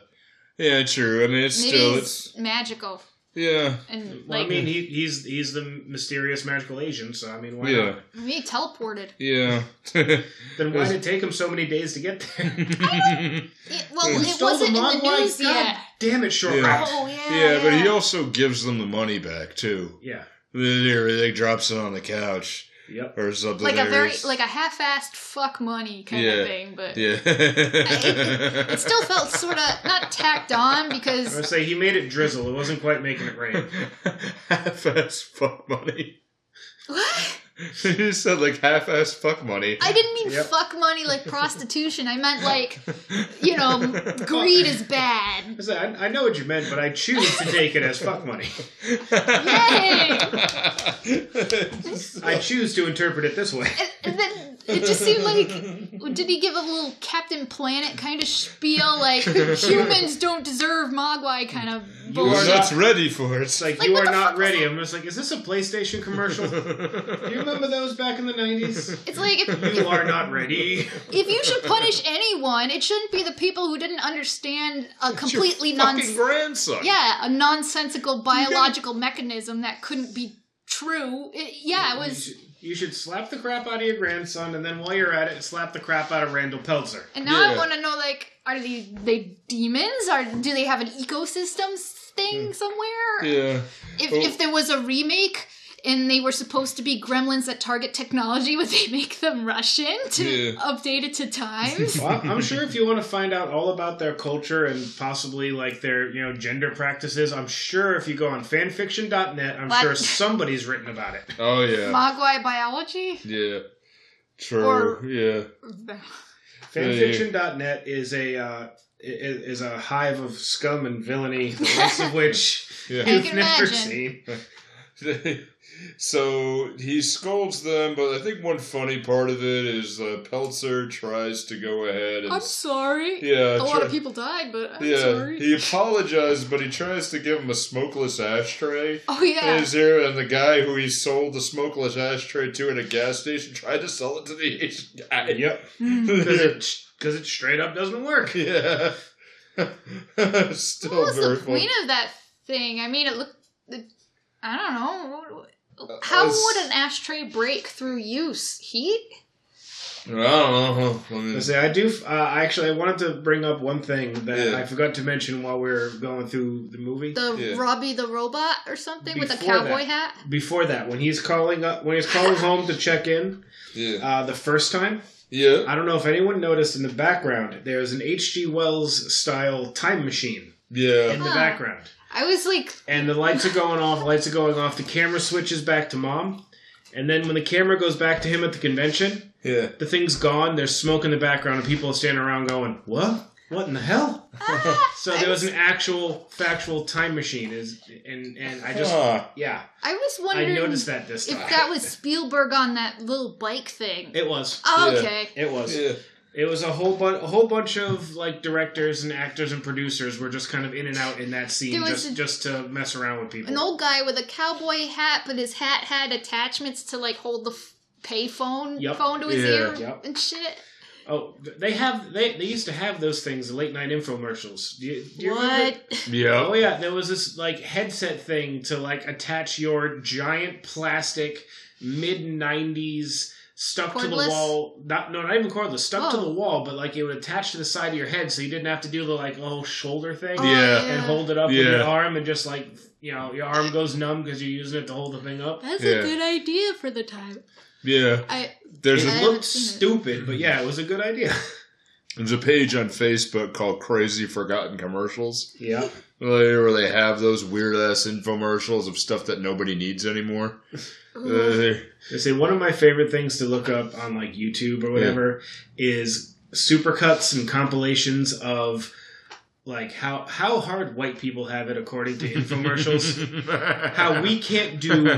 Speaker 3: Yeah, true. I mean it's
Speaker 2: Maybe
Speaker 3: still
Speaker 2: he's
Speaker 3: it's
Speaker 2: magical
Speaker 3: yeah.
Speaker 2: and
Speaker 4: Well,
Speaker 2: like
Speaker 4: I mean, he, he's he's the mysterious magical Asian, so I mean, why
Speaker 3: Yeah.
Speaker 4: not?
Speaker 2: he teleported.
Speaker 3: Yeah. [LAUGHS]
Speaker 4: Then why did it take him so many days to get there?
Speaker 2: It- well,
Speaker 3: He
Speaker 2: it wasn't in the news yet.
Speaker 4: Damn it, short
Speaker 3: Yeah.
Speaker 4: round.
Speaker 2: Oh yeah.
Speaker 3: Yeah, but he also gives them the money back too.
Speaker 4: Yeah.
Speaker 3: There, They drops it on the couch
Speaker 4: Yep.
Speaker 3: or something.
Speaker 2: like a very
Speaker 3: There's-
Speaker 2: like a half-assed fuck money kind
Speaker 3: Yeah.
Speaker 2: of thing, but [LAUGHS]
Speaker 3: yeah.
Speaker 2: it still felt sort of not tacked on
Speaker 4: I
Speaker 2: because
Speaker 4: would say he made [LAUGHS] it drizzle. It wasn't quite making it
Speaker 3: [LAUGHS]
Speaker 4: rain.
Speaker 3: [LAUGHS] half-ass fuck money. [LAUGHS]
Speaker 2: what?
Speaker 3: you said like half-ass fuck money.
Speaker 2: I didn't mean
Speaker 4: Yep.
Speaker 2: fuck money like prostitution. I meant
Speaker 4: [LAUGHS]
Speaker 2: like you know greed is bad.
Speaker 4: I, said, I, I know what you meant, but I choose to take it as fuck money.
Speaker 3: [LAUGHS]
Speaker 4: I choose to interpret it this way. [LAUGHS]
Speaker 2: And then it just seemed like did he give a little Captain Planet kind of spiel
Speaker 4: [LAUGHS]
Speaker 2: like humans don't deserve Mogwai kind of
Speaker 4: are
Speaker 3: Well,
Speaker 2: bullshit?
Speaker 3: that's ready for it.
Speaker 4: It's
Speaker 3: [LAUGHS]
Speaker 4: like,
Speaker 2: Like,
Speaker 4: you
Speaker 2: what
Speaker 4: are
Speaker 2: the
Speaker 4: not
Speaker 2: fuck
Speaker 4: ready. I'm just like, is this a PlayStation commercial? Do you remember those back in the 90s?
Speaker 2: It's like if,
Speaker 4: You are not
Speaker 3: [LAUGHS]
Speaker 4: ready.
Speaker 2: if you should punish anyone, it shouldn't be the people who didn't understand a completely non
Speaker 3: fucking grandson.
Speaker 2: yeah a nonsensical biological mechanism that couldn't be true. It, yeah, it
Speaker 4: You
Speaker 2: was.
Speaker 4: should, you should slap the crap out of your grandson, and then while you're at it, slap the crap out of Randall Peltzer.
Speaker 2: And now I
Speaker 3: Yeah.
Speaker 2: want to know like are they they demons? Are do they have an ecosystem thing somewhere?
Speaker 3: Hmm. Yeah.
Speaker 2: If
Speaker 3: Oh.
Speaker 2: if there was a remake. And they were supposed to be gremlins that target technology. [LAUGHS] Would they make them Russian to
Speaker 3: Yeah.
Speaker 2: update it to times?
Speaker 4: Well, I'm sure if you want to find out all about their culture and possibly like their you know gender practices, I'm sure if you go on fanfiction.net, I'm
Speaker 2: What? [LAUGHS]
Speaker 4: sure somebody's written about it.
Speaker 3: Oh [LAUGHS] yeah.
Speaker 2: Mogwai biology?
Speaker 3: yeah. True.
Speaker 2: Or-
Speaker 3: yeah.
Speaker 4: Fanfiction.net is a uh, i- is a hive of scum and villainy, the likes of which
Speaker 3: [LAUGHS] Yeah.
Speaker 2: I
Speaker 4: you've
Speaker 2: can
Speaker 4: never
Speaker 2: imagine.
Speaker 4: seen.
Speaker 3: [LAUGHS] so he scolds them, but I think one funny part of it is uh, Peltzer tries to go ahead and
Speaker 2: I'm sorry.
Speaker 3: yeah,
Speaker 2: a lot
Speaker 3: try-
Speaker 2: of people died, but I'm
Speaker 3: yeah.
Speaker 2: sorry.
Speaker 3: He apologized, but he tries to give him a smokeless ashtray.
Speaker 2: oh yeah.
Speaker 3: And he's here, and the guy who he sold the smokeless ashtray to at a gas station tried to sell it to the Asian guy. [LAUGHS]
Speaker 4: Yep,
Speaker 2: Hmm.
Speaker 4: because
Speaker 3: Yeah.
Speaker 4: it because it straight up doesn't work.
Speaker 3: yeah. [LAUGHS] Still
Speaker 2: what was
Speaker 3: very
Speaker 2: the
Speaker 3: funny.
Speaker 2: point of that thing? I mean, it looked. It, I don't know.
Speaker 3: Uh,
Speaker 2: How
Speaker 3: it's-
Speaker 2: would an ashtray break through use? Heat?
Speaker 3: I don't know. I mean,
Speaker 4: I say I do. f- Uh, actually, I wanted to bring up one thing that
Speaker 3: Yeah.
Speaker 4: I forgot to mention while we were going through the movie.
Speaker 2: The
Speaker 3: Yeah.
Speaker 2: Robbie the robot or something with a
Speaker 4: Before
Speaker 2: cowboy
Speaker 4: that.
Speaker 2: hat?
Speaker 4: Before that, when he's calling up, when he's calling home to check in
Speaker 3: yeah.
Speaker 4: uh, the first time,
Speaker 3: Yeah.
Speaker 4: I don't know if anyone noticed in the background there's an H.G. Wells style time machine in
Speaker 3: Yeah.
Speaker 4: the
Speaker 2: Huh.
Speaker 4: background,
Speaker 2: I was like,
Speaker 4: and the lights are going off. Lights are going off. The camera switches back to mom, and then when the camera goes back to him at the convention,
Speaker 3: Yeah.
Speaker 4: the thing's gone. There's smoke in the background, and people are standing around going, "What? What in the hell?"
Speaker 2: ah!
Speaker 4: [LAUGHS] So there was an actual factual time machine. Is and and I just
Speaker 3: Huh.
Speaker 4: yeah,
Speaker 2: I was
Speaker 4: I
Speaker 2: wondering
Speaker 4: noticed that this
Speaker 2: if
Speaker 4: time.
Speaker 2: that was Spielberg on that little bike thing.
Speaker 4: it was.
Speaker 2: oh,
Speaker 3: Yeah.
Speaker 2: okay.
Speaker 4: It was.
Speaker 3: Yeah.
Speaker 4: It was a whole bunch, a whole bunch of like directors and actors and producers were just kind of in and out in that
Speaker 2: There
Speaker 4: scene,
Speaker 2: was
Speaker 4: just
Speaker 2: a-
Speaker 4: just to mess around with people.
Speaker 2: an old guy with a cowboy hat, but his hat had attachments to like hold the f- pay phone
Speaker 4: Yep.
Speaker 2: phone to his
Speaker 3: Yeah.
Speaker 2: ear
Speaker 4: Yep.
Speaker 2: and shit.
Speaker 4: Oh, th- they have they, they used to have those things, the late night infomercials. Do you, do you remember?
Speaker 2: What?
Speaker 3: Yeah.
Speaker 4: Oh yeah, there was this like headset thing to like attach your giant plastic mid '90s stuck to the
Speaker 2: Cordless?
Speaker 4: wall. Not no, not even cordless, stuck to
Speaker 2: Oh.
Speaker 4: the wall, but like it would attach to the side of your head, so you didn't have to do the like little shoulder thing
Speaker 2: Oh,
Speaker 3: Yeah.
Speaker 4: and hold it up with
Speaker 3: Yeah.
Speaker 4: your arm, and just like you know your arm goes numb because you're using it to hold the thing up.
Speaker 2: That's
Speaker 3: Yeah.
Speaker 2: a good idea for the time.
Speaker 3: Yeah.
Speaker 2: I
Speaker 3: There's
Speaker 4: It
Speaker 2: I
Speaker 3: a,
Speaker 2: haven't
Speaker 4: looked
Speaker 2: seen it.
Speaker 4: stupid, but yeah, it was a good
Speaker 3: [LAUGHS]
Speaker 4: idea.
Speaker 3: there's a page on Facebook called Crazy Forgotten Commercials.
Speaker 4: Yeah.
Speaker 3: Where they have those weird ass infomercials of stuff that nobody
Speaker 4: [LAUGHS]
Speaker 3: needs anymore. Uh,
Speaker 4: They say one of my favorite things to look up on like YouTube or whatever is supercuts and compilations of like how how hard white people have it according to infomercials.
Speaker 3: [LAUGHS]
Speaker 4: how we can't do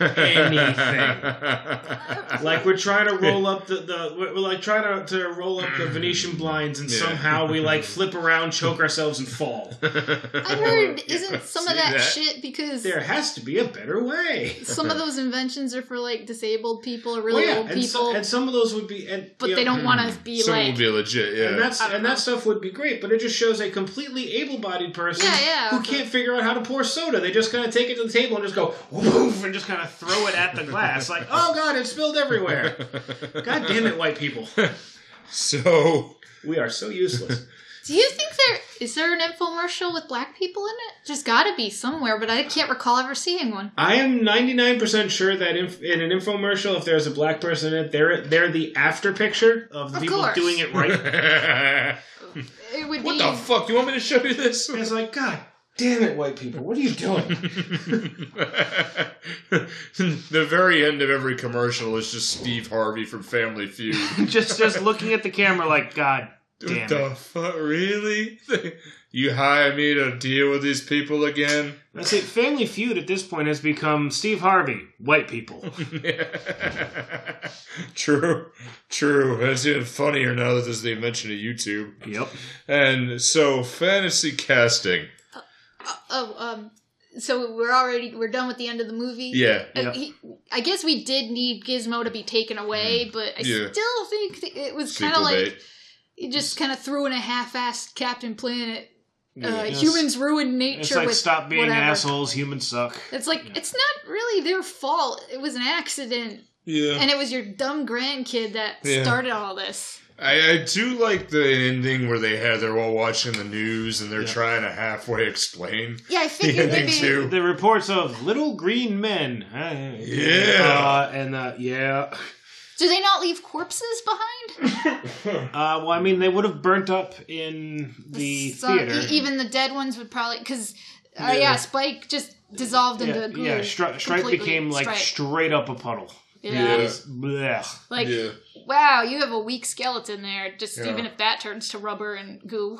Speaker 3: anything.
Speaker 4: like we're trying to roll up the, the we're, we're like trying to, to roll up the Venetian blinds and
Speaker 3: Yeah.
Speaker 4: somehow we like flip around, choke ourselves, and fall. [LAUGHS]
Speaker 2: I heard isn't some of
Speaker 3: See
Speaker 2: that,
Speaker 3: that?
Speaker 2: shit because
Speaker 4: There has to be a better way.
Speaker 2: some of those inventions are for like disabled people or really
Speaker 4: Well, Oh, yeah,
Speaker 2: old
Speaker 4: and, so-
Speaker 2: people,
Speaker 4: and some of those would be, and,
Speaker 2: but
Speaker 4: you
Speaker 2: they
Speaker 4: know,
Speaker 2: don't want to be
Speaker 3: Some
Speaker 2: like
Speaker 3: will be legit, yeah.
Speaker 4: And that's
Speaker 2: I don't
Speaker 4: and
Speaker 2: know.
Speaker 4: that stuff would be great, but it just shows a completely able-bodied person
Speaker 2: Yeah, yeah.
Speaker 4: who can't figure out how to pour soda. They just kind of take it to the table and just go woof and just kind of throw it at the glass, like, oh god, it spilled everywhere. God damn it, white people,
Speaker 3: [LAUGHS] so
Speaker 4: we are so useless.
Speaker 2: Do you think there is there an infomercial with black people in it? There's got to be somewhere, but I can't recall ever seeing one.
Speaker 4: I am ninety-nine percent sure that inf- in an infomercial, if there's a black person in it, they're they're the after picture of the
Speaker 2: Of
Speaker 4: people
Speaker 2: course.
Speaker 4: doing it right.
Speaker 2: It would be
Speaker 3: What the fuck? You want me to show
Speaker 4: [LAUGHS]
Speaker 3: you this? [LAUGHS]
Speaker 4: it's like, God damn it, white people, what are you doing?
Speaker 3: the very end of every commercial is just Steve Harvey from Family Feud.
Speaker 4: [LAUGHS] just just looking at the camera, like, God
Speaker 3: what the fuck? Really? [LAUGHS] you hire me to deal with these people again? [LAUGHS]
Speaker 4: I say Family Feud at this point has become Steve Harvey, white people.
Speaker 3: true, true. That's even funnier now that there's the invention of YouTube.
Speaker 2: Uh,
Speaker 4: yep.
Speaker 3: And so, fantasy casting.
Speaker 2: oh um. So we're already we're done with the end of the movie.
Speaker 3: Yeah.
Speaker 2: Uh,
Speaker 4: Yeah.
Speaker 2: he- I guess we did need Gizmo to be taken away, but I
Speaker 3: Mm. Yeah.
Speaker 2: still think that it was kind of
Speaker 3: Sequel
Speaker 2: like
Speaker 3: bait.
Speaker 2: it just kind of threw in a half-assed Captain Planet. Uh,
Speaker 4: Yes.
Speaker 2: Humans ruin nature.
Speaker 4: It's like
Speaker 2: with
Speaker 4: stop being
Speaker 2: whatever.
Speaker 4: assholes, humans suck.
Speaker 2: It's like
Speaker 4: Yeah.
Speaker 2: it's not really their fault. It was an accident,
Speaker 3: Yeah.
Speaker 2: and it was your dumb grandkid that
Speaker 3: Yeah.
Speaker 2: started all this.
Speaker 3: I, I do like the ending where they had they're all watching the news and they're trying to halfway explain
Speaker 2: Yeah, I
Speaker 3: the
Speaker 2: figured
Speaker 3: ending
Speaker 2: maybe.
Speaker 3: too.
Speaker 4: The reports of little green men. Uh,
Speaker 3: Yeah.
Speaker 4: Uh, and uh, yeah.
Speaker 2: Do they not leave corpses behind? [LAUGHS]
Speaker 4: Uh, well, I mean, they would have burnt up in the
Speaker 2: Some- e-
Speaker 4: theater.
Speaker 2: Even the dead ones would probably because uh, yeah.
Speaker 4: Yeah.
Speaker 2: Spike just dissolved
Speaker 4: yeah,
Speaker 2: into
Speaker 4: yeah,
Speaker 2: glue.
Speaker 4: Stri- Stripe
Speaker 2: completely.
Speaker 4: became like
Speaker 2: Stripe.
Speaker 4: straight up a puddle.
Speaker 2: yeah.
Speaker 3: Yeah.
Speaker 4: Blech.
Speaker 2: Like
Speaker 3: yeah.
Speaker 2: wow, you have a weak skeleton there. Just
Speaker 3: Yeah.
Speaker 2: even if that turns to rubber and goo.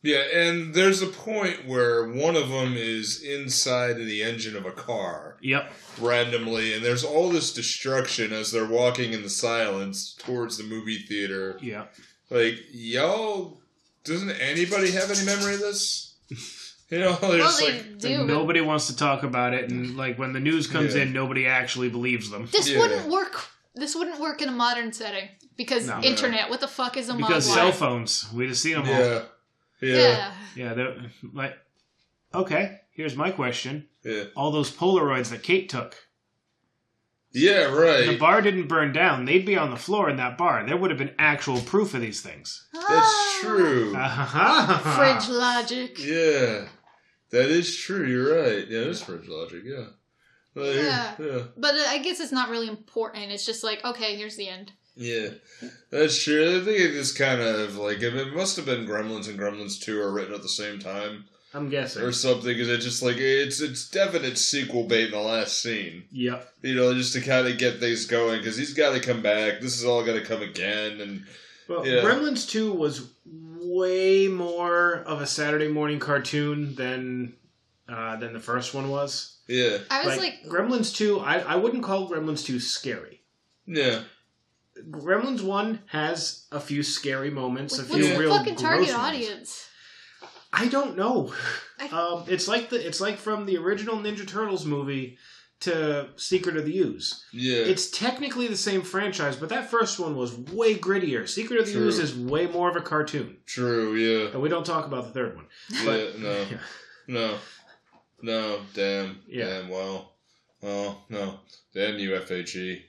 Speaker 3: Yeah, and there's a point where one of them is inside of the engine of a car
Speaker 4: Yep.
Speaker 3: randomly, and there's all this destruction as they're walking in the silence towards the movie theater.
Speaker 4: Yeah.
Speaker 3: Like, y'all, doesn't anybody have any memory of this? [LAUGHS] You know, [LAUGHS] there's
Speaker 2: Well, they
Speaker 3: like,
Speaker 2: do. but
Speaker 4: Nobody wants to talk about it, and like when the news comes
Speaker 3: Yeah.
Speaker 4: in, nobody actually believes them.
Speaker 2: This
Speaker 3: Yeah.
Speaker 2: wouldn't work. This wouldn't work in a modern setting because
Speaker 4: No.
Speaker 2: internet. What the fuck is a mod?
Speaker 4: Because
Speaker 2: wire?
Speaker 4: cell phones, we just see them all.
Speaker 3: yeah, yeah,
Speaker 2: Yeah.
Speaker 4: Yeah, they're like, okay, here's my question.
Speaker 3: yeah,
Speaker 4: All those Polaroids that Kate took.
Speaker 3: yeah,
Speaker 4: The
Speaker 3: right.
Speaker 4: bar didn't burn down. They'd be on the floor in that bar. There would have been actual proof of these things. Uh-huh.
Speaker 3: That's true.
Speaker 4: Ah.
Speaker 2: Ah, Fridge
Speaker 4: Fridge.
Speaker 2: logic.
Speaker 3: Yeah, that is true. You're right. Yeah, that's fridge logic. Yeah, Like,
Speaker 2: Yeah.
Speaker 3: yeah.
Speaker 2: But uh, I guess it's not really important. It's just like, okay, here's the end.
Speaker 3: Yeah, that's true. I think it just kind of like it it must have been Gremlins and Gremlins Two are written at the same time
Speaker 4: I'm
Speaker 3: or
Speaker 4: guessing.
Speaker 3: something. Because it just like it's it's definite sequel bait in the last scene,
Speaker 4: Yep.
Speaker 3: you know, just to kind of get things going. Because he's got to come back. This is all got to come again, and
Speaker 4: Well,
Speaker 3: Yeah.
Speaker 4: Gremlins 2 was way more of a Saturday morning cartoon than uh, than the first one was.
Speaker 3: yeah,
Speaker 2: I was like,
Speaker 4: Gremlins 2, I, I wouldn't call Gremlins 2 scary.
Speaker 3: yeah,
Speaker 4: Gremlins 1 has a few scary moments, a
Speaker 2: what's
Speaker 4: few
Speaker 2: the
Speaker 4: real
Speaker 2: fucking target
Speaker 4: gross moments.
Speaker 2: audience?
Speaker 4: I don't know.
Speaker 2: I-
Speaker 4: [LAUGHS] Um, it's like the it's like from the original Ninja Turtles movie to Secret of the Ooze.
Speaker 3: Yeah.
Speaker 4: It's technically the same franchise, but that first one was way grittier. Secret of the
Speaker 3: True.
Speaker 4: Ooze is way more of a cartoon, [LAUGHS]
Speaker 3: true. Yeah.
Speaker 4: and we don't talk about the third one.
Speaker 3: Yeah.
Speaker 4: But-
Speaker 3: No. No. No. Damn.
Speaker 4: Yeah.
Speaker 3: Damn. Well. Well. No.
Speaker 4: [LAUGHS]
Speaker 3: Damn UFHE. E.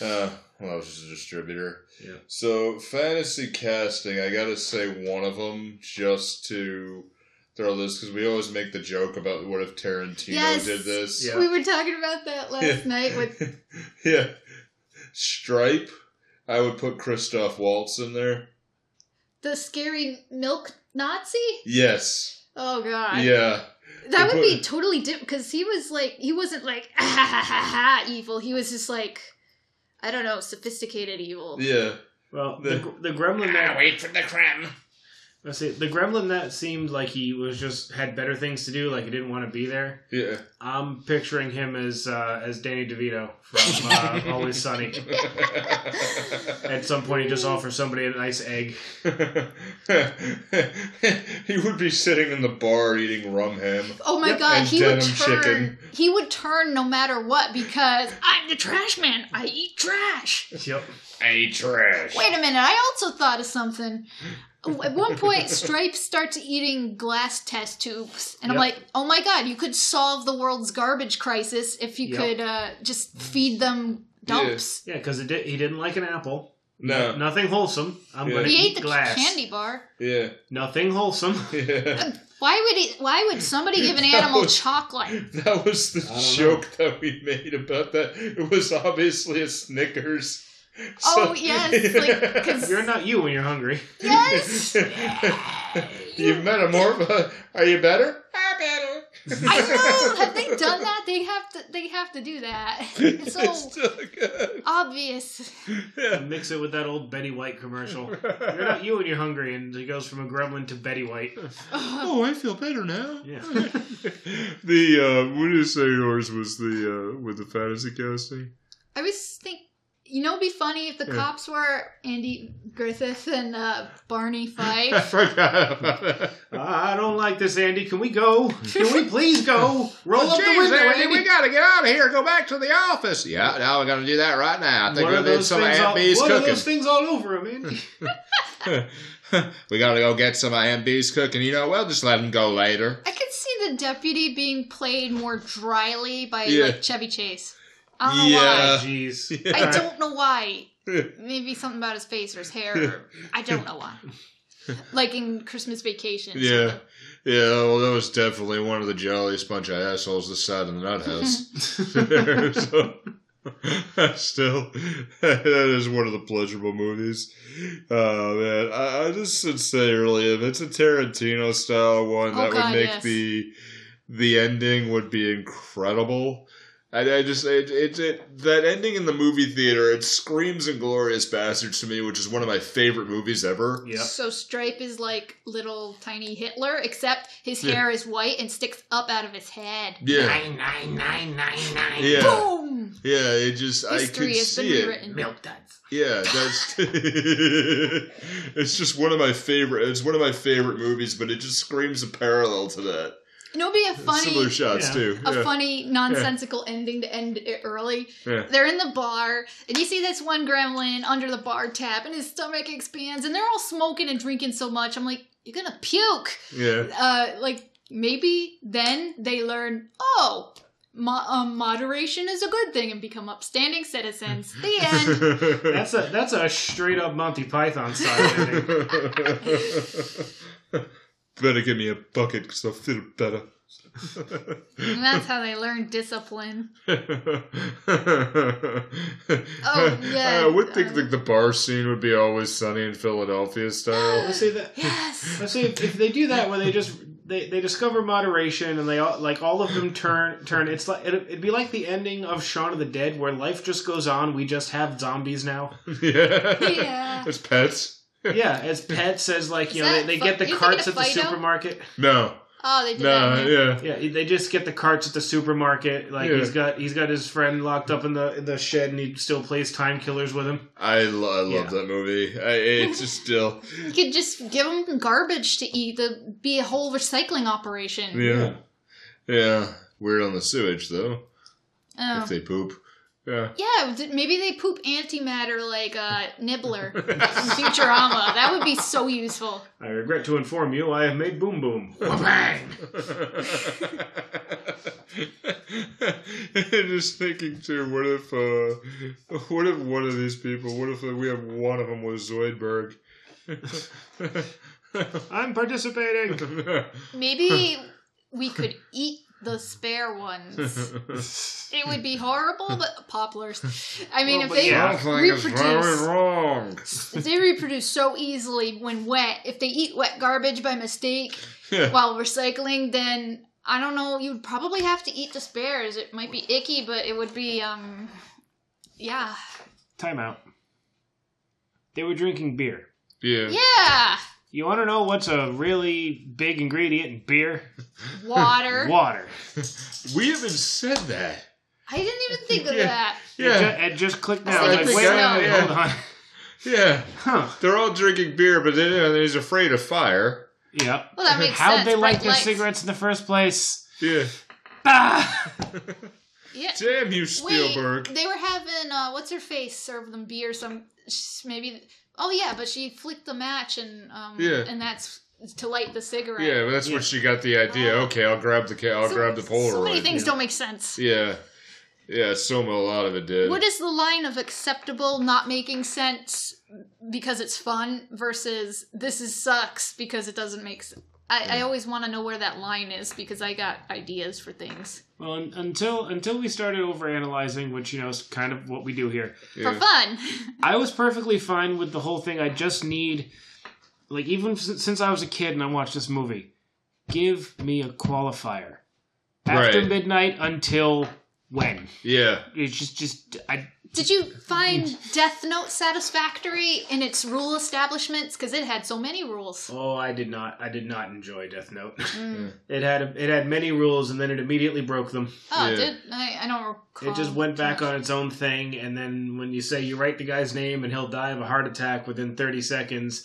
Speaker 3: Uh, well, I was just a distributor.
Speaker 4: Yeah.
Speaker 3: So fantasy casting, I gotta say one of them just to throw this because we always make the joke about what if Tarantino
Speaker 2: Yes.
Speaker 3: did this.
Speaker 4: Yeah.
Speaker 2: We were talking about that last
Speaker 3: Yeah.
Speaker 2: night [LAUGHS] with
Speaker 3: [LAUGHS] yeah. Stripe. I would put Christoph Waltz in there.
Speaker 2: the scary milk Nazi.
Speaker 3: Yes.
Speaker 2: Oh god,
Speaker 3: Yeah.
Speaker 2: that would be
Speaker 3: But-
Speaker 2: totally different because he was like he wasn't like [LAUGHS] ah, ha, ha, ha, ha, evil. He was just like I don't know, sophisticated evil.
Speaker 3: Yeah.
Speaker 4: [LAUGHS] Well,
Speaker 3: The-
Speaker 4: the, gr- the gremlin
Speaker 1: Ah,
Speaker 4: that
Speaker 1: wait for the creme.
Speaker 4: I see the gremlin that seemed like he was just had better things to do, like he didn't want to be there.
Speaker 3: Yeah.
Speaker 4: I'm picturing him as uh, as Danny DeVito from uh, Always Sunny.
Speaker 3: [LAUGHS]
Speaker 2: [LAUGHS]
Speaker 4: At some point, he just offers somebody a nice egg.
Speaker 3: he would be sitting in the bar eating rum ham.
Speaker 2: Oh my
Speaker 4: Yep.
Speaker 2: god,
Speaker 3: And
Speaker 2: he would
Speaker 3: denim
Speaker 2: turn.
Speaker 3: chicken.
Speaker 2: He would turn no matter what because I'm the trash man. I eat trash.
Speaker 4: Yep.
Speaker 1: A trash.
Speaker 2: Wait a minute, I also thought of something. At one point, Stripe starts eating glass test tubes, and I'm
Speaker 4: Yep.
Speaker 2: like, "Oh my god, you could solve the world's garbage crisis if you
Speaker 4: Yep.
Speaker 2: could uh, just feed them dumps."
Speaker 4: Yeah, because did, he didn't like an apple.
Speaker 3: No.
Speaker 4: Nothing wholesome. I'm
Speaker 3: Yeah.
Speaker 4: gonna
Speaker 2: He
Speaker 4: eat
Speaker 2: ate the
Speaker 4: glass.
Speaker 2: candy bar.
Speaker 3: Yeah.
Speaker 4: Nothing wholesome.
Speaker 3: Yeah. [LAUGHS]
Speaker 2: Why would he? Why would somebody give an animal
Speaker 4: [LAUGHS]
Speaker 3: was-
Speaker 2: chocolate?
Speaker 3: That was the
Speaker 4: I don't
Speaker 3: joke that we made about that. It was obviously a Snickers.
Speaker 2: Oh
Speaker 3: So-
Speaker 2: yes,
Speaker 3: [LAUGHS]
Speaker 2: like because
Speaker 4: You're not you when you're hungry.
Speaker 2: yes.
Speaker 3: you metamorph. Are you better?
Speaker 1: I better.
Speaker 2: I know. Have they done that? They have to. They have to do that. It's
Speaker 3: [LAUGHS]
Speaker 2: so
Speaker 3: still good.
Speaker 2: obvious.
Speaker 3: Yeah.
Speaker 4: Mix it with that old Betty White commercial. You're not you when you're hungry, and it goes from a gremlin to Betty White.
Speaker 3: oh, I feel better now. Oh,
Speaker 4: Yeah.
Speaker 3: [LAUGHS] the uh, what did you say yours was the uh, with the fantasy casting? [LAUGHS]
Speaker 2: I was think. You know, it'd be funny if the
Speaker 3: Yeah.
Speaker 2: cops were Andy Griffith and uh,
Speaker 3: [LAUGHS]
Speaker 2: Barney
Speaker 3: I
Speaker 2: Fife.
Speaker 3: forgot about that.
Speaker 4: I don't like this, Andy. Can we go? Can we please go? Roll up the window, Andy.
Speaker 3: gotta get out of here. Go back to the office. Yeah, now we're gonna do that right now.
Speaker 4: What are those things all- what are those things all over him, Andy?
Speaker 3: [LAUGHS] we gotta go get some of Aunt B's cooking. You know, we'll just let him go later.
Speaker 2: I could see the deputy being played more dryly by
Speaker 3: Yeah.
Speaker 2: like Chevy Chase. I don't know
Speaker 3: Yeah.
Speaker 2: why.
Speaker 4: Jeez.
Speaker 3: [LAUGHS]
Speaker 2: I don't know why. Maybe something about his face or his hair. Or, I don't know
Speaker 3: [LAUGHS]
Speaker 2: why. Like in Christmas Vacation.
Speaker 3: Yeah. Yeah, well, that was definitely one of the jolliest bunch of assholes this side of the
Speaker 2: [LAUGHS]
Speaker 3: nut house. [LAUGHS] so, [LAUGHS] still, that is one of the pleasurable movies. Oh, man. I, I just should say early, if it's a Tarantino style one,
Speaker 2: Oh,
Speaker 3: that
Speaker 2: God,
Speaker 3: would make
Speaker 2: yes.
Speaker 3: the the ending would be incredible. I, I just it, it it that ending in the movie theater it screams "Inglorious Bastards" to me, which is one of my favorite movies ever.
Speaker 4: Yep.
Speaker 2: So Stripe is like little tiny Hitler, except his
Speaker 3: Yeah.
Speaker 2: hair is white and sticks up out of his head.
Speaker 3: Yeah,
Speaker 1: Nine nine nine nine nine.
Speaker 3: yeah.
Speaker 2: Boom!
Speaker 3: Yeah, it just I
Speaker 2: History
Speaker 3: could
Speaker 2: has been
Speaker 3: see it.
Speaker 2: rewritten.
Speaker 1: Milk duds.
Speaker 3: Yeah, that's [LAUGHS] it's just one of my favorite. It's one of my favorite movies, but it just screams a parallel to that.
Speaker 2: You know, it'd be a funny,
Speaker 3: Similar shots
Speaker 4: yeah.
Speaker 3: too.
Speaker 2: a
Speaker 3: yeah.
Speaker 2: funny nonsensical ending to end it early.
Speaker 3: Yeah.
Speaker 2: They're in the bar, and you see this one gremlin under the bar tap, and his stomach expands, and they're all smoking and drinking so much. I'm like, you're gonna puke.
Speaker 3: yeah,
Speaker 2: Uh, like maybe then they learn, oh. Mo- um, moderation is a good thing and become upstanding citizens.
Speaker 3: [LAUGHS]
Speaker 2: The end.
Speaker 4: That's a that's a straight up Monty Python style [LAUGHS] ending.
Speaker 3: better give me a bucket because I feel better.
Speaker 2: And that's how they learn discipline.
Speaker 3: [LAUGHS] oh
Speaker 2: yeah,
Speaker 3: I would think
Speaker 2: uh,
Speaker 3: like the bar scene would be always sunny in
Speaker 2: [LAUGHS]
Speaker 3: Philadelphia style. [LAUGHS]
Speaker 4: Let's see that.
Speaker 2: Yes.
Speaker 4: Let's see if, if they do that where they just they, they discover moderation and they all like all of them turn turn. It's like it'd, it'd be like the ending of Shaun of the Dead where life just goes on. We just have zombies [LAUGHS] now.
Speaker 3: yeah.
Speaker 2: Yeah.
Speaker 3: It's pets.
Speaker 4: Yeah, as Pet says, like you
Speaker 2: Is
Speaker 4: know they,
Speaker 2: that
Speaker 4: they
Speaker 2: fu-
Speaker 4: get the
Speaker 2: you think
Speaker 4: carts
Speaker 2: it
Speaker 4: at the
Speaker 2: Fido?
Speaker 4: supermarket.
Speaker 3: No.
Speaker 2: Oh, they did that.
Speaker 3: No,
Speaker 2: in there.
Speaker 3: yeah.
Speaker 4: Yeah, they just get the carts at the supermarket. Like
Speaker 3: Yeah.
Speaker 4: he's got he's got his friend locked up in the in the shed, and he still plays time killers with him.
Speaker 3: I, lo- I love
Speaker 4: Yeah.
Speaker 3: that movie. I, it's
Speaker 2: [LAUGHS]
Speaker 3: just still.
Speaker 2: You could just give them garbage to eat. There'd be a whole recycling operation.
Speaker 3: Yeah. Yeah. Weird on the sewage, though.
Speaker 2: Oh.
Speaker 3: if they poop. Yeah. [LAUGHS]
Speaker 2: Yeah, th- maybe they poop antimatter like uh,
Speaker 3: [LAUGHS]
Speaker 2: Nibbler from Futurama. That would be so useful.
Speaker 4: I regret to inform you, I have made Boom Boom.
Speaker 3: Bang! and just thinking too, what if, uh, what if one of these people, what if we have one of them
Speaker 2: [LAUGHS]
Speaker 3: was Zoidberg?
Speaker 4: I'm participating.
Speaker 2: Maybe we could eat the spare ones. It would be horrible, but poplars. I mean,
Speaker 4: Well,
Speaker 2: if
Speaker 4: but
Speaker 2: they
Speaker 4: yeah.
Speaker 2: reproduce,
Speaker 3: wrong.
Speaker 2: they reproduce so easily when wet. If they eat wet garbage by mistake
Speaker 3: Yeah.
Speaker 2: while recycling, then I don't know. You'd probably have to eat the spares. It might be icky, but it would be um, yeah,
Speaker 4: Time out. They were drinking beer.
Speaker 3: Yeah.
Speaker 2: yeah,
Speaker 4: You want to know what's a really big ingredient in beer?
Speaker 2: water.
Speaker 4: Water.
Speaker 3: We even said that.
Speaker 2: I didn't even think of
Speaker 3: [LAUGHS] Yeah.
Speaker 2: that.
Speaker 4: It,
Speaker 3: Yeah.
Speaker 4: ju- it just clicked
Speaker 2: I
Speaker 4: now.
Speaker 2: think
Speaker 4: Like,
Speaker 2: it's
Speaker 4: wait,
Speaker 2: snow.
Speaker 4: wait, wait, hold on.
Speaker 3: Yeah.
Speaker 4: Huh.
Speaker 3: They're all drinking beer, but they, he's afraid of fire.
Speaker 4: Yep.
Speaker 2: Well, that makes
Speaker 4: How'd
Speaker 2: sense.
Speaker 4: they
Speaker 2: bright
Speaker 4: light their
Speaker 2: lights.
Speaker 4: cigarettes in the first place?
Speaker 3: Yeah.
Speaker 4: Ah!
Speaker 2: Yeah.
Speaker 3: Damn you,
Speaker 2: Wait,
Speaker 3: Spielberg.
Speaker 2: they were having uh, what's her face serve them beer. Some sh- maybe. Oh yeah, but she flicked the match and um,
Speaker 3: Yeah.
Speaker 2: and that's to light the cigarette.
Speaker 3: Yeah, well, that's
Speaker 4: Yeah.
Speaker 3: what she got the idea. Okay, I'll grab the ca- I'll
Speaker 2: Oh. So-
Speaker 3: grab the Polaroid.
Speaker 2: So many things don't make sense.
Speaker 3: Yeah, yeah. Soma, a lot of it did.
Speaker 2: What is the line of acceptable not making sense because it's fun versus this is sucks because it doesn't make sense? I, I always want to know where that line is because I got ideas for things
Speaker 4: well, un- until until we started overanalyzing, which you know is kind of what we do here.
Speaker 3: yeah.
Speaker 2: for fun. [LAUGHS]
Speaker 4: I was perfectly fine with the whole thing. I just need, like, even s- since I was a kid and I watched this movie, give me a qualifier after
Speaker 3: Right.
Speaker 4: midnight until when?
Speaker 3: yeah,
Speaker 4: It's just, just I
Speaker 2: Did you find Death Note satisfactory in its rule establishments? Because it had so many rules.
Speaker 4: Oh, I did not. I did not enjoy Death Note. [LAUGHS] it had a, it had many rules, and then it immediately broke them.
Speaker 2: Oh,
Speaker 3: Yeah.
Speaker 2: did I, I don't recall.
Speaker 4: It just went back on its own thing, and then when you say you write the guy's name and he'll die of a heart attack within thirty seconds,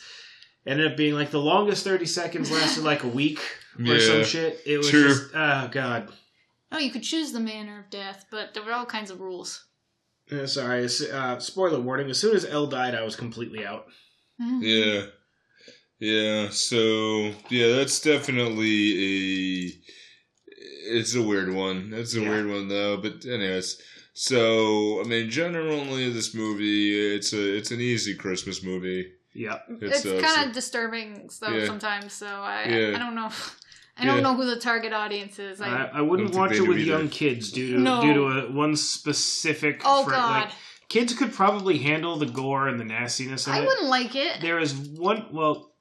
Speaker 4: ended up being like the longest thirty seconds lasted like a week or
Speaker 3: Yeah.
Speaker 4: some shit. It was
Speaker 3: True.
Speaker 4: just oh god.
Speaker 2: Oh, you could choose the manner of death, but there were all kinds of rules.
Speaker 4: Uh, Sorry, as- uh, spoiler warning. As soon as L died, I was completely out.
Speaker 2: Mm.
Speaker 3: yeah, yeah. So yeah, that's definitely a. It's a weird one. That's a
Speaker 4: Yeah.
Speaker 3: weird one though. But anyways, so I mean, generally this movie, it's a it's an easy Christmas movie.
Speaker 4: Yep.
Speaker 2: It's,
Speaker 3: uh,
Speaker 2: kind of disturbing so
Speaker 3: Yeah.
Speaker 2: sometimes. So I,
Speaker 3: Yeah.
Speaker 2: I don't know. [LAUGHS] I don't
Speaker 3: Yeah.
Speaker 2: know who the target audience is. I,
Speaker 4: I, I wouldn't
Speaker 3: Don't think
Speaker 4: watch
Speaker 3: they
Speaker 4: it
Speaker 3: do
Speaker 4: with
Speaker 3: either.
Speaker 4: young kids due to
Speaker 2: No.
Speaker 4: due to a, one specific.
Speaker 2: oh
Speaker 4: fr- like,
Speaker 2: God,
Speaker 4: kids could probably handle the gore and the nastiness of
Speaker 2: I
Speaker 4: it.
Speaker 2: wouldn't like it.
Speaker 4: There is one. Well,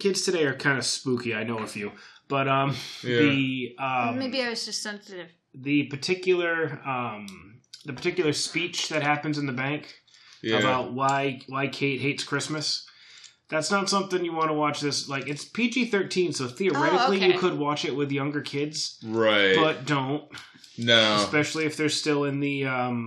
Speaker 4: kids today are kind of spooky. I know a few, but um,
Speaker 3: Yeah.
Speaker 4: the um,
Speaker 2: Maybe I was just sensitive.
Speaker 4: the particular um, the particular speech that happens in the bank
Speaker 3: yeah.
Speaker 4: about why why Kate hates Christmas. That's not something you want to watch. This like it's PG thirteen, so theoretically
Speaker 2: okay.
Speaker 4: you could watch it with younger kids,
Speaker 3: right.
Speaker 4: but don't,
Speaker 3: no.
Speaker 4: especially if they're still in the um,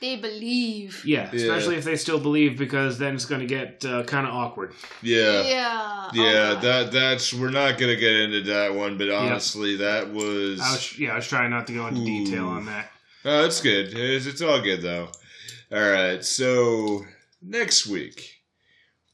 Speaker 2: They believe.
Speaker 4: Yeah,
Speaker 3: Yeah.
Speaker 4: especially if they still believe, because then it's going to get uh, kind of awkward.
Speaker 3: Yeah.
Speaker 2: Yeah.
Speaker 3: Yeah,
Speaker 2: Oh, God.
Speaker 3: that that's we're not gonna get into that one, but honestly, that was,
Speaker 4: I was, yeah, I was trying not to go into
Speaker 3: Ooh.
Speaker 4: detail on that.
Speaker 3: oh, it's good. It's, it's all good though. All right, so next week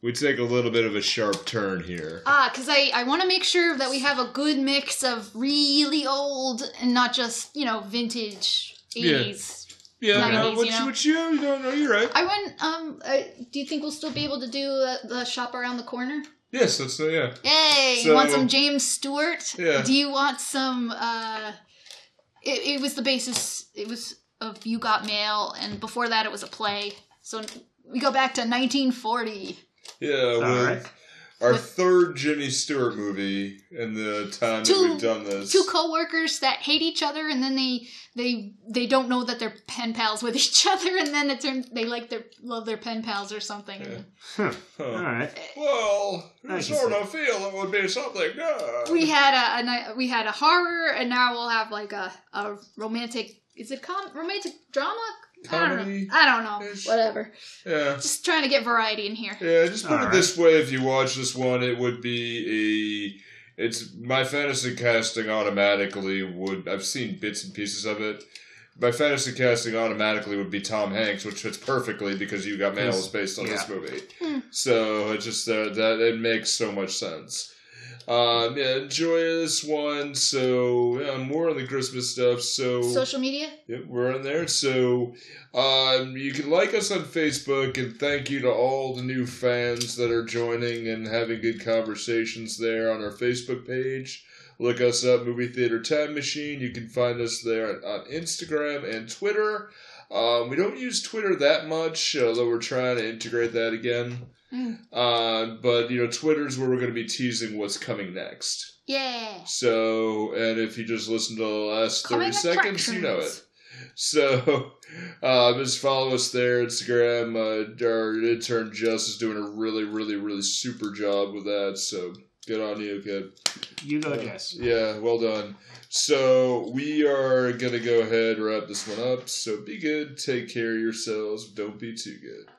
Speaker 3: we take a little bit of a sharp turn here.
Speaker 2: Ah, because I, I want to make sure that we have a good mix of really old and not just, you know, vintage
Speaker 3: Yeah.
Speaker 2: 80s.
Speaker 3: yeah, no,
Speaker 2: 90s,
Speaker 3: what,
Speaker 2: you know?
Speaker 3: what you no, no, you're right.
Speaker 2: I went, um, uh, do you think we'll still be able to do uh, the shop around the corner?
Speaker 3: Yes, that's uh, yeah.
Speaker 2: Yay!
Speaker 3: So-
Speaker 2: you want some James Stewart?
Speaker 3: Yeah.
Speaker 2: Do you want some, uh, it, it was the basis, it was of You Got Mail, and before that it was a play. So we go back to 1940.
Speaker 3: Yeah,
Speaker 4: All
Speaker 3: with
Speaker 4: right.
Speaker 3: our
Speaker 2: With-
Speaker 3: third Jimmy Stewart movie and the time
Speaker 2: Two-
Speaker 3: that we've done this.
Speaker 2: two coworkers that hate each other and then they they they don't know that they're pen pals with [LAUGHS] each other and then it turns they like their love their pen pals or something
Speaker 4: All
Speaker 3: Huh.
Speaker 4: right.
Speaker 3: Well,
Speaker 4: I
Speaker 3: you
Speaker 4: can
Speaker 3: sort of feel it would be something good.
Speaker 2: we had a, a ni- we had a horror and now we'll have like a, a romantic is it com- romantic drama
Speaker 3: Comedy?
Speaker 2: I don't know. I don't know.
Speaker 3: Ish.
Speaker 2: Whatever.
Speaker 3: yeah.
Speaker 2: Just trying to get variety in here.
Speaker 3: Yeah, just put it
Speaker 4: Alright.
Speaker 3: this way: if you watch this one, it would be a. It's my fantasy casting automatically would. I've seen bits and pieces of it. My fantasy casting automatically would be Tom Hanks, which fits perfectly because you got mail is based on this movie. So it just uh, that it makes so much sense. Um, yeah, enjoy this one. So yeah, more on the Christmas stuff.
Speaker 2: Social media?
Speaker 3: Yeah, we're on there. So um, you can like us on Facebook, and thank you to all the new fans that are joining and having good conversations there on our Facebook page. Look us up, Movie Theater Time Machine. You can find us there on Instagram and Twitter. Um, we don't use Twitter that much, although we're trying to integrate that again.
Speaker 2: Mm.
Speaker 3: Uh, but you know, Twitter's where we're going to be teasing what's coming next.
Speaker 2: Yeah.
Speaker 3: So, and if you just listen to the last 30
Speaker 2: Coming
Speaker 3: seconds, you know it.
Speaker 2: attractions.
Speaker 3: So, [LAUGHS] uh, just follow us there, Instagram. Uh, our intern Jess is doing a really, really, really super job with that. So, good on you, kid.
Speaker 4: You go, Jess.
Speaker 3: Yeah, well done. So, we are going to go ahead and wrap this one up. So, be good. Take care of yourselves. Don't be too good.